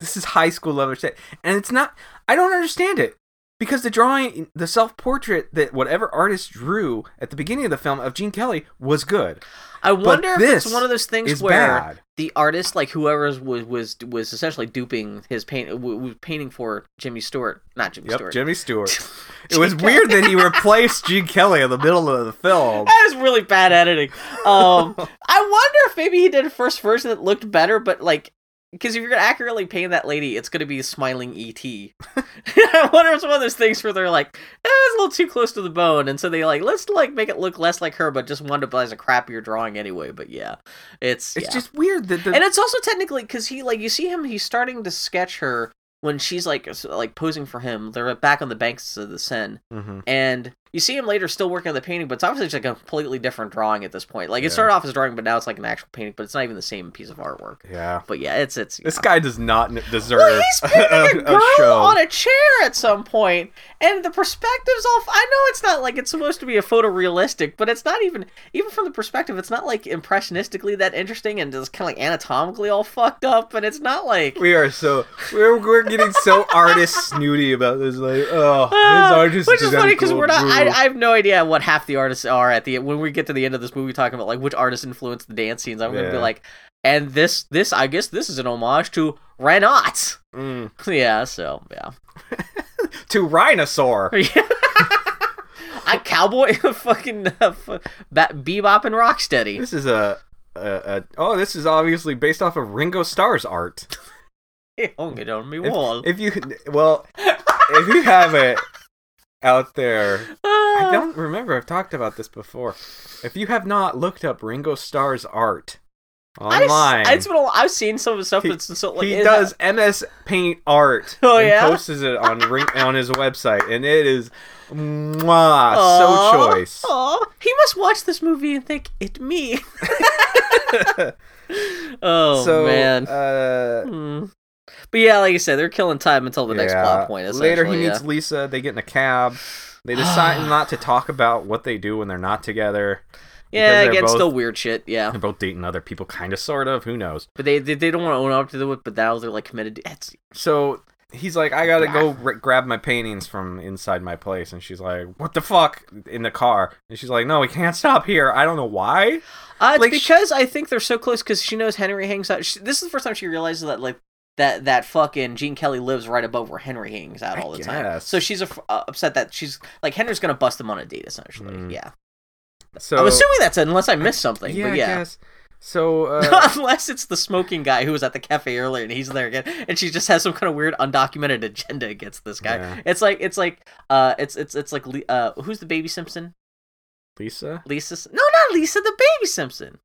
[SPEAKER 1] This is high school level shit, and it's not. I don't understand it because the drawing, the self portrait that whatever artist drew at the beginning of the film of Gene Kelly was good.
[SPEAKER 2] I wonder if it's
[SPEAKER 1] this
[SPEAKER 2] one of those things
[SPEAKER 1] is
[SPEAKER 2] where
[SPEAKER 1] bad.
[SPEAKER 2] the artist, like whoever was was was essentially duping his paint, w- was painting for Jimmy Stewart, not Jimmy
[SPEAKER 1] Yep,
[SPEAKER 2] Stewart.
[SPEAKER 1] Jimmy Stewart. it
[SPEAKER 2] Gene
[SPEAKER 1] was
[SPEAKER 2] Kelly.
[SPEAKER 1] weird that he replaced Gene Kelly in the middle of the film.
[SPEAKER 2] That is really bad editing. Um, I wonder if maybe he did a first version that looked better, but like Because if you're gonna accurately paint that lady, it's gonna be a smiling ET. I wonder if it's one of those things where they're like, eh, it's a little too close to the bone, and so they like let's like make it look less like her, but just wind up as a crappier drawing anyway. But yeah, it's
[SPEAKER 1] It's
[SPEAKER 2] yeah.
[SPEAKER 1] just weird that the,
[SPEAKER 2] and it's also technically because he like you see him he's starting to sketch her when she's like s- like posing for him. They're back on the banks of the Seine,
[SPEAKER 1] Mhm.
[SPEAKER 2] and you see him later still working on the painting, but it's obviously just a completely different drawing at this point. Like
[SPEAKER 1] Yeah.
[SPEAKER 2] it started off as a drawing, but now it's like an actual painting, but it's not even the same piece of artwork.
[SPEAKER 1] yeah.
[SPEAKER 2] But yeah, it's it's
[SPEAKER 1] This
[SPEAKER 2] yeah.
[SPEAKER 1] guy does not n- deserve
[SPEAKER 2] Well, he's painting a,
[SPEAKER 1] a,
[SPEAKER 2] girl
[SPEAKER 1] show.
[SPEAKER 2] on a chair at some point, and the perspective's off. I know it's not like it's supposed to be a photorealistic, but it's not even even from the perspective. It's not like impressionistically that interesting, and it's kind of like anatomically all fucked up. And it's not like
[SPEAKER 1] we are so we're, we're getting so artist snooty about this. Like, oh, his
[SPEAKER 2] Uh,
[SPEAKER 1] artist
[SPEAKER 2] which is
[SPEAKER 1] didn't
[SPEAKER 2] funny because
[SPEAKER 1] go
[SPEAKER 2] we're not. I,
[SPEAKER 1] through.
[SPEAKER 2] I have no idea what half the artists are at the when we get to the end of this movie talking about like which artists influenced the dance scenes. I'm gonna be
[SPEAKER 1] Yeah.
[SPEAKER 2] like, and this this I guess this is an homage to Renat.
[SPEAKER 1] Mm.
[SPEAKER 2] Yeah, so yeah,
[SPEAKER 1] to rhinosaur.
[SPEAKER 2] I cowboy fucking uh, f- ba- bebop and rocksteady.
[SPEAKER 1] This is a, a, a oh, this is obviously based off of Ringo Starr's art.
[SPEAKER 2] Hung it on me
[SPEAKER 1] If-
[SPEAKER 2] wall.
[SPEAKER 1] If, you well, if you have it out there, I
[SPEAKER 2] Ah.
[SPEAKER 1] don't remember. I've talked about this before. If you have not looked up Ringo Starr's art
[SPEAKER 2] I s-
[SPEAKER 1] online,
[SPEAKER 2] it's been a while- I've seen some of the stuff.
[SPEAKER 1] He-
[SPEAKER 2] that's so, like,
[SPEAKER 1] he
[SPEAKER 2] it-
[SPEAKER 1] does MS Paint art.
[SPEAKER 2] Oh,
[SPEAKER 1] and
[SPEAKER 2] yeah?
[SPEAKER 1] posts it on ring on his website, and it is mwah,
[SPEAKER 2] Aw,
[SPEAKER 1] so choice.
[SPEAKER 2] aw. He must watch this movie and think it me. oh
[SPEAKER 1] so
[SPEAKER 2] man.
[SPEAKER 1] uh,
[SPEAKER 2] Hmm. But yeah, like you said, they're killing time until the next
[SPEAKER 1] Yeah.
[SPEAKER 2] plot point.
[SPEAKER 1] Later, he
[SPEAKER 2] essentially, yeah.
[SPEAKER 1] meets Lisa. They get in a cab. They decide not to talk about what they do when they're not together.
[SPEAKER 2] Yeah,
[SPEAKER 1] because they're
[SPEAKER 2] again,
[SPEAKER 1] both-
[SPEAKER 2] still weird shit. Yeah,
[SPEAKER 1] They're both dating other people, kind of, sort of. Who knows?
[SPEAKER 2] but they they, they don't want to own up to it. But now they're like committed. To, it's
[SPEAKER 1] So he's like, I gotta go r- grab my paintings from inside my place, and she's like, What the fuck? In the car, and she's like, No, we can't stop here. I don't know why.
[SPEAKER 2] Uh, it's
[SPEAKER 1] Like, sh-
[SPEAKER 2] because I think they're so close because she knows Henry hangs out. She, this is the first time she realizes that like that that fucking Gene Kelly lives right above where Henry hangs out
[SPEAKER 1] I
[SPEAKER 2] all the time.
[SPEAKER 1] guess.
[SPEAKER 2] So she's af- uh, upset that she's like Henry's gonna bust him on a date essentially.
[SPEAKER 1] Mm.
[SPEAKER 2] Yeah,
[SPEAKER 1] So
[SPEAKER 2] I'm assuming that's it unless I missed something.
[SPEAKER 1] yeah,
[SPEAKER 2] but
[SPEAKER 1] I
[SPEAKER 2] yeah.
[SPEAKER 1] guess. So uh,
[SPEAKER 2] Unless it's the smoking guy who was at the cafe earlier and he's there again, and she just has some kind of weird undocumented agenda against this guy.
[SPEAKER 1] Yeah.
[SPEAKER 2] It's like it's like uh it's it's it's like Le- uh who's the baby Simpson?
[SPEAKER 1] Lisa
[SPEAKER 2] Lisa? S- No, not Lisa. The baby Simpson.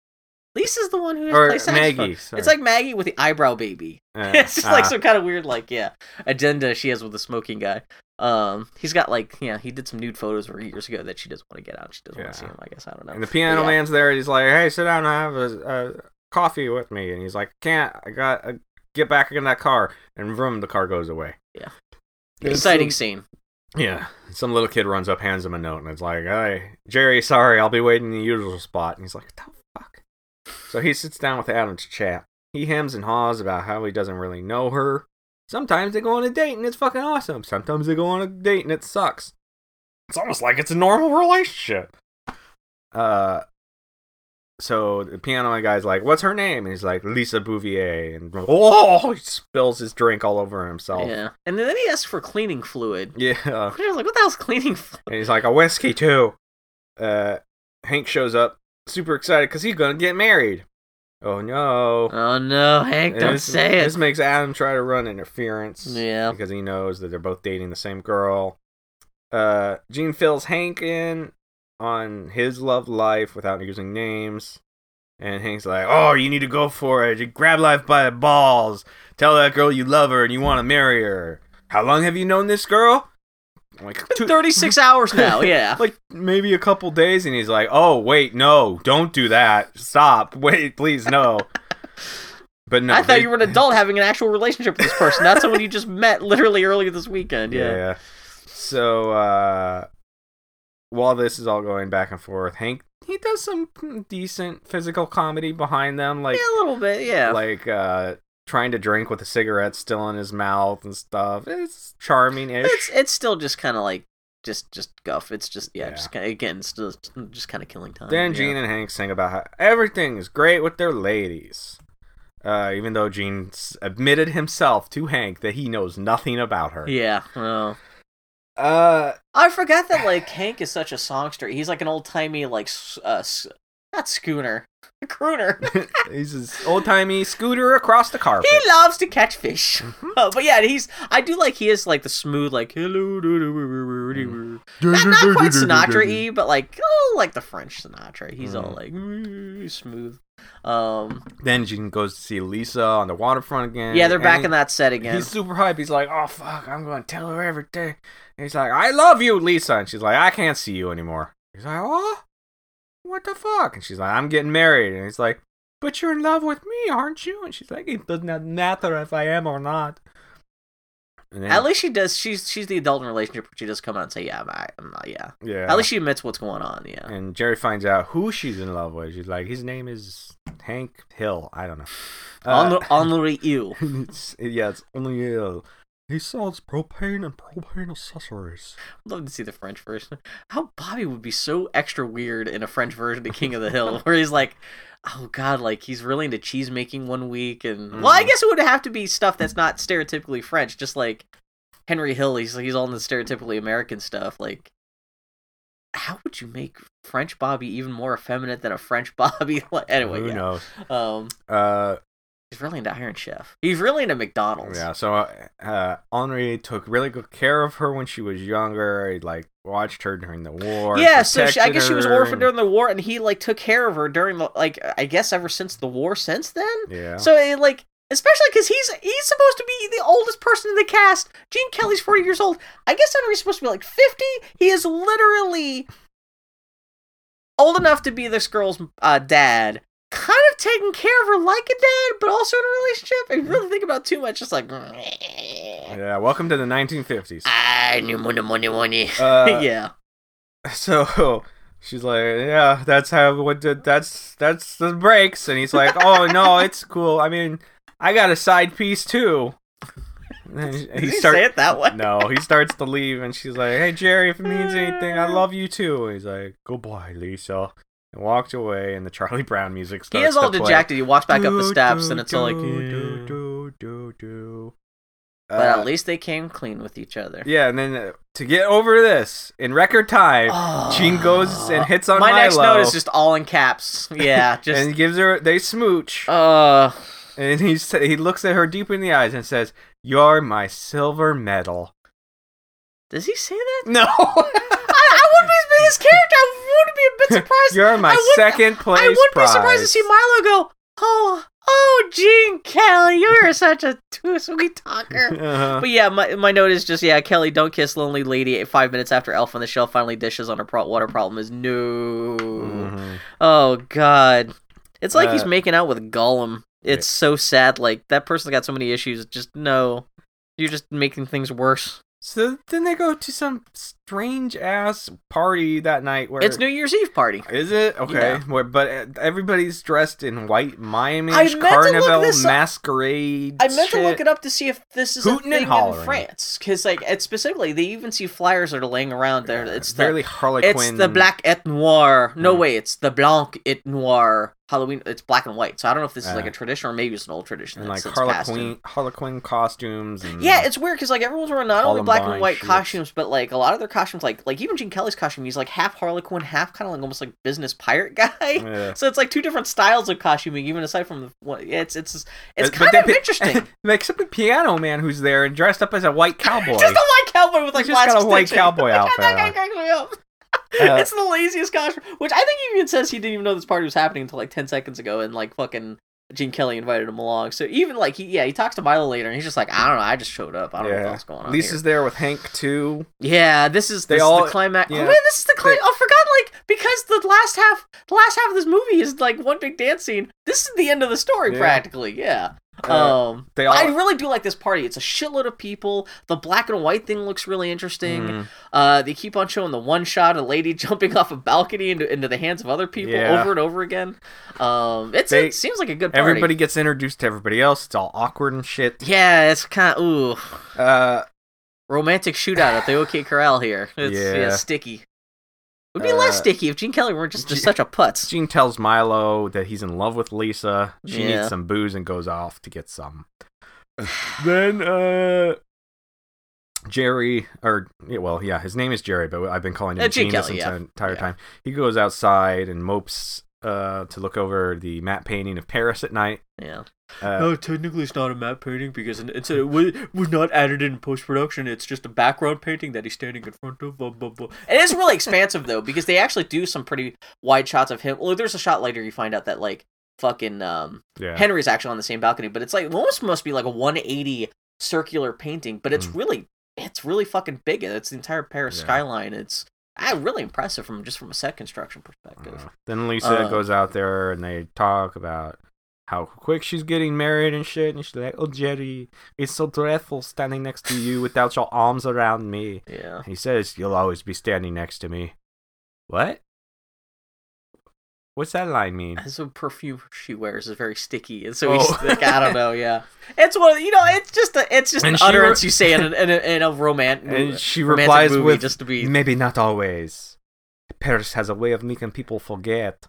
[SPEAKER 2] Lisa's the one who
[SPEAKER 1] or
[SPEAKER 2] plays saxophone.
[SPEAKER 1] Maggie. Uh,
[SPEAKER 2] It's like Maggie with the eyebrow baby. it's just
[SPEAKER 1] Ah.
[SPEAKER 2] like some kind of weird, like yeah, agenda she has with the smoking guy. Um, he's got like yeah, he did some nude photos for years ago that she doesn't want to get out. She doesn't want to see
[SPEAKER 1] Yeah.
[SPEAKER 2] him. I guess I don't know.
[SPEAKER 1] And the piano
[SPEAKER 2] Yeah.
[SPEAKER 1] man's there. He's like, "Hey, sit down and have a, a coffee with me." And he's like, "Can't. I got uh, get back in that car." And vroom, the car goes away.
[SPEAKER 2] Yeah.
[SPEAKER 1] And
[SPEAKER 2] Exciting
[SPEAKER 1] Some,
[SPEAKER 2] scene.
[SPEAKER 1] yeah. Some little kid runs up, hands him a note, and it's like, "Hey, Jerry, sorry, I'll be waiting in the usual spot." And he's like, "What the fuck?" So he sits down with Adam to chat. He hems and haws about how he doesn't really know her. Sometimes they go on a date and it's fucking awesome. Sometimes they go on a date and it sucks. It's almost like it's a normal relationship. Uh, so the piano man guy's like, "What's her name?" And he's like, "Lisa Bouvier." And oh, he spills his drink all over himself.
[SPEAKER 2] Yeah, and then he asks for cleaning fluid.
[SPEAKER 1] yeah.
[SPEAKER 2] I was like, what the hell's cleaning fluid?
[SPEAKER 1] And he's like, a whiskey too. Uh, Hank shows up, super excited because he's gonna get married. Oh no!
[SPEAKER 2] Oh no, Hank,
[SPEAKER 1] And
[SPEAKER 2] don't
[SPEAKER 1] this,
[SPEAKER 2] say it.
[SPEAKER 1] This makes Adam try to run interference.
[SPEAKER 2] Yeah.
[SPEAKER 1] because he knows that they're both dating the same girl. Uh, Gene fills Hank in on his love life without using names. And Hank's like, "Oh, you need to go for it. You grab life by the balls. Tell that girl you love her and you want to marry her. How long have you known this girl? I'm like two,
[SPEAKER 2] 36 hours now, yeah.
[SPEAKER 1] like maybe a couple days and he's like oh wait no don't do that stop wait please no but no
[SPEAKER 2] I
[SPEAKER 1] they-
[SPEAKER 2] thought you were an adult having an actual relationship with this person, not someone you just met literally earlier this weekend.
[SPEAKER 1] yeah.
[SPEAKER 2] Yeah.
[SPEAKER 1] so uh while this is all going back and forth hank he does some decent physical comedy behind them
[SPEAKER 2] Yeah,
[SPEAKER 1] like
[SPEAKER 2] a little bit, yeah.
[SPEAKER 1] like uh trying to drink with a cigarette still in his mouth and stuff it's charming-ish
[SPEAKER 2] it's it's still just kind of like just just guff. It's just yeah,
[SPEAKER 1] Yeah.
[SPEAKER 2] just kinda, again, still just kind of killing time.
[SPEAKER 1] Then
[SPEAKER 2] yeah.
[SPEAKER 1] Gene and Hank sing about how everything is great with their ladies. Uh, even though Gene s- admitted himself to Hank that he knows nothing about her.
[SPEAKER 2] Yeah. Well,
[SPEAKER 1] Uh,
[SPEAKER 2] I forgot that like Hank is such a songster. He's like an old timey like s- uh, s- Not Schooner. Crooner.
[SPEAKER 1] He's his old timey scooter across the carpet.
[SPEAKER 2] He loves to catch fish.
[SPEAKER 1] Mm-hmm.
[SPEAKER 2] Uh, but yeah, he's I do like he is like the smooth like hello do- do- do- do- do- do-
[SPEAKER 1] Mm.
[SPEAKER 2] not, not quite Sinatra y, but like oh like the French Sinatra. He's all like "Mm, smooth. Um
[SPEAKER 1] Then Jean goes to see Lisa on the waterfront again.
[SPEAKER 2] yeah, they're
[SPEAKER 1] and
[SPEAKER 2] back
[SPEAKER 1] he-
[SPEAKER 2] in that set again.
[SPEAKER 1] He's super hype. He's like, "Oh fuck, I'm going to tell her everything." And he's like, "I love you, Lisa," and she's like, "I can't see you anymore." He's like, "Oh, what the fuck?" And she's like, "I'm getting married," and he's like, "But you're in love with me, aren't you?" And she's like, "It does not matter if I am or not." And then,
[SPEAKER 2] At least she does she's she's the adult in a relationship where she does come out and say, Yeah, I'm, I- I'm not yeah.
[SPEAKER 1] yeah.
[SPEAKER 2] At least she admits what's going on, yeah.
[SPEAKER 1] and Jerry finds out who she's in love with. She's like, "His name is Hank Hill." I don't know. Uh,
[SPEAKER 2] Henri Henri you.
[SPEAKER 1] it's, yeah, it's only uh, he sells propane and propane accessories.
[SPEAKER 2] Love to see the French version. How Bobby would be so extra weird in a French version of King of the Hill, where he's like, oh god, like he's really into cheese making one week, and well, I
[SPEAKER 1] Mhm.
[SPEAKER 2] guess it would have to be stuff that's not stereotypically French, just like Henry Hill. He's he's all in the stereotypically American stuff. Like, how would you make French Bobby even more effeminate than a French Bobby? Like, anyway,
[SPEAKER 1] Who
[SPEAKER 2] yeah.
[SPEAKER 1] knows?
[SPEAKER 2] Um,
[SPEAKER 1] Uh,
[SPEAKER 2] he's really into Iron Chef. He's really into McDonald's.
[SPEAKER 1] yeah. So uh, uh, Henri took really good care of her when she was younger. He like watched her during the war.
[SPEAKER 2] yeah so she, i
[SPEAKER 1] protected
[SPEAKER 2] guess she was
[SPEAKER 1] her,
[SPEAKER 2] orphaned
[SPEAKER 1] and-
[SPEAKER 2] during the war and he like took care of her during the like i guess ever since the war since then
[SPEAKER 1] Yeah.
[SPEAKER 2] so it, like especially because he's he's supposed to be the oldest person in the cast gene kelly's 40 years old i guess henry's supposed to be like 50 he is literally old enough to be this girl's uh, dad kind of taking care of her like a dad but also in a relationship and really think about it too much just like
[SPEAKER 1] yeah. Welcome to the 1950s.
[SPEAKER 2] I knew money, money, money.
[SPEAKER 1] Uh,
[SPEAKER 2] yeah.
[SPEAKER 1] So she's like, yeah, that's how what the, that's that's the breaks, and he's like, oh no, it's cool. I mean, I got a side piece too. And then he- he
[SPEAKER 2] Did he
[SPEAKER 1] start-
[SPEAKER 2] say it that way?
[SPEAKER 1] no, he starts to leave, and she's like, "Hey Jerry, if it means anything, I love you too." And he's like, "Goodbye, Lisa," and walked away. And the Charlie Brown music
[SPEAKER 2] He
[SPEAKER 1] starts.
[SPEAKER 2] is all
[SPEAKER 1] to play.
[SPEAKER 2] dejected. He walks back up the
[SPEAKER 1] Do,
[SPEAKER 2] steps,
[SPEAKER 1] do,
[SPEAKER 2] and it's all like.
[SPEAKER 1] do, do,
[SPEAKER 2] "Yeah."
[SPEAKER 1] do, do, do.
[SPEAKER 2] But
[SPEAKER 1] Uh,
[SPEAKER 2] at least they came clean with each other.
[SPEAKER 1] yeah, and then uh, to get over this in record time,
[SPEAKER 2] Oh.
[SPEAKER 1] Gene goes and hits on
[SPEAKER 2] My next
[SPEAKER 1] Milo,
[SPEAKER 2] note is just all in caps. Yeah, just.
[SPEAKER 1] and gives her they smooch,
[SPEAKER 2] uh,
[SPEAKER 1] and he sa- he looks at her deep in the eyes and says, "You're my silver medal."
[SPEAKER 2] does he say that?
[SPEAKER 1] No.
[SPEAKER 2] I, I wouldn't be his character. I wouldn't be a bit surprised.
[SPEAKER 1] You're my
[SPEAKER 2] I wouldn't-
[SPEAKER 1] second place
[SPEAKER 2] I wouldn't be surprised to
[SPEAKER 1] prize.
[SPEAKER 2] see Milo go, oh, oh, Gene Kelly, you're such a too sweet talker.
[SPEAKER 1] Uh-huh.
[SPEAKER 2] But yeah, my, my note is just yeah, Kelly, don't kiss lonely lady. Five minutes after Elf on the Shelf finally dishes on her pro- water problem is no.
[SPEAKER 1] Mhm.
[SPEAKER 2] Oh god. It's like he's
[SPEAKER 1] Uh,
[SPEAKER 2] making out with Gollum. It's so sad. Like that person's got so many issues. Just no. You're just making things worse.
[SPEAKER 1] So then they go to some strange ass party that night where
[SPEAKER 2] It's New Year's Eve party.
[SPEAKER 1] Is it okay?
[SPEAKER 2] Yeah.
[SPEAKER 1] Where, but uh, everybody's dressed in white Miami
[SPEAKER 2] I meant to look
[SPEAKER 1] carnival
[SPEAKER 2] this up.
[SPEAKER 1] masquerade.
[SPEAKER 2] I meant to look it up to see if this is
[SPEAKER 1] Hootin' and
[SPEAKER 2] a thing
[SPEAKER 1] hollering.
[SPEAKER 2] in France, because like it's specifically they even see flyers that are laying around there. It's the,
[SPEAKER 1] barely Harlequin.
[SPEAKER 2] it's the black et noir. No
[SPEAKER 1] Mm.
[SPEAKER 2] way, it's the blanc et noir Halloween. It's black and white. So I don't know if this is like
[SPEAKER 1] Uh.
[SPEAKER 2] a tradition or maybe it's an old tradition.
[SPEAKER 1] and
[SPEAKER 2] that's
[SPEAKER 1] like
[SPEAKER 2] since passed in.
[SPEAKER 1] Harlequin Harlequin costumes. And,
[SPEAKER 2] Yeah, it's weird because like everyone's wearing not only black and
[SPEAKER 1] Columbine
[SPEAKER 2] white
[SPEAKER 1] shirts.
[SPEAKER 2] costumes, but like a lot of their costumes, like like even Gene Kelly's costume, he's like half Harlequin, half kind of like almost like business pirate guy.
[SPEAKER 1] Yeah.
[SPEAKER 2] So it's like two different styles of costuming, even aside from the what yeah, it's it's it's
[SPEAKER 1] But- but
[SPEAKER 2] kind
[SPEAKER 1] they
[SPEAKER 2] of
[SPEAKER 1] pi-
[SPEAKER 2] interesting.
[SPEAKER 1] Except the piano man who's there and dressed up as a white cowboy.
[SPEAKER 2] Just a white cowboy with like
[SPEAKER 1] He's just
[SPEAKER 2] plastic
[SPEAKER 1] got a white
[SPEAKER 2] stitching.
[SPEAKER 1] cowboy
[SPEAKER 2] That
[SPEAKER 1] outfit
[SPEAKER 2] guy
[SPEAKER 1] on.
[SPEAKER 2] cracked me up.
[SPEAKER 1] Uh,
[SPEAKER 2] it's the laziest costume, which I think he even says he didn't even know this party was happening until like ten seconds ago, and like fucking Gene Kelly invited him along. So even like he yeah he talks to Milo later, and he's just like I don't know, I just showed up. I don't know
[SPEAKER 1] Yeah.
[SPEAKER 2] what's going on. here."
[SPEAKER 1] Lisa's there with Hank too.
[SPEAKER 2] Yeah, this is
[SPEAKER 1] They
[SPEAKER 2] this
[SPEAKER 1] all-
[SPEAKER 2] is the climax.
[SPEAKER 1] yeah.
[SPEAKER 2] Oh man, this is the climax. I forgot like because the last half, the last half of this movie is like one big dance scene. This is the end of the story
[SPEAKER 1] Yeah.
[SPEAKER 2] practically. Yeah.
[SPEAKER 1] Uh,
[SPEAKER 2] um,
[SPEAKER 1] they
[SPEAKER 2] I
[SPEAKER 1] all-
[SPEAKER 2] really do like this party. It's a shitload of people. The black and white thing looks really interesting.
[SPEAKER 1] Mm.
[SPEAKER 2] Uh, they keep on showing the one shot of a lady jumping off a balcony into into the hands of other people
[SPEAKER 1] Yeah.
[SPEAKER 2] over and over again. Um, it's,
[SPEAKER 1] They-
[SPEAKER 2] it seems like a good party.
[SPEAKER 1] Everybody gets introduced to everybody else. It's all awkward and shit.
[SPEAKER 2] Yeah, it's kind of ooh
[SPEAKER 1] Uh,
[SPEAKER 2] romantic shootout at the OK Corral here. It's yeah,
[SPEAKER 1] Yeah.
[SPEAKER 2] sticky. It would be less
[SPEAKER 1] Uh,
[SPEAKER 2] sticky if Gene Kelly weren't just, just
[SPEAKER 1] Gene-
[SPEAKER 2] such a putz.
[SPEAKER 1] Gene tells Milo that he's in love with Lisa. She
[SPEAKER 2] Yeah.
[SPEAKER 1] needs some booze and goes off to get some. then uh Jerry or yeah, well, yeah, his name is Jerry, but I've been calling him
[SPEAKER 2] Uh,
[SPEAKER 1] Gene
[SPEAKER 2] Gene
[SPEAKER 1] this
[SPEAKER 2] Kelly,
[SPEAKER 1] enti-
[SPEAKER 2] yeah.
[SPEAKER 1] entire
[SPEAKER 2] Yeah.
[SPEAKER 1] time. He goes outside and mopes uh, to look over the matte painting of Paris at night.
[SPEAKER 2] Yeah.
[SPEAKER 1] Uh,
[SPEAKER 4] No, Oh, technically it's not a map painting because it- it's a, was, was not added in post production. It's just a background painting that he's standing in front of. Blah, blah, blah.
[SPEAKER 2] It is really expansive though, because they actually do some pretty wide shots of him. Well, there's a shot later you find out that like fucking um
[SPEAKER 1] yeah.
[SPEAKER 2] Henry's actually on the same balcony, but it's like it almost must be like a 180 circular painting, but it's
[SPEAKER 1] Mm.
[SPEAKER 2] really it's really fucking big. It's the entire Paris
[SPEAKER 1] Yeah.
[SPEAKER 2] skyline. It's ah, really impressive from just from a set construction perspective.
[SPEAKER 4] Mm.
[SPEAKER 1] Uh, then Lisa
[SPEAKER 2] Uh,
[SPEAKER 1] goes out there and they talk about how quick she's getting married and shit. And she's like, "Oh Jerry, it's so dreadful standing next to you without your arms around me."
[SPEAKER 2] yeah.
[SPEAKER 1] He says, "You'll always be standing next to me." What? What's that line mean?
[SPEAKER 2] And so perfume she wears is very sticky, and so he's
[SPEAKER 1] Oh.
[SPEAKER 2] like, I don't know, yeah. It's one, of the- you know, it's just a, it's just
[SPEAKER 1] And
[SPEAKER 2] an
[SPEAKER 1] she re-
[SPEAKER 2] utterance you say in a, in a, in a romance.
[SPEAKER 1] And she
[SPEAKER 2] romantic
[SPEAKER 1] replies
[SPEAKER 2] movie
[SPEAKER 1] with,
[SPEAKER 2] just to be
[SPEAKER 1] "Maybe not always. Paris has a way of making people forget."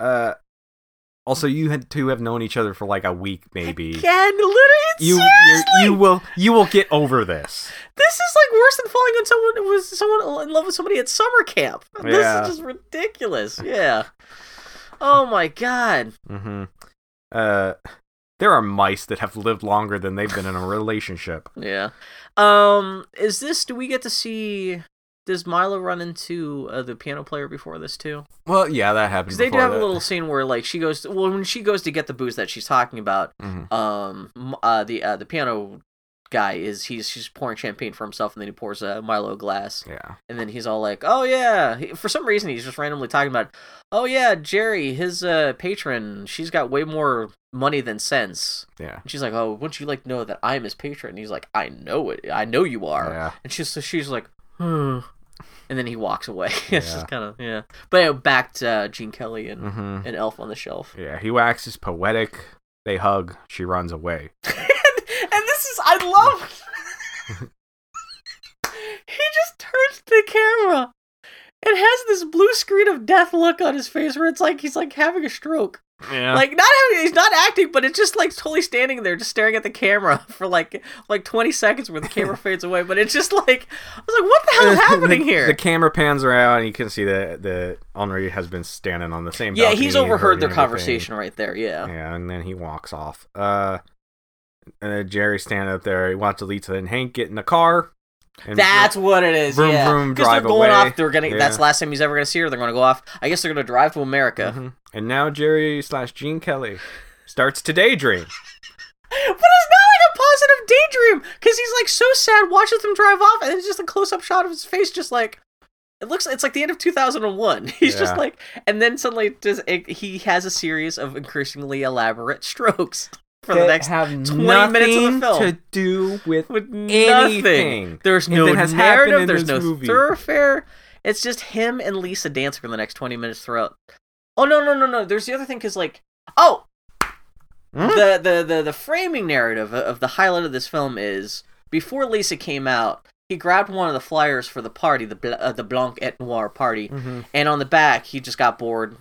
[SPEAKER 1] Uh. Also, you had two have known each other for like a week, maybe.
[SPEAKER 2] Again, literally,
[SPEAKER 1] you you
[SPEAKER 2] seriously,
[SPEAKER 1] you will you will get over this.
[SPEAKER 2] this is like worse than falling on someone was someone in love with somebody at summer camp.
[SPEAKER 1] Yeah.
[SPEAKER 2] This is just ridiculous. Yeah. Oh my god.
[SPEAKER 1] hmm Uh, there are mice that have lived longer than they've been in a relationship.
[SPEAKER 2] Yeah. Um, is this? Do we get to see? Does Milo run into uh, the piano player before this too?
[SPEAKER 1] Well, yeah, that happens.
[SPEAKER 2] Because they do have a little scene where like she goes. well, when she goes to get the booze that she's talking about,
[SPEAKER 1] Mm-hmm.
[SPEAKER 2] um, m- uh, the uh, the piano guy is he's she's pouring champagne for himself, and then he pours a Milo a glass.
[SPEAKER 1] Yeah.
[SPEAKER 2] And then he's all like, "Oh yeah." He, for some reason, he's just randomly talking about, "Oh yeah, Jerry, his uh, patron. She's got way more money than sense."
[SPEAKER 1] Yeah.
[SPEAKER 2] And she's like, "Oh, wouldn't you like know that I'm his patron?" And he's like, "I know it. I know you are."
[SPEAKER 1] Yeah.
[SPEAKER 2] And she's so she's like, "Hmm." And then he walks away. it's
[SPEAKER 1] Yeah.
[SPEAKER 2] just kind of yeah. But it backed uh, Gene Kelly and
[SPEAKER 1] hmm
[SPEAKER 2] and Elf on the Shelf.
[SPEAKER 1] Yeah. He waxes poetic. They hug. She runs away.
[SPEAKER 2] and, and this is I love. he just turns to the camera and has this blue screen of death look on his face, where it's like he's like having a stroke.
[SPEAKER 1] Yeah.
[SPEAKER 2] Like not having, he's not acting, but it's just like totally standing there, just staring at the camera for like like twenty seconds, where the camera fades away. But it's just like I was like, what the hell is happening
[SPEAKER 1] the,
[SPEAKER 2] here?
[SPEAKER 1] The camera pans around, and you can see that the Henri has been standing on the same.
[SPEAKER 2] yeah,
[SPEAKER 1] balcony,
[SPEAKER 2] he's overheard
[SPEAKER 1] hurting
[SPEAKER 2] their
[SPEAKER 1] everything.
[SPEAKER 2] conversation right there. Yeah.
[SPEAKER 1] Yeah, and then he walks off. Uh, uh Jerry's standing up there. He wants to lead to then Hank get in the car. And
[SPEAKER 2] That's what it is.
[SPEAKER 1] Vroom,
[SPEAKER 2] yeah,
[SPEAKER 1] vroom,
[SPEAKER 2] because they're
[SPEAKER 1] drive
[SPEAKER 2] going
[SPEAKER 1] away.
[SPEAKER 2] off. They're gonna.
[SPEAKER 1] Yeah.
[SPEAKER 2] That's the last time he's ever gonna see her. They're gonna go off. I guess they're gonna drive to America.
[SPEAKER 1] Mhm. And now Jerry slash Gene Kelly starts to daydream.
[SPEAKER 2] But it's not like a positive daydream because he's like so sad, watches them drive off, and it's just a close up shot of his face, just like it looks. It's like the end of two thousand and one. He's
[SPEAKER 1] Yeah.
[SPEAKER 2] just like, and then suddenly, does it, he has a series of increasingly elaborate strokes for the next
[SPEAKER 1] have
[SPEAKER 2] 20 minutes of the
[SPEAKER 1] nothing
[SPEAKER 2] film.
[SPEAKER 1] to do with
[SPEAKER 2] with
[SPEAKER 1] anything
[SPEAKER 2] nothing. There's no
[SPEAKER 1] that has happened in
[SPEAKER 2] narrative. There's
[SPEAKER 1] this
[SPEAKER 2] no
[SPEAKER 1] movie.
[SPEAKER 2] thoroughfare. It's just him and Lisa dancing for the next 20 minutes throughout. Oh no no no no! There's the other thing because like oh,
[SPEAKER 1] Hmm?
[SPEAKER 2] the, the the the framing narrative of the highlight of this film is before Lisa came out, he grabbed one of the flyers for the party, the Bl- uh, the Blanc et Noir party,
[SPEAKER 1] Mm-hmm.
[SPEAKER 2] and on the back, he just got bored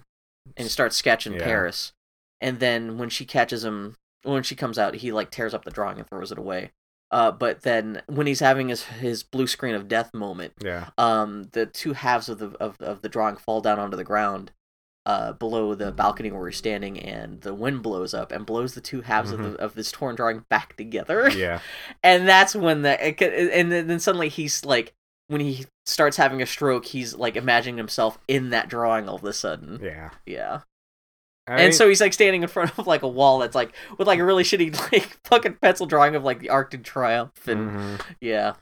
[SPEAKER 2] and he starts sketching
[SPEAKER 1] Yeah.
[SPEAKER 2] Paris. And then when she catches him, when she comes out, he like tears up the drawing and throws it away. Uh, but then when he's having his his blue screen of death moment,
[SPEAKER 1] Yeah.
[SPEAKER 2] um, the two halves of the of, of the drawing fall down onto the ground, uh, below the balcony where we're standing, and the wind blows up and blows the two halves of the, of this torn drawing back together
[SPEAKER 1] Yeah.
[SPEAKER 2] and that's when the it, ca- and then then suddenly he's like when he starts having a stroke he's like imagining himself in that drawing all of a sudden
[SPEAKER 1] Yeah.
[SPEAKER 2] yeah
[SPEAKER 1] I mean,
[SPEAKER 2] and so he's like standing in front of like a wall that's like with like a really shitty like fucking pencil drawing of like the arctic triumph and
[SPEAKER 1] mhm.
[SPEAKER 2] yeah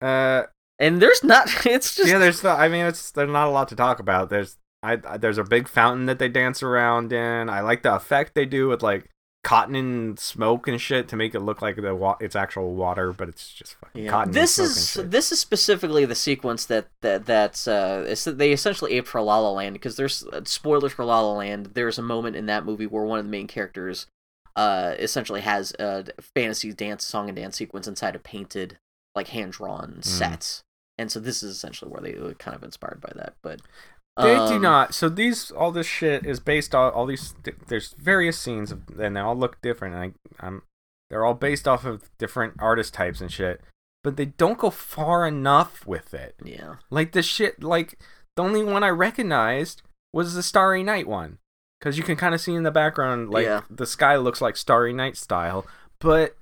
[SPEAKER 1] uh,
[SPEAKER 2] and there's not it's just
[SPEAKER 1] yeah, there's. Not, I mean, it's there's not a lot to talk about. There's. I, I- there's a big fountain that they dance around in. I like the effect they do with like cotton and smoke and shit to make it look like the wa- it's actual water, but it's just fucking
[SPEAKER 2] Yeah.
[SPEAKER 1] cotton. and
[SPEAKER 2] This
[SPEAKER 1] smoke and
[SPEAKER 2] is
[SPEAKER 1] shit.
[SPEAKER 2] this is specifically the sequence that that that's uh it's, that they essentially ape for La La Land because there's uh, spoilers for La La Land. There's a moment in that movie where one of the main characters uh essentially has a fantasy dance song and dance sequence inside a painted like hand drawn
[SPEAKER 1] Mm.
[SPEAKER 2] set, and so this is essentially where they were kind of inspired by that. But
[SPEAKER 1] They do
[SPEAKER 2] um,
[SPEAKER 1] not. So these, all this shit is based on all these. th- There's various scenes, of, and they all look different. And I, I'm, they're all based off of different artist types and shit. But they don't go far enough with it.
[SPEAKER 2] Yeah,
[SPEAKER 1] Like the shit, like the only one I recognized was the Starry Night one. because you can kind of see in the background like
[SPEAKER 2] Yeah.
[SPEAKER 1] the sky looks like Starry Night style, but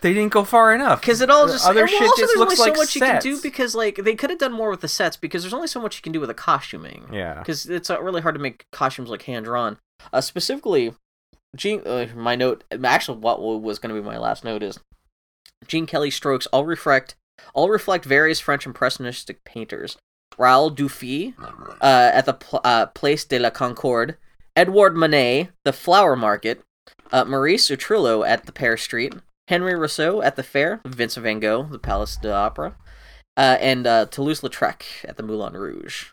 [SPEAKER 1] they didn't go far enough
[SPEAKER 2] Because it all
[SPEAKER 1] The
[SPEAKER 2] just
[SPEAKER 1] Uh, other
[SPEAKER 2] and, well,
[SPEAKER 1] shit
[SPEAKER 2] also,
[SPEAKER 1] just
[SPEAKER 2] there's
[SPEAKER 1] looks
[SPEAKER 2] only
[SPEAKER 1] like
[SPEAKER 2] so much you can do
[SPEAKER 1] sets.
[SPEAKER 2] because like they could have done more with the sets because there's only so much you can do with the costuming.
[SPEAKER 1] yeah.
[SPEAKER 2] Because it's uh, really hard to make costumes like hand drawn. Uh, specifically, Gene. Uh, my note, actually, what was going to be my last note is Gene Kelly strokes all reflect all reflect various French impressionistic painters. Raoul Dufy uh, at the pl- uh, Place de la Concorde, Edouard Manet, the Flower Market, uh, Maurice Utrillo at the Pear Street, Henry Rousseau at the Fair, Vincent van Gogh, the Palace de l'Opera, uh, and uh, Toulouse-Lautrec at the Moulin Rouge.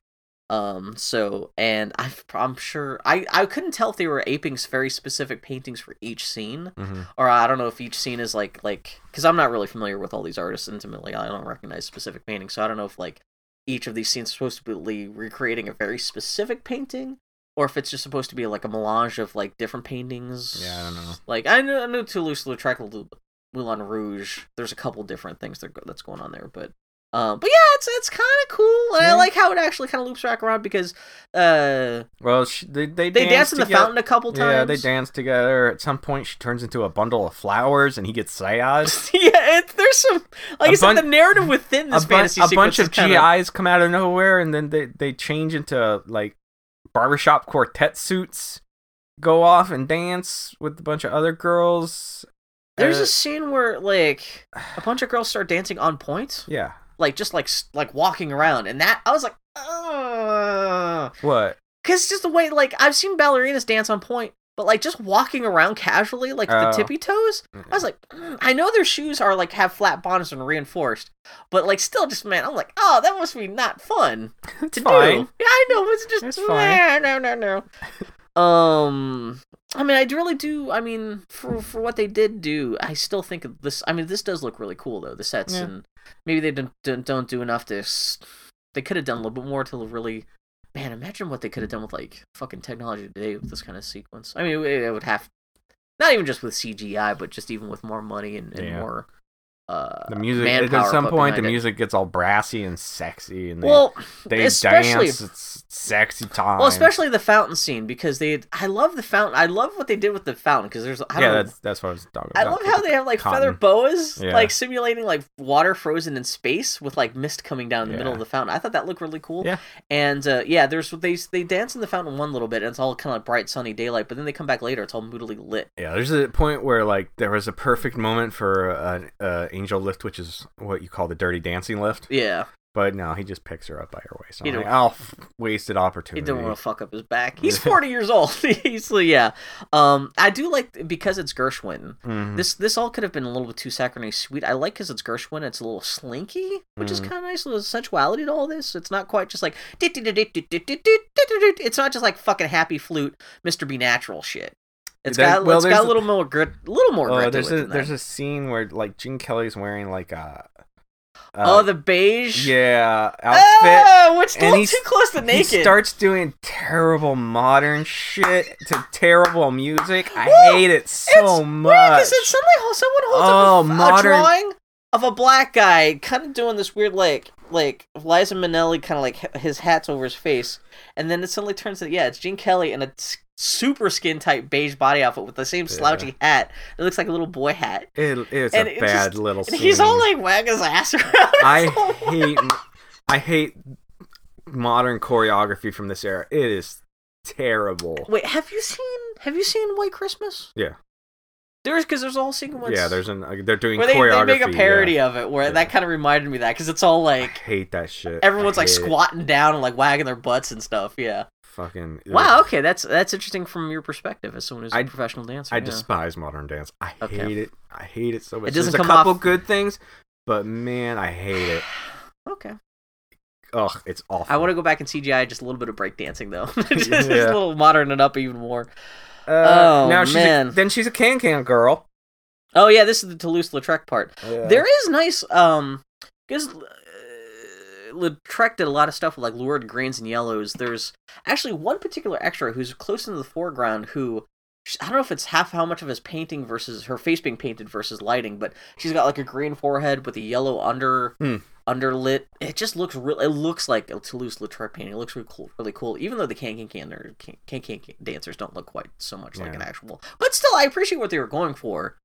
[SPEAKER 2] Um, so, and I've, I'm sure, I, I couldn't tell if they were aping s- very specific paintings for each scene,
[SPEAKER 1] Mhm.
[SPEAKER 2] or I don't know if each scene is like, like, because I'm not really familiar with all these artists intimately, I don't recognize specific paintings, so I don't know if like each of these scenes is supposed to be recreating a very specific painting, or if it's just supposed to be like a melange of like different paintings.
[SPEAKER 1] Yeah, I don't know.
[SPEAKER 2] Like I know, I know Toulouse Lautrec, Lou- Moulin Rouge. There's a couple different things that go- that's going on there, but um, but yeah, it's it's kind of cool, and I
[SPEAKER 1] Yeah.
[SPEAKER 2] like how it actually kind of loops back around because uh,
[SPEAKER 1] Well, she, they they
[SPEAKER 2] they dance
[SPEAKER 1] danced
[SPEAKER 2] in the
[SPEAKER 1] together.
[SPEAKER 2] fountain a couple times.
[SPEAKER 1] Yeah, they dance together. At some point, she turns into a bundle of flowers, and he gets sayas.
[SPEAKER 2] yeah, it, there's some like
[SPEAKER 1] A
[SPEAKER 2] I said,
[SPEAKER 1] bun-
[SPEAKER 2] the narrative within
[SPEAKER 1] a,
[SPEAKER 2] this
[SPEAKER 1] bun-
[SPEAKER 2] fantasy
[SPEAKER 1] a
[SPEAKER 2] sequence
[SPEAKER 1] bunch
[SPEAKER 2] is
[SPEAKER 1] of
[SPEAKER 2] kinda-
[SPEAKER 1] GIs come out of nowhere, and then they they change into like barbershop quartet suits, go off and dance with a bunch of other girls.
[SPEAKER 2] There's
[SPEAKER 1] Uh,
[SPEAKER 2] a scene where like a bunch of girls start dancing on point,
[SPEAKER 1] yeah.
[SPEAKER 2] like just like s- like walking around, and that I was like, oh.
[SPEAKER 1] What?
[SPEAKER 2] Cause just the way like I've seen ballerinas dance on point, but like just walking around casually, like the
[SPEAKER 1] Oh.
[SPEAKER 2] tippy toes, I was like, mm, I know their shoes are like have flat bottoms and reinforced, but like still just man, I'm like, oh, that must be not fun
[SPEAKER 1] It's
[SPEAKER 2] to
[SPEAKER 1] fine.
[SPEAKER 2] do. Yeah, I know, it's just
[SPEAKER 1] It's fine.
[SPEAKER 2] no, no, no, no. um, I mean, I really do. I mean, for for what they did do, I still think of this. I mean, this does look really cool though. The sets
[SPEAKER 1] Yeah.
[SPEAKER 2] and maybe they don't don't, don't do enough to. s- They could have done a little bit more to really. Man, imagine what they could have done with like fucking technology today with this kind of sequence. I mean, it, it would have not even just with CGI, but just even with more money and, and
[SPEAKER 1] Yeah.
[SPEAKER 2] more. Uh,
[SPEAKER 1] The music
[SPEAKER 2] manpower
[SPEAKER 1] at some
[SPEAKER 2] put
[SPEAKER 1] point, the
[SPEAKER 2] behind it.
[SPEAKER 1] music gets all brassy and sexy, and they
[SPEAKER 2] Well,
[SPEAKER 1] they
[SPEAKER 2] especially-
[SPEAKER 1] dance. It's sexy time.
[SPEAKER 2] Well, especially the fountain scene because they. I love the fountain. I love what they did with the fountain because there's. I
[SPEAKER 1] yeah,
[SPEAKER 2] don't,
[SPEAKER 1] that's that's what I was talking
[SPEAKER 2] I
[SPEAKER 1] about.
[SPEAKER 2] love how they have like feather
[SPEAKER 1] cotton.
[SPEAKER 2] boas,
[SPEAKER 1] Yeah.
[SPEAKER 2] like simulating like water frozen in space with like mist coming down the middle
[SPEAKER 1] Yeah.
[SPEAKER 2] of the fountain. I thought that looked really cool.
[SPEAKER 1] Yeah.
[SPEAKER 2] And uh, yeah, there's they they dance in the fountain one little bit and it's all kind of like bright sunny daylight, but then they come back later. It's all moodily lit.
[SPEAKER 1] Yeah, there's a point where like there was a perfect moment for an uh, angel lift, which is what you call the dirty dancing lift.
[SPEAKER 2] Yeah.
[SPEAKER 1] But no, he just picks her up by her waist. I'm
[SPEAKER 2] Either
[SPEAKER 1] like,
[SPEAKER 2] way.
[SPEAKER 1] oh, f- wasted
[SPEAKER 2] He
[SPEAKER 1] opportunity.
[SPEAKER 2] didn't want to fuck up his back. He's 40 years old. He's so yeah. Um, I do like because it's Gershwin.
[SPEAKER 1] Mhm.
[SPEAKER 2] This this all could have been a little bit too saccharine sweet. I like because it's Gershwin. It's a little slinky, which is
[SPEAKER 1] Mhm.
[SPEAKER 2] kind of nice. A little sensuality to all this. It's not quite just like it's not just like fucking happy flute, Mr. Be Natural shit. It's
[SPEAKER 1] There-
[SPEAKER 2] got
[SPEAKER 1] well,
[SPEAKER 2] it's got
[SPEAKER 1] there's
[SPEAKER 2] a
[SPEAKER 1] a-
[SPEAKER 2] little more grit, a little more
[SPEAKER 1] Oh,
[SPEAKER 2] grit.
[SPEAKER 1] there's
[SPEAKER 2] to it
[SPEAKER 1] a
[SPEAKER 2] than that.
[SPEAKER 1] there's a scene where like Gene Kelly's wearing like a
[SPEAKER 2] oh
[SPEAKER 1] uh,
[SPEAKER 2] the beige
[SPEAKER 1] yeah outfit.
[SPEAKER 2] Ah, which
[SPEAKER 1] and
[SPEAKER 2] looked
[SPEAKER 1] he's-
[SPEAKER 2] too close to
[SPEAKER 1] He
[SPEAKER 2] naked.
[SPEAKER 1] starts doing terrible modern shit to terrible music. I
[SPEAKER 2] Well,
[SPEAKER 1] hate it
[SPEAKER 2] It's
[SPEAKER 1] so
[SPEAKER 2] weird
[SPEAKER 1] much.
[SPEAKER 2] Because suddenly ho- someone holds
[SPEAKER 1] Oh,
[SPEAKER 2] up a,
[SPEAKER 1] modern-
[SPEAKER 2] a drawing of a black guy kind of doing this weird like like Liza Minnelli kind of like h- his hat's over his face, and then it suddenly turns to yeah, it's Gene Kelly in a s- super skin tight beige body outfit with the same slouchy hat. It looks like a little boy hat,
[SPEAKER 1] It, it's
[SPEAKER 2] and
[SPEAKER 1] a
[SPEAKER 2] it just-
[SPEAKER 1] bad little.
[SPEAKER 2] and he's
[SPEAKER 1] scene.
[SPEAKER 2] all like wagging his ass around.
[SPEAKER 1] I
[SPEAKER 2] It's so weird.
[SPEAKER 1] hate I hate modern choreography from this era. It is terrible.
[SPEAKER 2] Wait, have you seen have you seen White Christmas?
[SPEAKER 1] Yeah.
[SPEAKER 2] There's because there's a whole sequence.
[SPEAKER 1] Yeah, there's an like, they're doing
[SPEAKER 2] where they, they
[SPEAKER 1] choreography.
[SPEAKER 2] make a
[SPEAKER 1] yeah.
[SPEAKER 2] parody of it where
[SPEAKER 1] Yeah.
[SPEAKER 2] that kind of reminded me of that because it's all
[SPEAKER 1] I
[SPEAKER 2] like
[SPEAKER 1] hate that shit.
[SPEAKER 2] Everyone's
[SPEAKER 1] I
[SPEAKER 2] like
[SPEAKER 1] hate it.
[SPEAKER 2] squatting down and like wagging their butts and stuff. Yeah.
[SPEAKER 1] Fucking ugh.
[SPEAKER 2] Wow. Okay, that's that's interesting from your perspective as someone who's a
[SPEAKER 1] I-
[SPEAKER 2] professional dancer.
[SPEAKER 1] I
[SPEAKER 2] yeah.
[SPEAKER 1] despise modern dance. I
[SPEAKER 2] Okay.
[SPEAKER 1] hate it. I hate it so much.
[SPEAKER 2] It doesn't
[SPEAKER 1] There's
[SPEAKER 2] come
[SPEAKER 1] a couple
[SPEAKER 2] off-
[SPEAKER 1] good things, but man, I hate it.
[SPEAKER 2] Okay.
[SPEAKER 1] Ugh, it's awful.
[SPEAKER 2] I want to go back and CGI just a little bit of breakdancing though, just, just
[SPEAKER 1] Yeah.
[SPEAKER 2] a little modern it up even more.
[SPEAKER 1] to.
[SPEAKER 2] Oh,
[SPEAKER 1] Uh, now she's a-
[SPEAKER 2] man.
[SPEAKER 1] then she's a can can girl. Uh,
[SPEAKER 2] Oh yeah, this is the Toulouse-Lautrec part.
[SPEAKER 1] Yeah.
[SPEAKER 2] There is nice um because uh, Lautrec did a lot of stuff with like lurid greens and yellows. There's actually one particular extra who's close into the foreground who she- I don't know if it's half how much of his painting versus her face being painted versus lighting, but she's got like a green forehead with a yellow under
[SPEAKER 1] Hmm.
[SPEAKER 2] underlit. It just looks real. It looks like a Toulouse-Lautrec painting. It looks really cool, really cool. Even though the can can can can can can dancers don't look quite so much like
[SPEAKER 1] Yeah.
[SPEAKER 2] an actual, but still, I appreciate what they were going for.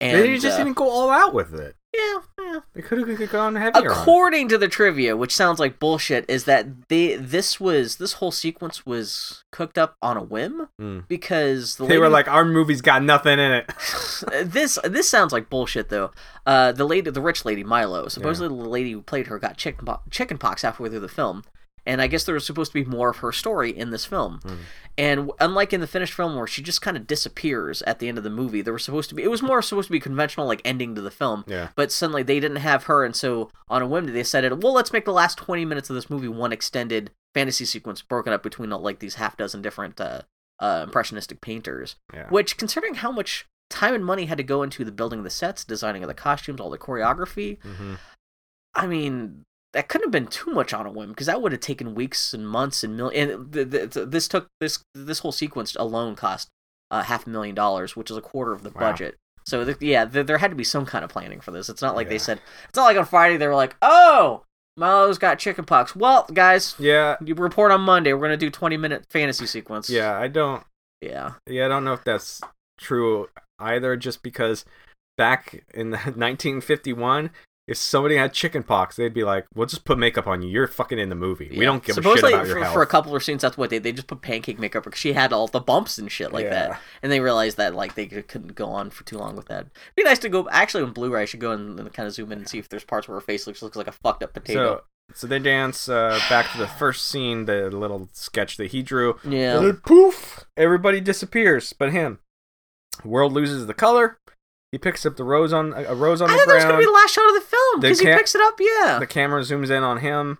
[SPEAKER 2] And
[SPEAKER 1] They just
[SPEAKER 2] uh,
[SPEAKER 1] didn't go all out with it.
[SPEAKER 2] yeah, yeah.
[SPEAKER 1] They could have gone heavier. on it.
[SPEAKER 2] According to the trivia, which sounds like bullshit, is that they this was this whole sequence was cooked up on a whim
[SPEAKER 1] Mm.
[SPEAKER 2] because the
[SPEAKER 1] They were
[SPEAKER 2] lady-
[SPEAKER 1] like, our movie's got nothing in it.
[SPEAKER 2] this this sounds like bullshit though. Uh, the lady, the rich lady Milo, supposedly the lady who played her got chicken po- chickenpox halfway through the film, and I guess there was supposed to be more of her story in this film.
[SPEAKER 1] Hmm.
[SPEAKER 2] And w- unlike in the finished film where she just kind of disappears at the end of the movie, there was supposed to be it was more supposed to be conventional like ending to the film.
[SPEAKER 1] Yeah.
[SPEAKER 2] But suddenly they didn't have her, and so on a whim they decided, well, let's make the last twenty minutes of this movie one extended fantasy sequence broken up between like these half dozen different uh, uh, impressionistic painters.
[SPEAKER 1] Yeah.
[SPEAKER 2] Which, considering how much time and money had to go into the building of the sets, designing of the costumes, all the choreography,
[SPEAKER 1] Mhm.
[SPEAKER 2] I mean, that couldn't have been too much on a whim because that would have taken weeks and months and mil- and th- th- th- this took this this whole sequence alone cost uh, half a million dollars, which is a quarter of the
[SPEAKER 1] Wow.
[SPEAKER 2] budget. So th- yeah, th- there had to be some kind of planning for this. It's not like they
[SPEAKER 1] Yeah.
[SPEAKER 2] said it's not like on Friday they were like, "Oh, Milo's got chickenpox." Well, guys,
[SPEAKER 1] Yeah,
[SPEAKER 2] you report on Monday. We're gonna do twenty minute fantasy sequence.
[SPEAKER 1] yeah. I don't.
[SPEAKER 2] yeah.
[SPEAKER 1] Yeah, I don't know if that's true either. Just because back in the 1951, if somebody had chickenpox, they'd be like, "We'll just put makeup on you. You're fucking in the movie. We
[SPEAKER 2] Yeah.
[SPEAKER 1] don't give a
[SPEAKER 2] Supposedly,
[SPEAKER 1] shit about
[SPEAKER 2] for,
[SPEAKER 1] your health."
[SPEAKER 2] for a couple of scenes, that's what they they just put pancake makeup because she had all the bumps and shit like
[SPEAKER 1] Yeah.
[SPEAKER 2] that, and they realized that like they could- couldn't go on for too long with that. It'd be nice to go actually on Blu-ray. I should go and, and kind of zoom in and see if there's parts where her face looks looks like a fucked up potato.
[SPEAKER 1] so, so they dance uh, back to the first scene, the little sketch that he drew.
[SPEAKER 2] yeah,
[SPEAKER 1] And then poof, everybody disappears, but him. World loses the color. He picks up the rose on a a rose on
[SPEAKER 2] I
[SPEAKER 1] the
[SPEAKER 2] thought that was gonna
[SPEAKER 1] ground.
[SPEAKER 2] be the last shot of the film
[SPEAKER 1] They
[SPEAKER 2] because he
[SPEAKER 1] can't-
[SPEAKER 2] picks it up. Yeah,
[SPEAKER 1] the camera zooms in on him,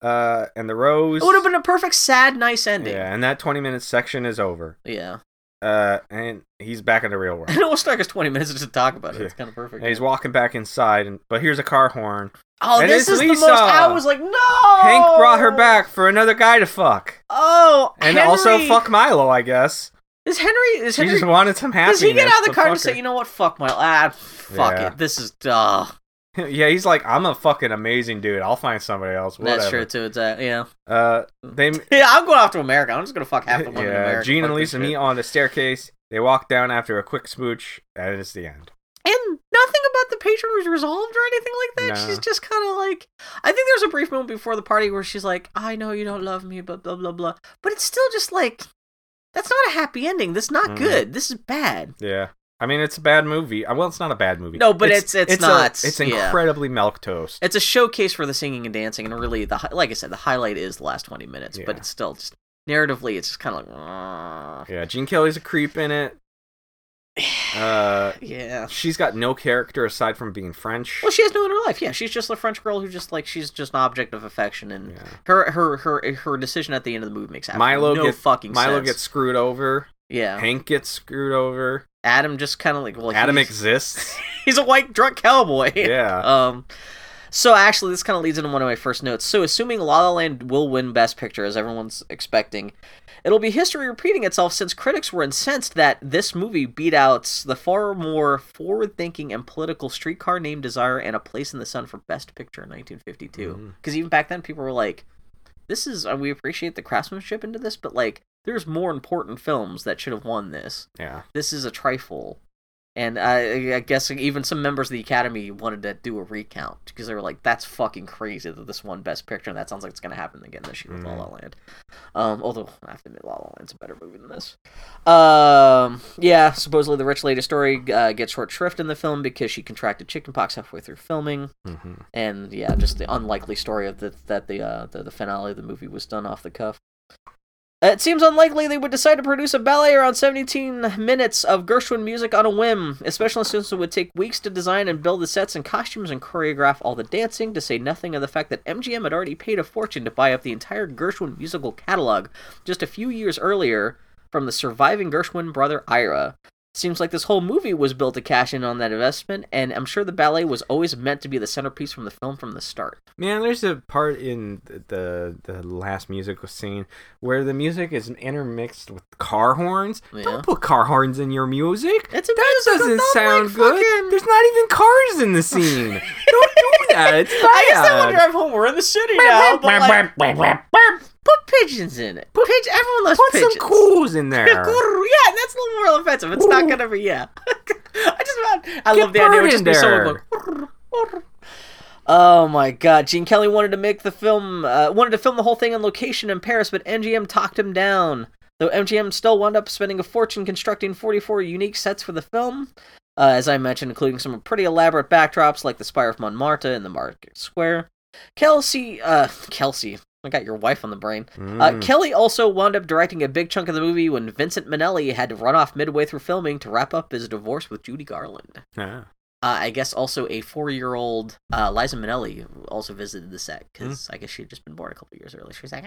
[SPEAKER 1] uh, and the rose.
[SPEAKER 2] it would have been a perfect sad, nice ending.
[SPEAKER 1] Yeah, and that 20 minute section is over.
[SPEAKER 2] Yeah.
[SPEAKER 1] Uh, and he's back in the real world.
[SPEAKER 2] and it will take us twenty minutes just to talk about it.
[SPEAKER 1] Yeah.
[SPEAKER 2] It's kind of perfect.
[SPEAKER 1] and he's walking back inside, and but here's a car horn.
[SPEAKER 2] oh,
[SPEAKER 1] and it's
[SPEAKER 2] this is
[SPEAKER 1] Lisa.
[SPEAKER 2] the most. I was like, no.
[SPEAKER 1] Hank brought her back for another guy to fuck,
[SPEAKER 2] Oh,
[SPEAKER 1] and
[SPEAKER 2] Henry-
[SPEAKER 1] also fuck Milo, I guess.
[SPEAKER 2] Is Henry? Is
[SPEAKER 1] She
[SPEAKER 2] Henry?
[SPEAKER 1] just wanted some happiness.
[SPEAKER 2] Does he get out of the
[SPEAKER 1] to
[SPEAKER 2] car and
[SPEAKER 1] fuck
[SPEAKER 2] say,
[SPEAKER 1] her.
[SPEAKER 2] you know what, fuck my, ah, fuck
[SPEAKER 1] Yeah.
[SPEAKER 2] it, this is, uh,
[SPEAKER 1] yeah, he's like, I'm a fucking amazing dude. I'll find somebody else. Whatever.
[SPEAKER 2] that's true too. It's uh, yeah,
[SPEAKER 1] Uh, they
[SPEAKER 2] yeah. I'm going off to America. I'm just gonna fuck half the women in
[SPEAKER 1] yeah,
[SPEAKER 2] America.
[SPEAKER 1] Gene
[SPEAKER 2] Fuck
[SPEAKER 1] and
[SPEAKER 2] this
[SPEAKER 1] Lisa
[SPEAKER 2] shit.
[SPEAKER 1] meet on the staircase. They walk down after a quick smooch, and it's the end.
[SPEAKER 2] and nothing about the patron was resolved or anything like that.
[SPEAKER 1] No.
[SPEAKER 2] She's just kind of like, I think there's a brief moment before the party where she's like, I know you don't love me, but blah blah blah. But it's still just like, that's not a happy ending. That's not
[SPEAKER 1] Mm.
[SPEAKER 2] good. This is bad.
[SPEAKER 1] Yeah. I mean, it's a bad movie. Uh, Well, it's not a bad movie.
[SPEAKER 2] No, but it's- it's
[SPEAKER 1] a-
[SPEAKER 2] not,
[SPEAKER 1] it's
[SPEAKER 2] yeah.
[SPEAKER 1] incredibly milk toast.
[SPEAKER 2] It's a showcase for the singing and dancing, and really, the hi- like I said, the highlight is the last twenty minutes. But
[SPEAKER 1] Yeah.
[SPEAKER 2] it's still just narratively, it's just kind of like. "Ah."
[SPEAKER 1] Yeah, Gene Kelly's a creep in it. Uh,
[SPEAKER 2] Yeah.
[SPEAKER 1] she's got no character aside from being French.
[SPEAKER 2] Well, she has no in her life. Yeah, she's just a French girl who just like she's just an object of affection, and
[SPEAKER 1] Yeah.
[SPEAKER 2] her her her her decision at the end of the movie makes absolutely
[SPEAKER 1] Milo
[SPEAKER 2] no
[SPEAKER 1] gets
[SPEAKER 2] fucking
[SPEAKER 1] Milo
[SPEAKER 2] sense.
[SPEAKER 1] gets screwed over.
[SPEAKER 2] yeah.
[SPEAKER 1] Hank gets screwed over.
[SPEAKER 2] Adam just kind of like well,
[SPEAKER 1] Adam
[SPEAKER 2] he's,
[SPEAKER 1] exists.
[SPEAKER 2] he's a white drunk cowboy.
[SPEAKER 1] yeah.
[SPEAKER 2] Um. So actually, this kind of leads into one of my first notes. So assuming La La Land will win Best Picture, as everyone's expecting, it'll be history repeating itself since critics were incensed that this movie beat out the far more forward-thinking and political Streetcar Named Desire and A Place in the Sun for Best Picture in 1952. Because even back then, people were like, "This is uh, we appreciate the craftsmanship into this, but like, there's more important films that should have won this."
[SPEAKER 1] Yeah.
[SPEAKER 2] this is a trifle. And I, I guess even some members of the Academy wanted to do a recount because they were like, "That's fucking crazy that this one Best Picture, and that sounds like it's gonna happen again this year with La La Land." Um, although I have to admit, La La Land's a better movie than this. Um, yeah, supposedly the rich lady story uh, gets short shrift in the film because she contracted chickenpox halfway through filming,
[SPEAKER 1] hmm
[SPEAKER 2] and yeah, just the unlikely story of the, that the, uh, the the finale of the movie was done off the cuff. It seems unlikely they would decide to produce a ballet around 17 minutes of Gershwin music on a whim, especially since it would take weeks to design and build the sets and costumes and choreograph all the dancing, to say nothing of the fact that MGM had already paid a fortune to buy up the entire Gershwin musical catalog just a few years earlier from the surviving Gershwin brother Ira. Seems like this whole movie was built to cash in on that investment, and I'm sure the ballet was always meant to be the centerpiece from the film from the start.
[SPEAKER 1] Man, there's a part in the the last musical scene where the music is intermixed with car horns.
[SPEAKER 2] Yeah.
[SPEAKER 1] Don't put car horns in your music.
[SPEAKER 2] It's a
[SPEAKER 1] that
[SPEAKER 2] musical,
[SPEAKER 1] doesn't
[SPEAKER 2] don't
[SPEAKER 1] sound
[SPEAKER 2] like
[SPEAKER 1] good.
[SPEAKER 2] fucking-
[SPEAKER 1] There's not even cars in the scene. Don't do that. It's bad.
[SPEAKER 2] I guess that when drive home, we're in the city now. But like, put pigeons in it. Put pigeon. Everyone loves
[SPEAKER 1] Put
[SPEAKER 2] pigeons.
[SPEAKER 1] some cools in there.
[SPEAKER 2] Yeah, and that's a little more offensive. It's not gonna be yeah. I just want. I
[SPEAKER 1] Get
[SPEAKER 2] love the idea
[SPEAKER 1] Bird
[SPEAKER 2] of just
[SPEAKER 1] in
[SPEAKER 2] be someone
[SPEAKER 1] there.
[SPEAKER 2] going. "Orr, orr." Oh my God! Gene Kelly wanted to make the film, uh, wanted to film the whole thing on location in Paris, but MGM talked him down. Though MGM still wound up spending a fortune constructing 44 unique sets for the film, uh, as I mentioned, including some pretty elaborate backdrops like the Spire of Montmartre and the Market Square. Kelsey, uh, Kelsey, I got your wife on the brain.
[SPEAKER 1] Hmm.
[SPEAKER 2] Uh, Kelly also wound up directing a big chunk of the movie when Vincent Minnelli had to run off midway through filming to wrap up his divorce with Judy Garland.
[SPEAKER 1] Yeah.
[SPEAKER 2] Uh, I guess also a four-year-old uh, Liza Minnelli also visited the set
[SPEAKER 1] Hmm.
[SPEAKER 2] because I guess she had just been born a couple years earlier. She was like,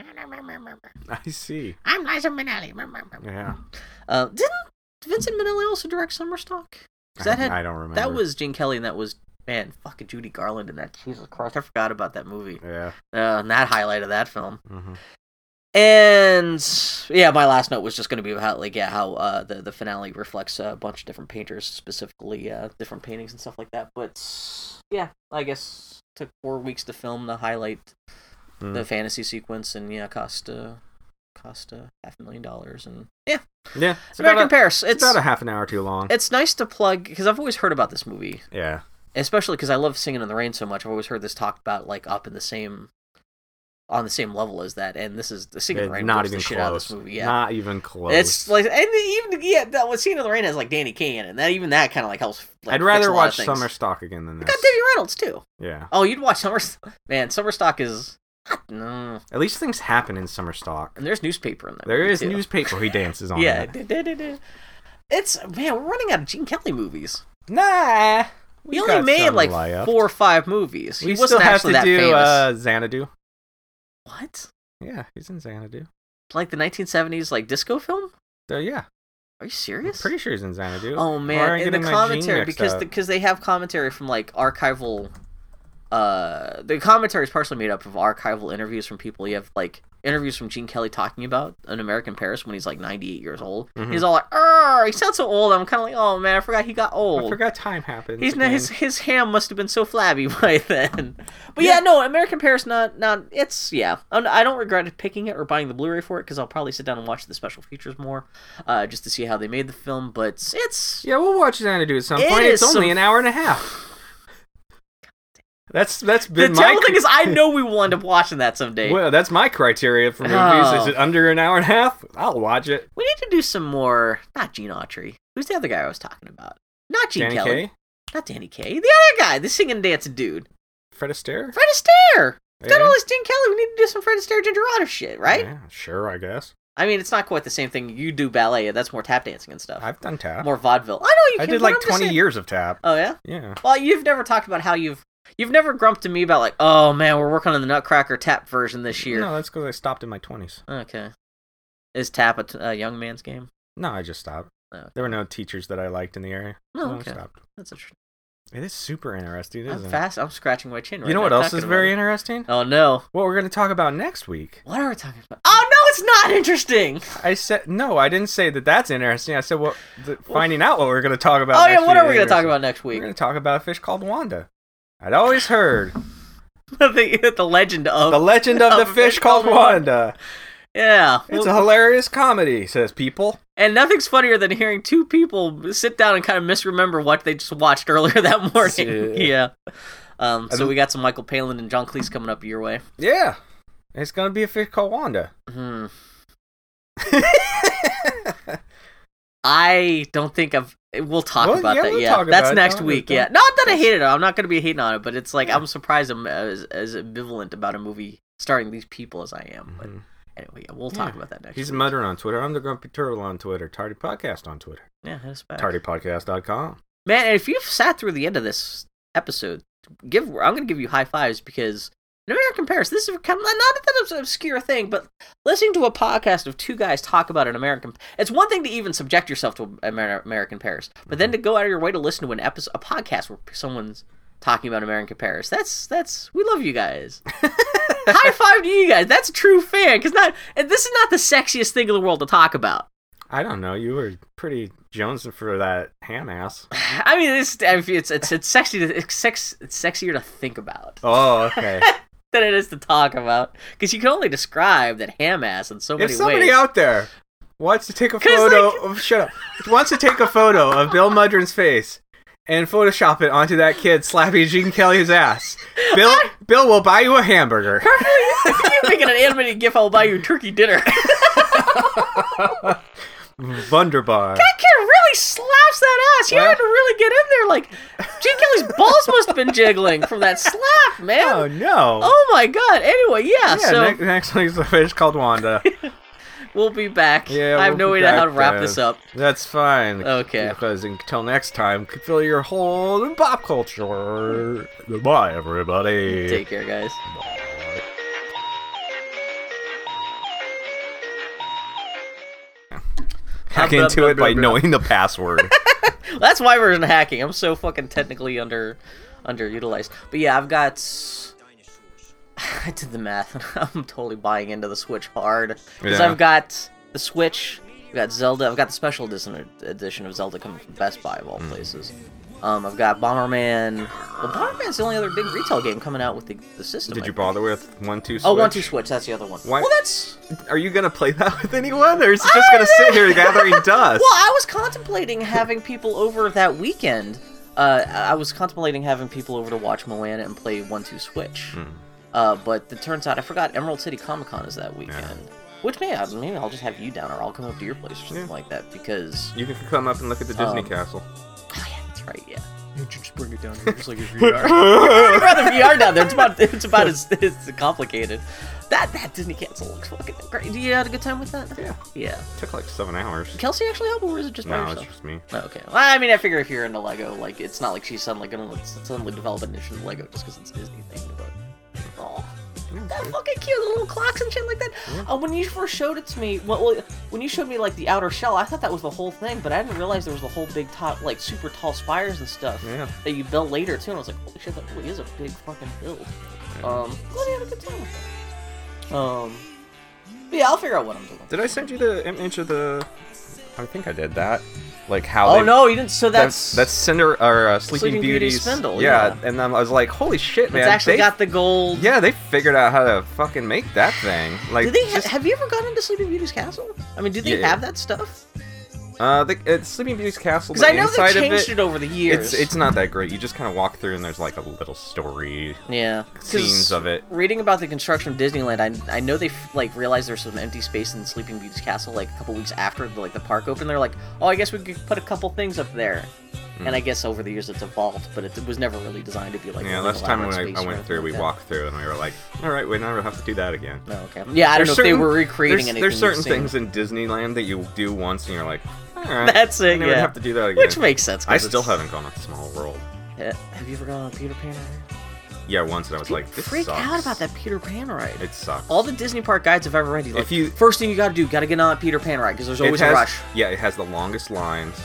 [SPEAKER 2] "Ah,
[SPEAKER 1] I see.
[SPEAKER 5] I'm Liza Minnelli.
[SPEAKER 1] Yeah.
[SPEAKER 2] uh, "Didn't Vincent Minnelli also direct Summerstock? 'Cause that
[SPEAKER 1] I,
[SPEAKER 2] had
[SPEAKER 1] I don't remember.
[SPEAKER 2] that was Gene Kelly and that was man fucking Judy Garland in that. Jesus Christ, I forgot about that movie.
[SPEAKER 1] Yeah.
[SPEAKER 2] Uh, and that highlight of that film.
[SPEAKER 1] Mm-hmm.
[SPEAKER 2] And yeah, my last note was just going to be about like yeah how uh, the the finale reflects a bunch of different painters, specifically uh, different paintings and stuff like that. But yeah, I guess took four weeks to film the highlight,
[SPEAKER 1] Mm.
[SPEAKER 2] the fantasy sequence, and yeah, cost uh, cost uh, half a million dollars. And yeah,
[SPEAKER 1] Yeah. It's about,
[SPEAKER 2] American
[SPEAKER 1] a,
[SPEAKER 2] Paris. It's
[SPEAKER 1] it's about a half an hour too long.
[SPEAKER 2] it's nice to plug because I've always heard about this movie,
[SPEAKER 1] Yeah.
[SPEAKER 2] especially because I love Singing in the Rain so much. I've always heard this talked about like up in the same. On the same level as that, and this is the Singing in the
[SPEAKER 1] It's
[SPEAKER 2] Rain.
[SPEAKER 1] not
[SPEAKER 2] blows the
[SPEAKER 1] even
[SPEAKER 2] shit out of this
[SPEAKER 1] close.
[SPEAKER 2] movie. Yeah,
[SPEAKER 1] Not even close.
[SPEAKER 2] It's like and even yeah, that was Cena Lorraine has like Danny Kane, and that even that kind of like helps. Like,
[SPEAKER 1] I'd
[SPEAKER 2] fix a
[SPEAKER 1] rather
[SPEAKER 2] lot
[SPEAKER 1] watch
[SPEAKER 2] of things.
[SPEAKER 1] Summer Stock again than this.
[SPEAKER 2] Got Debbie Reynolds too.
[SPEAKER 1] Yeah.
[SPEAKER 2] Oh, you'd watch Summer. Man, Summer Stock is no,
[SPEAKER 1] At least things happen in Summer Stock.
[SPEAKER 2] and there's newspaper in there.
[SPEAKER 1] There is
[SPEAKER 2] too.
[SPEAKER 1] newspaper he dances on.
[SPEAKER 2] Yeah,
[SPEAKER 1] it.
[SPEAKER 2] da-da-da-da. it's man, we're running out of Gene Kelly movies.
[SPEAKER 1] Nah.
[SPEAKER 2] He only made like four or five movies.
[SPEAKER 1] We
[SPEAKER 2] he
[SPEAKER 1] still
[SPEAKER 2] wasn't
[SPEAKER 1] have
[SPEAKER 2] actually
[SPEAKER 1] to
[SPEAKER 2] that
[SPEAKER 1] do
[SPEAKER 2] famous.
[SPEAKER 1] uh, Xanadu.
[SPEAKER 2] What?
[SPEAKER 1] Yeah, he's in Xanadu.
[SPEAKER 2] Like the 1970s, like disco film?
[SPEAKER 1] Uh, yeah,
[SPEAKER 2] Are you
[SPEAKER 1] I'm
[SPEAKER 2] serious?
[SPEAKER 1] pretty sure he's in Xanadu.
[SPEAKER 2] Oh
[SPEAKER 1] Or
[SPEAKER 2] man,
[SPEAKER 1] I'm
[SPEAKER 2] in the
[SPEAKER 1] getting my gene
[SPEAKER 2] commentary
[SPEAKER 1] mixed
[SPEAKER 2] because
[SPEAKER 1] up.
[SPEAKER 2] because they have commentary from like archival. Uh, the commentary is partially made up of archival interviews from people. You have like interviews from Gene Kelly talking about an American Paris when he's like 98 years old.
[SPEAKER 1] Mhm.
[SPEAKER 2] He's all like, "Oh, he sounds so old." I'm kind of like, "Oh man, I forgot he got
[SPEAKER 1] I
[SPEAKER 2] old."
[SPEAKER 1] forgot time happens.
[SPEAKER 2] He's
[SPEAKER 1] again.
[SPEAKER 2] his his ham must have been so flabby by then. But yeah, no, American Paris not not it's yeah. I'm- I don't regret picking it or buying the Blu-ray for it because I'll probably sit down and watch the special features more, uh, just to see how they made the film. But it's
[SPEAKER 1] Yeah, we'll watch Xanadu at some
[SPEAKER 2] It
[SPEAKER 1] point.
[SPEAKER 2] is
[SPEAKER 1] It's only
[SPEAKER 2] some-
[SPEAKER 1] an hour and a half. That's that's
[SPEAKER 2] The
[SPEAKER 1] been my
[SPEAKER 2] terrible thing is, I know we will end up watching that someday.
[SPEAKER 1] well, that's my criteria for movies.
[SPEAKER 2] Oh.
[SPEAKER 1] Is it under an hour and a half? I'll watch it.
[SPEAKER 2] We need to do some more. Not Gene Autry. Who's the other guy I was talking about? Not Gene
[SPEAKER 1] Danny
[SPEAKER 2] Kelly.
[SPEAKER 1] Kaye,
[SPEAKER 2] Not Danny Kaye. The other guy, the singing and dancing dude,
[SPEAKER 1] Fred Astaire.
[SPEAKER 2] Fred Astaire. We've Got
[SPEAKER 1] Yeah.
[SPEAKER 2] all this Gene Kelly. We need to do some Fred Astaire, Ginger Rogers shit, right?
[SPEAKER 1] Yeah, sure, I guess.
[SPEAKER 2] I mean, it's not quite the same thing. You do ballet. That's more tap dancing and stuff.
[SPEAKER 1] I've done tap.
[SPEAKER 2] More vaudeville. I know you.
[SPEAKER 1] uh, I
[SPEAKER 2] can,
[SPEAKER 1] did
[SPEAKER 2] but
[SPEAKER 1] like
[SPEAKER 2] I'm just
[SPEAKER 1] 20
[SPEAKER 2] saying-
[SPEAKER 1] years of tap.
[SPEAKER 2] Oh yeah.
[SPEAKER 1] Yeah.
[SPEAKER 2] Well, you've never talked about how you've you've never grumped to me about like, oh man, we're working on the Nutcracker tap version this year.
[SPEAKER 1] No, that's because I stopped in my 20s.
[SPEAKER 2] Okay. Is tap a, t- a young man's game?
[SPEAKER 1] No, I just stopped.
[SPEAKER 2] Oh.
[SPEAKER 1] There were no teachers that I liked in the area.
[SPEAKER 2] Oh,
[SPEAKER 1] so
[SPEAKER 2] okay.
[SPEAKER 1] I stopped.
[SPEAKER 2] That's interesting.
[SPEAKER 1] It is super interesting,
[SPEAKER 2] I'm
[SPEAKER 1] isn't it?
[SPEAKER 2] fast. I'm scratching my chin. Right
[SPEAKER 1] you know
[SPEAKER 2] now
[SPEAKER 1] what else
[SPEAKER 2] talking
[SPEAKER 1] is
[SPEAKER 2] about
[SPEAKER 1] very
[SPEAKER 2] it.
[SPEAKER 1] interesting?
[SPEAKER 2] Oh no!
[SPEAKER 1] What we're going to talk about next week.
[SPEAKER 2] What are we talking about? Oh no! It's not interesting.
[SPEAKER 1] I said no. I didn't say that. That's interesting. I said what the, finding out what we're going to talk about.
[SPEAKER 2] oh
[SPEAKER 1] next
[SPEAKER 2] yeah, what
[SPEAKER 1] week
[SPEAKER 2] are we
[SPEAKER 1] is
[SPEAKER 2] gonna talk
[SPEAKER 1] interesting.
[SPEAKER 2] about next
[SPEAKER 1] We're
[SPEAKER 2] week?
[SPEAKER 1] going to talk about a fish called Wanda. I'd always heard
[SPEAKER 2] the, the legend of
[SPEAKER 1] the legend of the fish called Wanda.
[SPEAKER 2] yeah,
[SPEAKER 1] It's a hilarious comedy, says people.
[SPEAKER 2] and nothing's funnier than hearing two people sit down and kind of misremember what they just watched earlier that morning. yeah. Um, so
[SPEAKER 1] don't-
[SPEAKER 2] we got some Michael Palin and John Cleese coming up your way.
[SPEAKER 1] Yeah, it's going to be a fish called Wanda. Mm.
[SPEAKER 2] Hmm. I don't think I've. eh, We'll talk
[SPEAKER 1] Well,
[SPEAKER 2] about
[SPEAKER 1] yeah,
[SPEAKER 2] that.
[SPEAKER 1] we'll
[SPEAKER 2] yeah,
[SPEAKER 1] talk
[SPEAKER 2] that's
[SPEAKER 1] about it.
[SPEAKER 2] next
[SPEAKER 1] Don't-
[SPEAKER 2] week.
[SPEAKER 1] don't-
[SPEAKER 2] Yeah, not that I hate it. I'm not going to be hating on it, but it's like I'm surprised I'm as, as ambivalent about a movie starring these people as I am. But
[SPEAKER 1] Mhm.
[SPEAKER 2] anyway, yeah, we'll talk
[SPEAKER 1] Yeah.
[SPEAKER 2] about that next.
[SPEAKER 1] He's
[SPEAKER 2] week.
[SPEAKER 1] muttering on Twitter. I'm the Grumpy Turtle on Twitter. Tardy Podcast on Twitter.
[SPEAKER 2] yeah, that's bad.
[SPEAKER 1] TardyPodcast.com.
[SPEAKER 2] Man, and if you've sat through the end of this episode, give I'm going to give you high fives because An American Paris. This is kind of not that it's an obscure thing, but listening to a podcast of two guys talk about an American, it's one thing to even subject yourself to Amer- American Paris, but then to go out of your way to listen to an episode, a podcast where someone's talking about American Paris. That's that's we love you guys. High five to you guys. That's a true fan because not and this is not the sexiest thing in the world to talk about.
[SPEAKER 1] I don't know. You were pretty jonesing for that ham ass.
[SPEAKER 2] I mean, it's I mean, it's it's it's sexy. To, it's sex. It's sexier to think about
[SPEAKER 1] Oh, okay.
[SPEAKER 2] than it is to talk about because you can only describe that ham ass in so
[SPEAKER 1] if
[SPEAKER 2] many
[SPEAKER 1] somebody
[SPEAKER 2] ways.
[SPEAKER 1] out there wants to take a
[SPEAKER 2] 'Cause,
[SPEAKER 1] photo of shut up, wants to take a photo of Bill Mudrin's face and Photoshop it onto that kid slapping Gene Kelly's ass, Bill Bill will buy you a hamburger.
[SPEAKER 2] if you make an animated gif, I'll buy you a turkey dinner. that
[SPEAKER 1] Wunderbar.
[SPEAKER 2] kid really slaps that ass. You had to really get in there. Like, Gene Kelly's balls must have been jiggling from that slap, man.
[SPEAKER 1] Oh
[SPEAKER 2] Oh,
[SPEAKER 1] no.
[SPEAKER 2] my god. Anyway,
[SPEAKER 1] yeah,
[SPEAKER 2] yeah. so
[SPEAKER 1] ne- next week's the fish called Wanda.
[SPEAKER 2] we'll be back.
[SPEAKER 1] Yeah,
[SPEAKER 2] I have
[SPEAKER 1] we'll
[SPEAKER 2] no
[SPEAKER 1] be
[SPEAKER 2] idea how to
[SPEAKER 1] back
[SPEAKER 2] wrap
[SPEAKER 1] then.
[SPEAKER 2] this up.
[SPEAKER 1] That's fine.
[SPEAKER 2] Okay.
[SPEAKER 1] Because until next time, fill your hole in pop culture. Goodbye, everybody.
[SPEAKER 2] Take care, guys.
[SPEAKER 1] Hack into it by knowing the password.
[SPEAKER 2] That's my version of hacking. I'm so fucking technically under underutilized. But yeah, I've got. s- I did the math. I'm totally buying into the Switch hard because
[SPEAKER 1] Yeah.
[SPEAKER 2] I've got the Switch. I've got Zelda. I've got the special edition edition of Zelda coming from Best Buy of all
[SPEAKER 1] Mm.
[SPEAKER 2] places. Um, I've got Bomberman. Well, Bomberman's the only other big retail game coming out with the, the system.
[SPEAKER 1] Did
[SPEAKER 2] I
[SPEAKER 1] you
[SPEAKER 2] think.
[SPEAKER 1] bother with one two? Switch?
[SPEAKER 2] Oh, One Two Switch. That's the other one.
[SPEAKER 1] Why-
[SPEAKER 2] Well, that's
[SPEAKER 1] Are you gonna play that with anyone, or is it just gonna sit here gathering dust?
[SPEAKER 2] Well, I was contemplating having people over that weekend. Uh, I was contemplating having people over to watch Moana and play One Two Switch.
[SPEAKER 1] Hmm.
[SPEAKER 2] Uh, but it turns out I forgot Emerald City Comic Con is that weekend. Which may I maybe I'll just have you down, or I'll come up to your place or something
[SPEAKER 1] Yeah.
[SPEAKER 2] like that. Because
[SPEAKER 1] You can come up and look at the Disney
[SPEAKER 2] Um,
[SPEAKER 1] castle.
[SPEAKER 2] oh yeah, that's right. Yeah,
[SPEAKER 3] You should just bring it down here, just like if you are.
[SPEAKER 2] I'd rather VR down there. It's about it's about as it's complicated. That that Disney cancel looks fucking great. You had a good time with that?
[SPEAKER 1] Yeah.
[SPEAKER 2] Yeah.
[SPEAKER 1] took like seven hours.
[SPEAKER 2] Kelsey actually help, or is it just by
[SPEAKER 1] No, it's
[SPEAKER 2] yourself?
[SPEAKER 1] just me.
[SPEAKER 2] Oh, okay. Well, I mean, I figure if you're into Lego, like, it's not like she's suddenly gonna like, suddenly develop an issue with Lego just because it's Disney thing. But oh, that fucking cute the little clocks and shit like that. Uh, when you first showed it to me, well, well, when you showed me like the outer shell, I thought that was the whole thing, but I didn't realize there was the whole big top, like super tall spires and stuff
[SPEAKER 1] Yeah.
[SPEAKER 2] that you build later too. And I was like, holy shit, that really is a big fucking build. Um, glad you had a good time with that. Um, but yeah, I'll figure out what I'm doing.
[SPEAKER 1] Did I send you the image of the? I think I did that. Like how?
[SPEAKER 2] Oh
[SPEAKER 1] they-
[SPEAKER 2] no, you didn't. So
[SPEAKER 1] That's
[SPEAKER 2] that's
[SPEAKER 1] that's Cinder or uh, Sleeping,
[SPEAKER 2] Sleeping Beauty's
[SPEAKER 1] Beauty's
[SPEAKER 2] spindle, yeah.
[SPEAKER 1] and then I was like, holy shit, man!
[SPEAKER 2] it's actually
[SPEAKER 1] they-
[SPEAKER 2] got the gold.
[SPEAKER 1] yeah, they figured out how to fucking make that thing. Like,
[SPEAKER 2] do they ha-
[SPEAKER 1] just,
[SPEAKER 2] have you ever gone into Sleeping Beauty's castle? I mean, do they
[SPEAKER 1] Yeah.
[SPEAKER 2] have that stuff?
[SPEAKER 1] uh, the, it's Sleeping Beauty's castle.
[SPEAKER 2] Because I know
[SPEAKER 1] inside
[SPEAKER 2] they changed it,
[SPEAKER 1] of it,
[SPEAKER 2] over the years.
[SPEAKER 1] it's it's not that great. You just kind of walk through, and there's like a little story
[SPEAKER 2] yeah 'Cause
[SPEAKER 1] scenes of it.
[SPEAKER 2] Reading about the construction of Disneyland, I, I know they f- like realized there's some empty space in Sleeping Beauty's castle. Like a couple weeks after the, like the park opened, they're like, oh, I guess we could put a couple things up there.
[SPEAKER 1] Hmm.
[SPEAKER 2] And I guess over the years it's evolved, but it was never really designed to be like.
[SPEAKER 1] Yeah,
[SPEAKER 2] a
[SPEAKER 1] last time when I,
[SPEAKER 2] elaborate space
[SPEAKER 1] I
[SPEAKER 2] or
[SPEAKER 1] went
[SPEAKER 2] anything
[SPEAKER 1] through,
[SPEAKER 2] like
[SPEAKER 1] we
[SPEAKER 2] that.
[SPEAKER 1] walked through, and we were like, all right, we never have to do that again.
[SPEAKER 2] No, Oh, okay. Yeah, I don't
[SPEAKER 1] There's
[SPEAKER 2] know if
[SPEAKER 1] certain-
[SPEAKER 2] they were recreating
[SPEAKER 1] there's,
[SPEAKER 2] anything.
[SPEAKER 1] There's certain
[SPEAKER 2] same.
[SPEAKER 1] things in Disneyland that you do once, and you're like, all right,
[SPEAKER 2] That's
[SPEAKER 1] I
[SPEAKER 2] it,
[SPEAKER 1] never
[SPEAKER 2] yeah.
[SPEAKER 1] have to do that again.
[SPEAKER 2] which makes sense.
[SPEAKER 1] I
[SPEAKER 2] 'cause
[SPEAKER 1] still
[SPEAKER 2] it's-
[SPEAKER 1] haven't gone on Small World.
[SPEAKER 2] Yeah. Have you ever gone on Peter Pan? ride?
[SPEAKER 1] Yeah, once, and I was like, this
[SPEAKER 2] freak
[SPEAKER 1] sucks.
[SPEAKER 2] out about that Peter Pan ride.
[SPEAKER 1] It sucks.
[SPEAKER 2] all the Disney park guides I've ever read, you like,
[SPEAKER 1] If you-
[SPEAKER 2] first thing you gotta do, gotta get on that Peter Pan ride because there's always
[SPEAKER 1] it has,
[SPEAKER 2] a rush.
[SPEAKER 1] Yeah, it has the longest lines.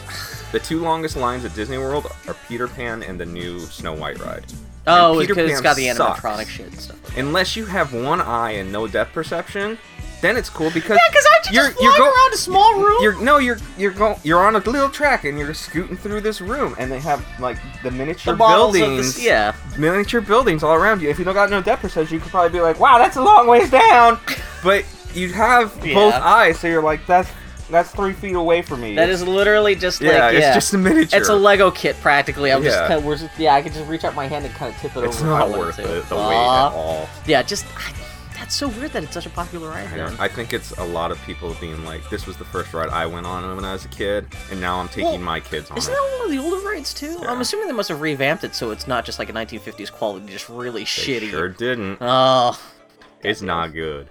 [SPEAKER 1] the two longest lines at Disney World are Peter Pan and the new Snow White ride.
[SPEAKER 2] Oh,
[SPEAKER 1] Peter
[SPEAKER 2] because it's
[SPEAKER 1] Pan
[SPEAKER 2] got the
[SPEAKER 1] sucks.
[SPEAKER 2] animatronic shit and stuff. Like that.
[SPEAKER 1] Unless you have one eye and no depth perception, then it's cool because
[SPEAKER 2] Yeah, because aren't you
[SPEAKER 1] you're,
[SPEAKER 2] just
[SPEAKER 1] you're
[SPEAKER 2] flying
[SPEAKER 1] go-
[SPEAKER 2] around a small room?
[SPEAKER 1] You're no, you're you're going you're on a little track and you're scooting through this room and they have like the miniature
[SPEAKER 2] the bottles of
[SPEAKER 1] buildings,
[SPEAKER 2] this, yeah.
[SPEAKER 1] miniature buildings all around you. If you don't got no depth perception, you could probably be like, wow, that's a long ways down, but you have
[SPEAKER 2] Yeah.
[SPEAKER 1] both eyes, so you're like, that's that's three feet away from me.
[SPEAKER 2] That is literally just like
[SPEAKER 1] yeah,
[SPEAKER 2] yeah,
[SPEAKER 1] it's just a miniature.
[SPEAKER 2] It's a Lego kit practically. I'm just
[SPEAKER 1] Yeah.
[SPEAKER 2] kinda, we're just yeah, I can just reach out my hand and kind of tip it
[SPEAKER 1] It's
[SPEAKER 2] over. if I
[SPEAKER 1] not
[SPEAKER 2] wanted
[SPEAKER 1] worth
[SPEAKER 2] to.
[SPEAKER 1] it, the weight at
[SPEAKER 2] Aw.
[SPEAKER 1] all.
[SPEAKER 2] Yeah, just I, that's so weird that it's such a popular ride.
[SPEAKER 1] I,
[SPEAKER 2] Then.
[SPEAKER 1] know. I think it's a lot of people being like, this was the first ride I went on when I was a kid, and now I'm taking
[SPEAKER 2] Well,
[SPEAKER 1] my kids on it.
[SPEAKER 2] Isn't that one of the older rides too?
[SPEAKER 1] Yeah.
[SPEAKER 2] I'm assuming they must have revamped it so it's not just like a 1950s quality, just really
[SPEAKER 1] They
[SPEAKER 2] shitty.
[SPEAKER 1] Sure didn't.
[SPEAKER 2] Oh,
[SPEAKER 1] It's not good.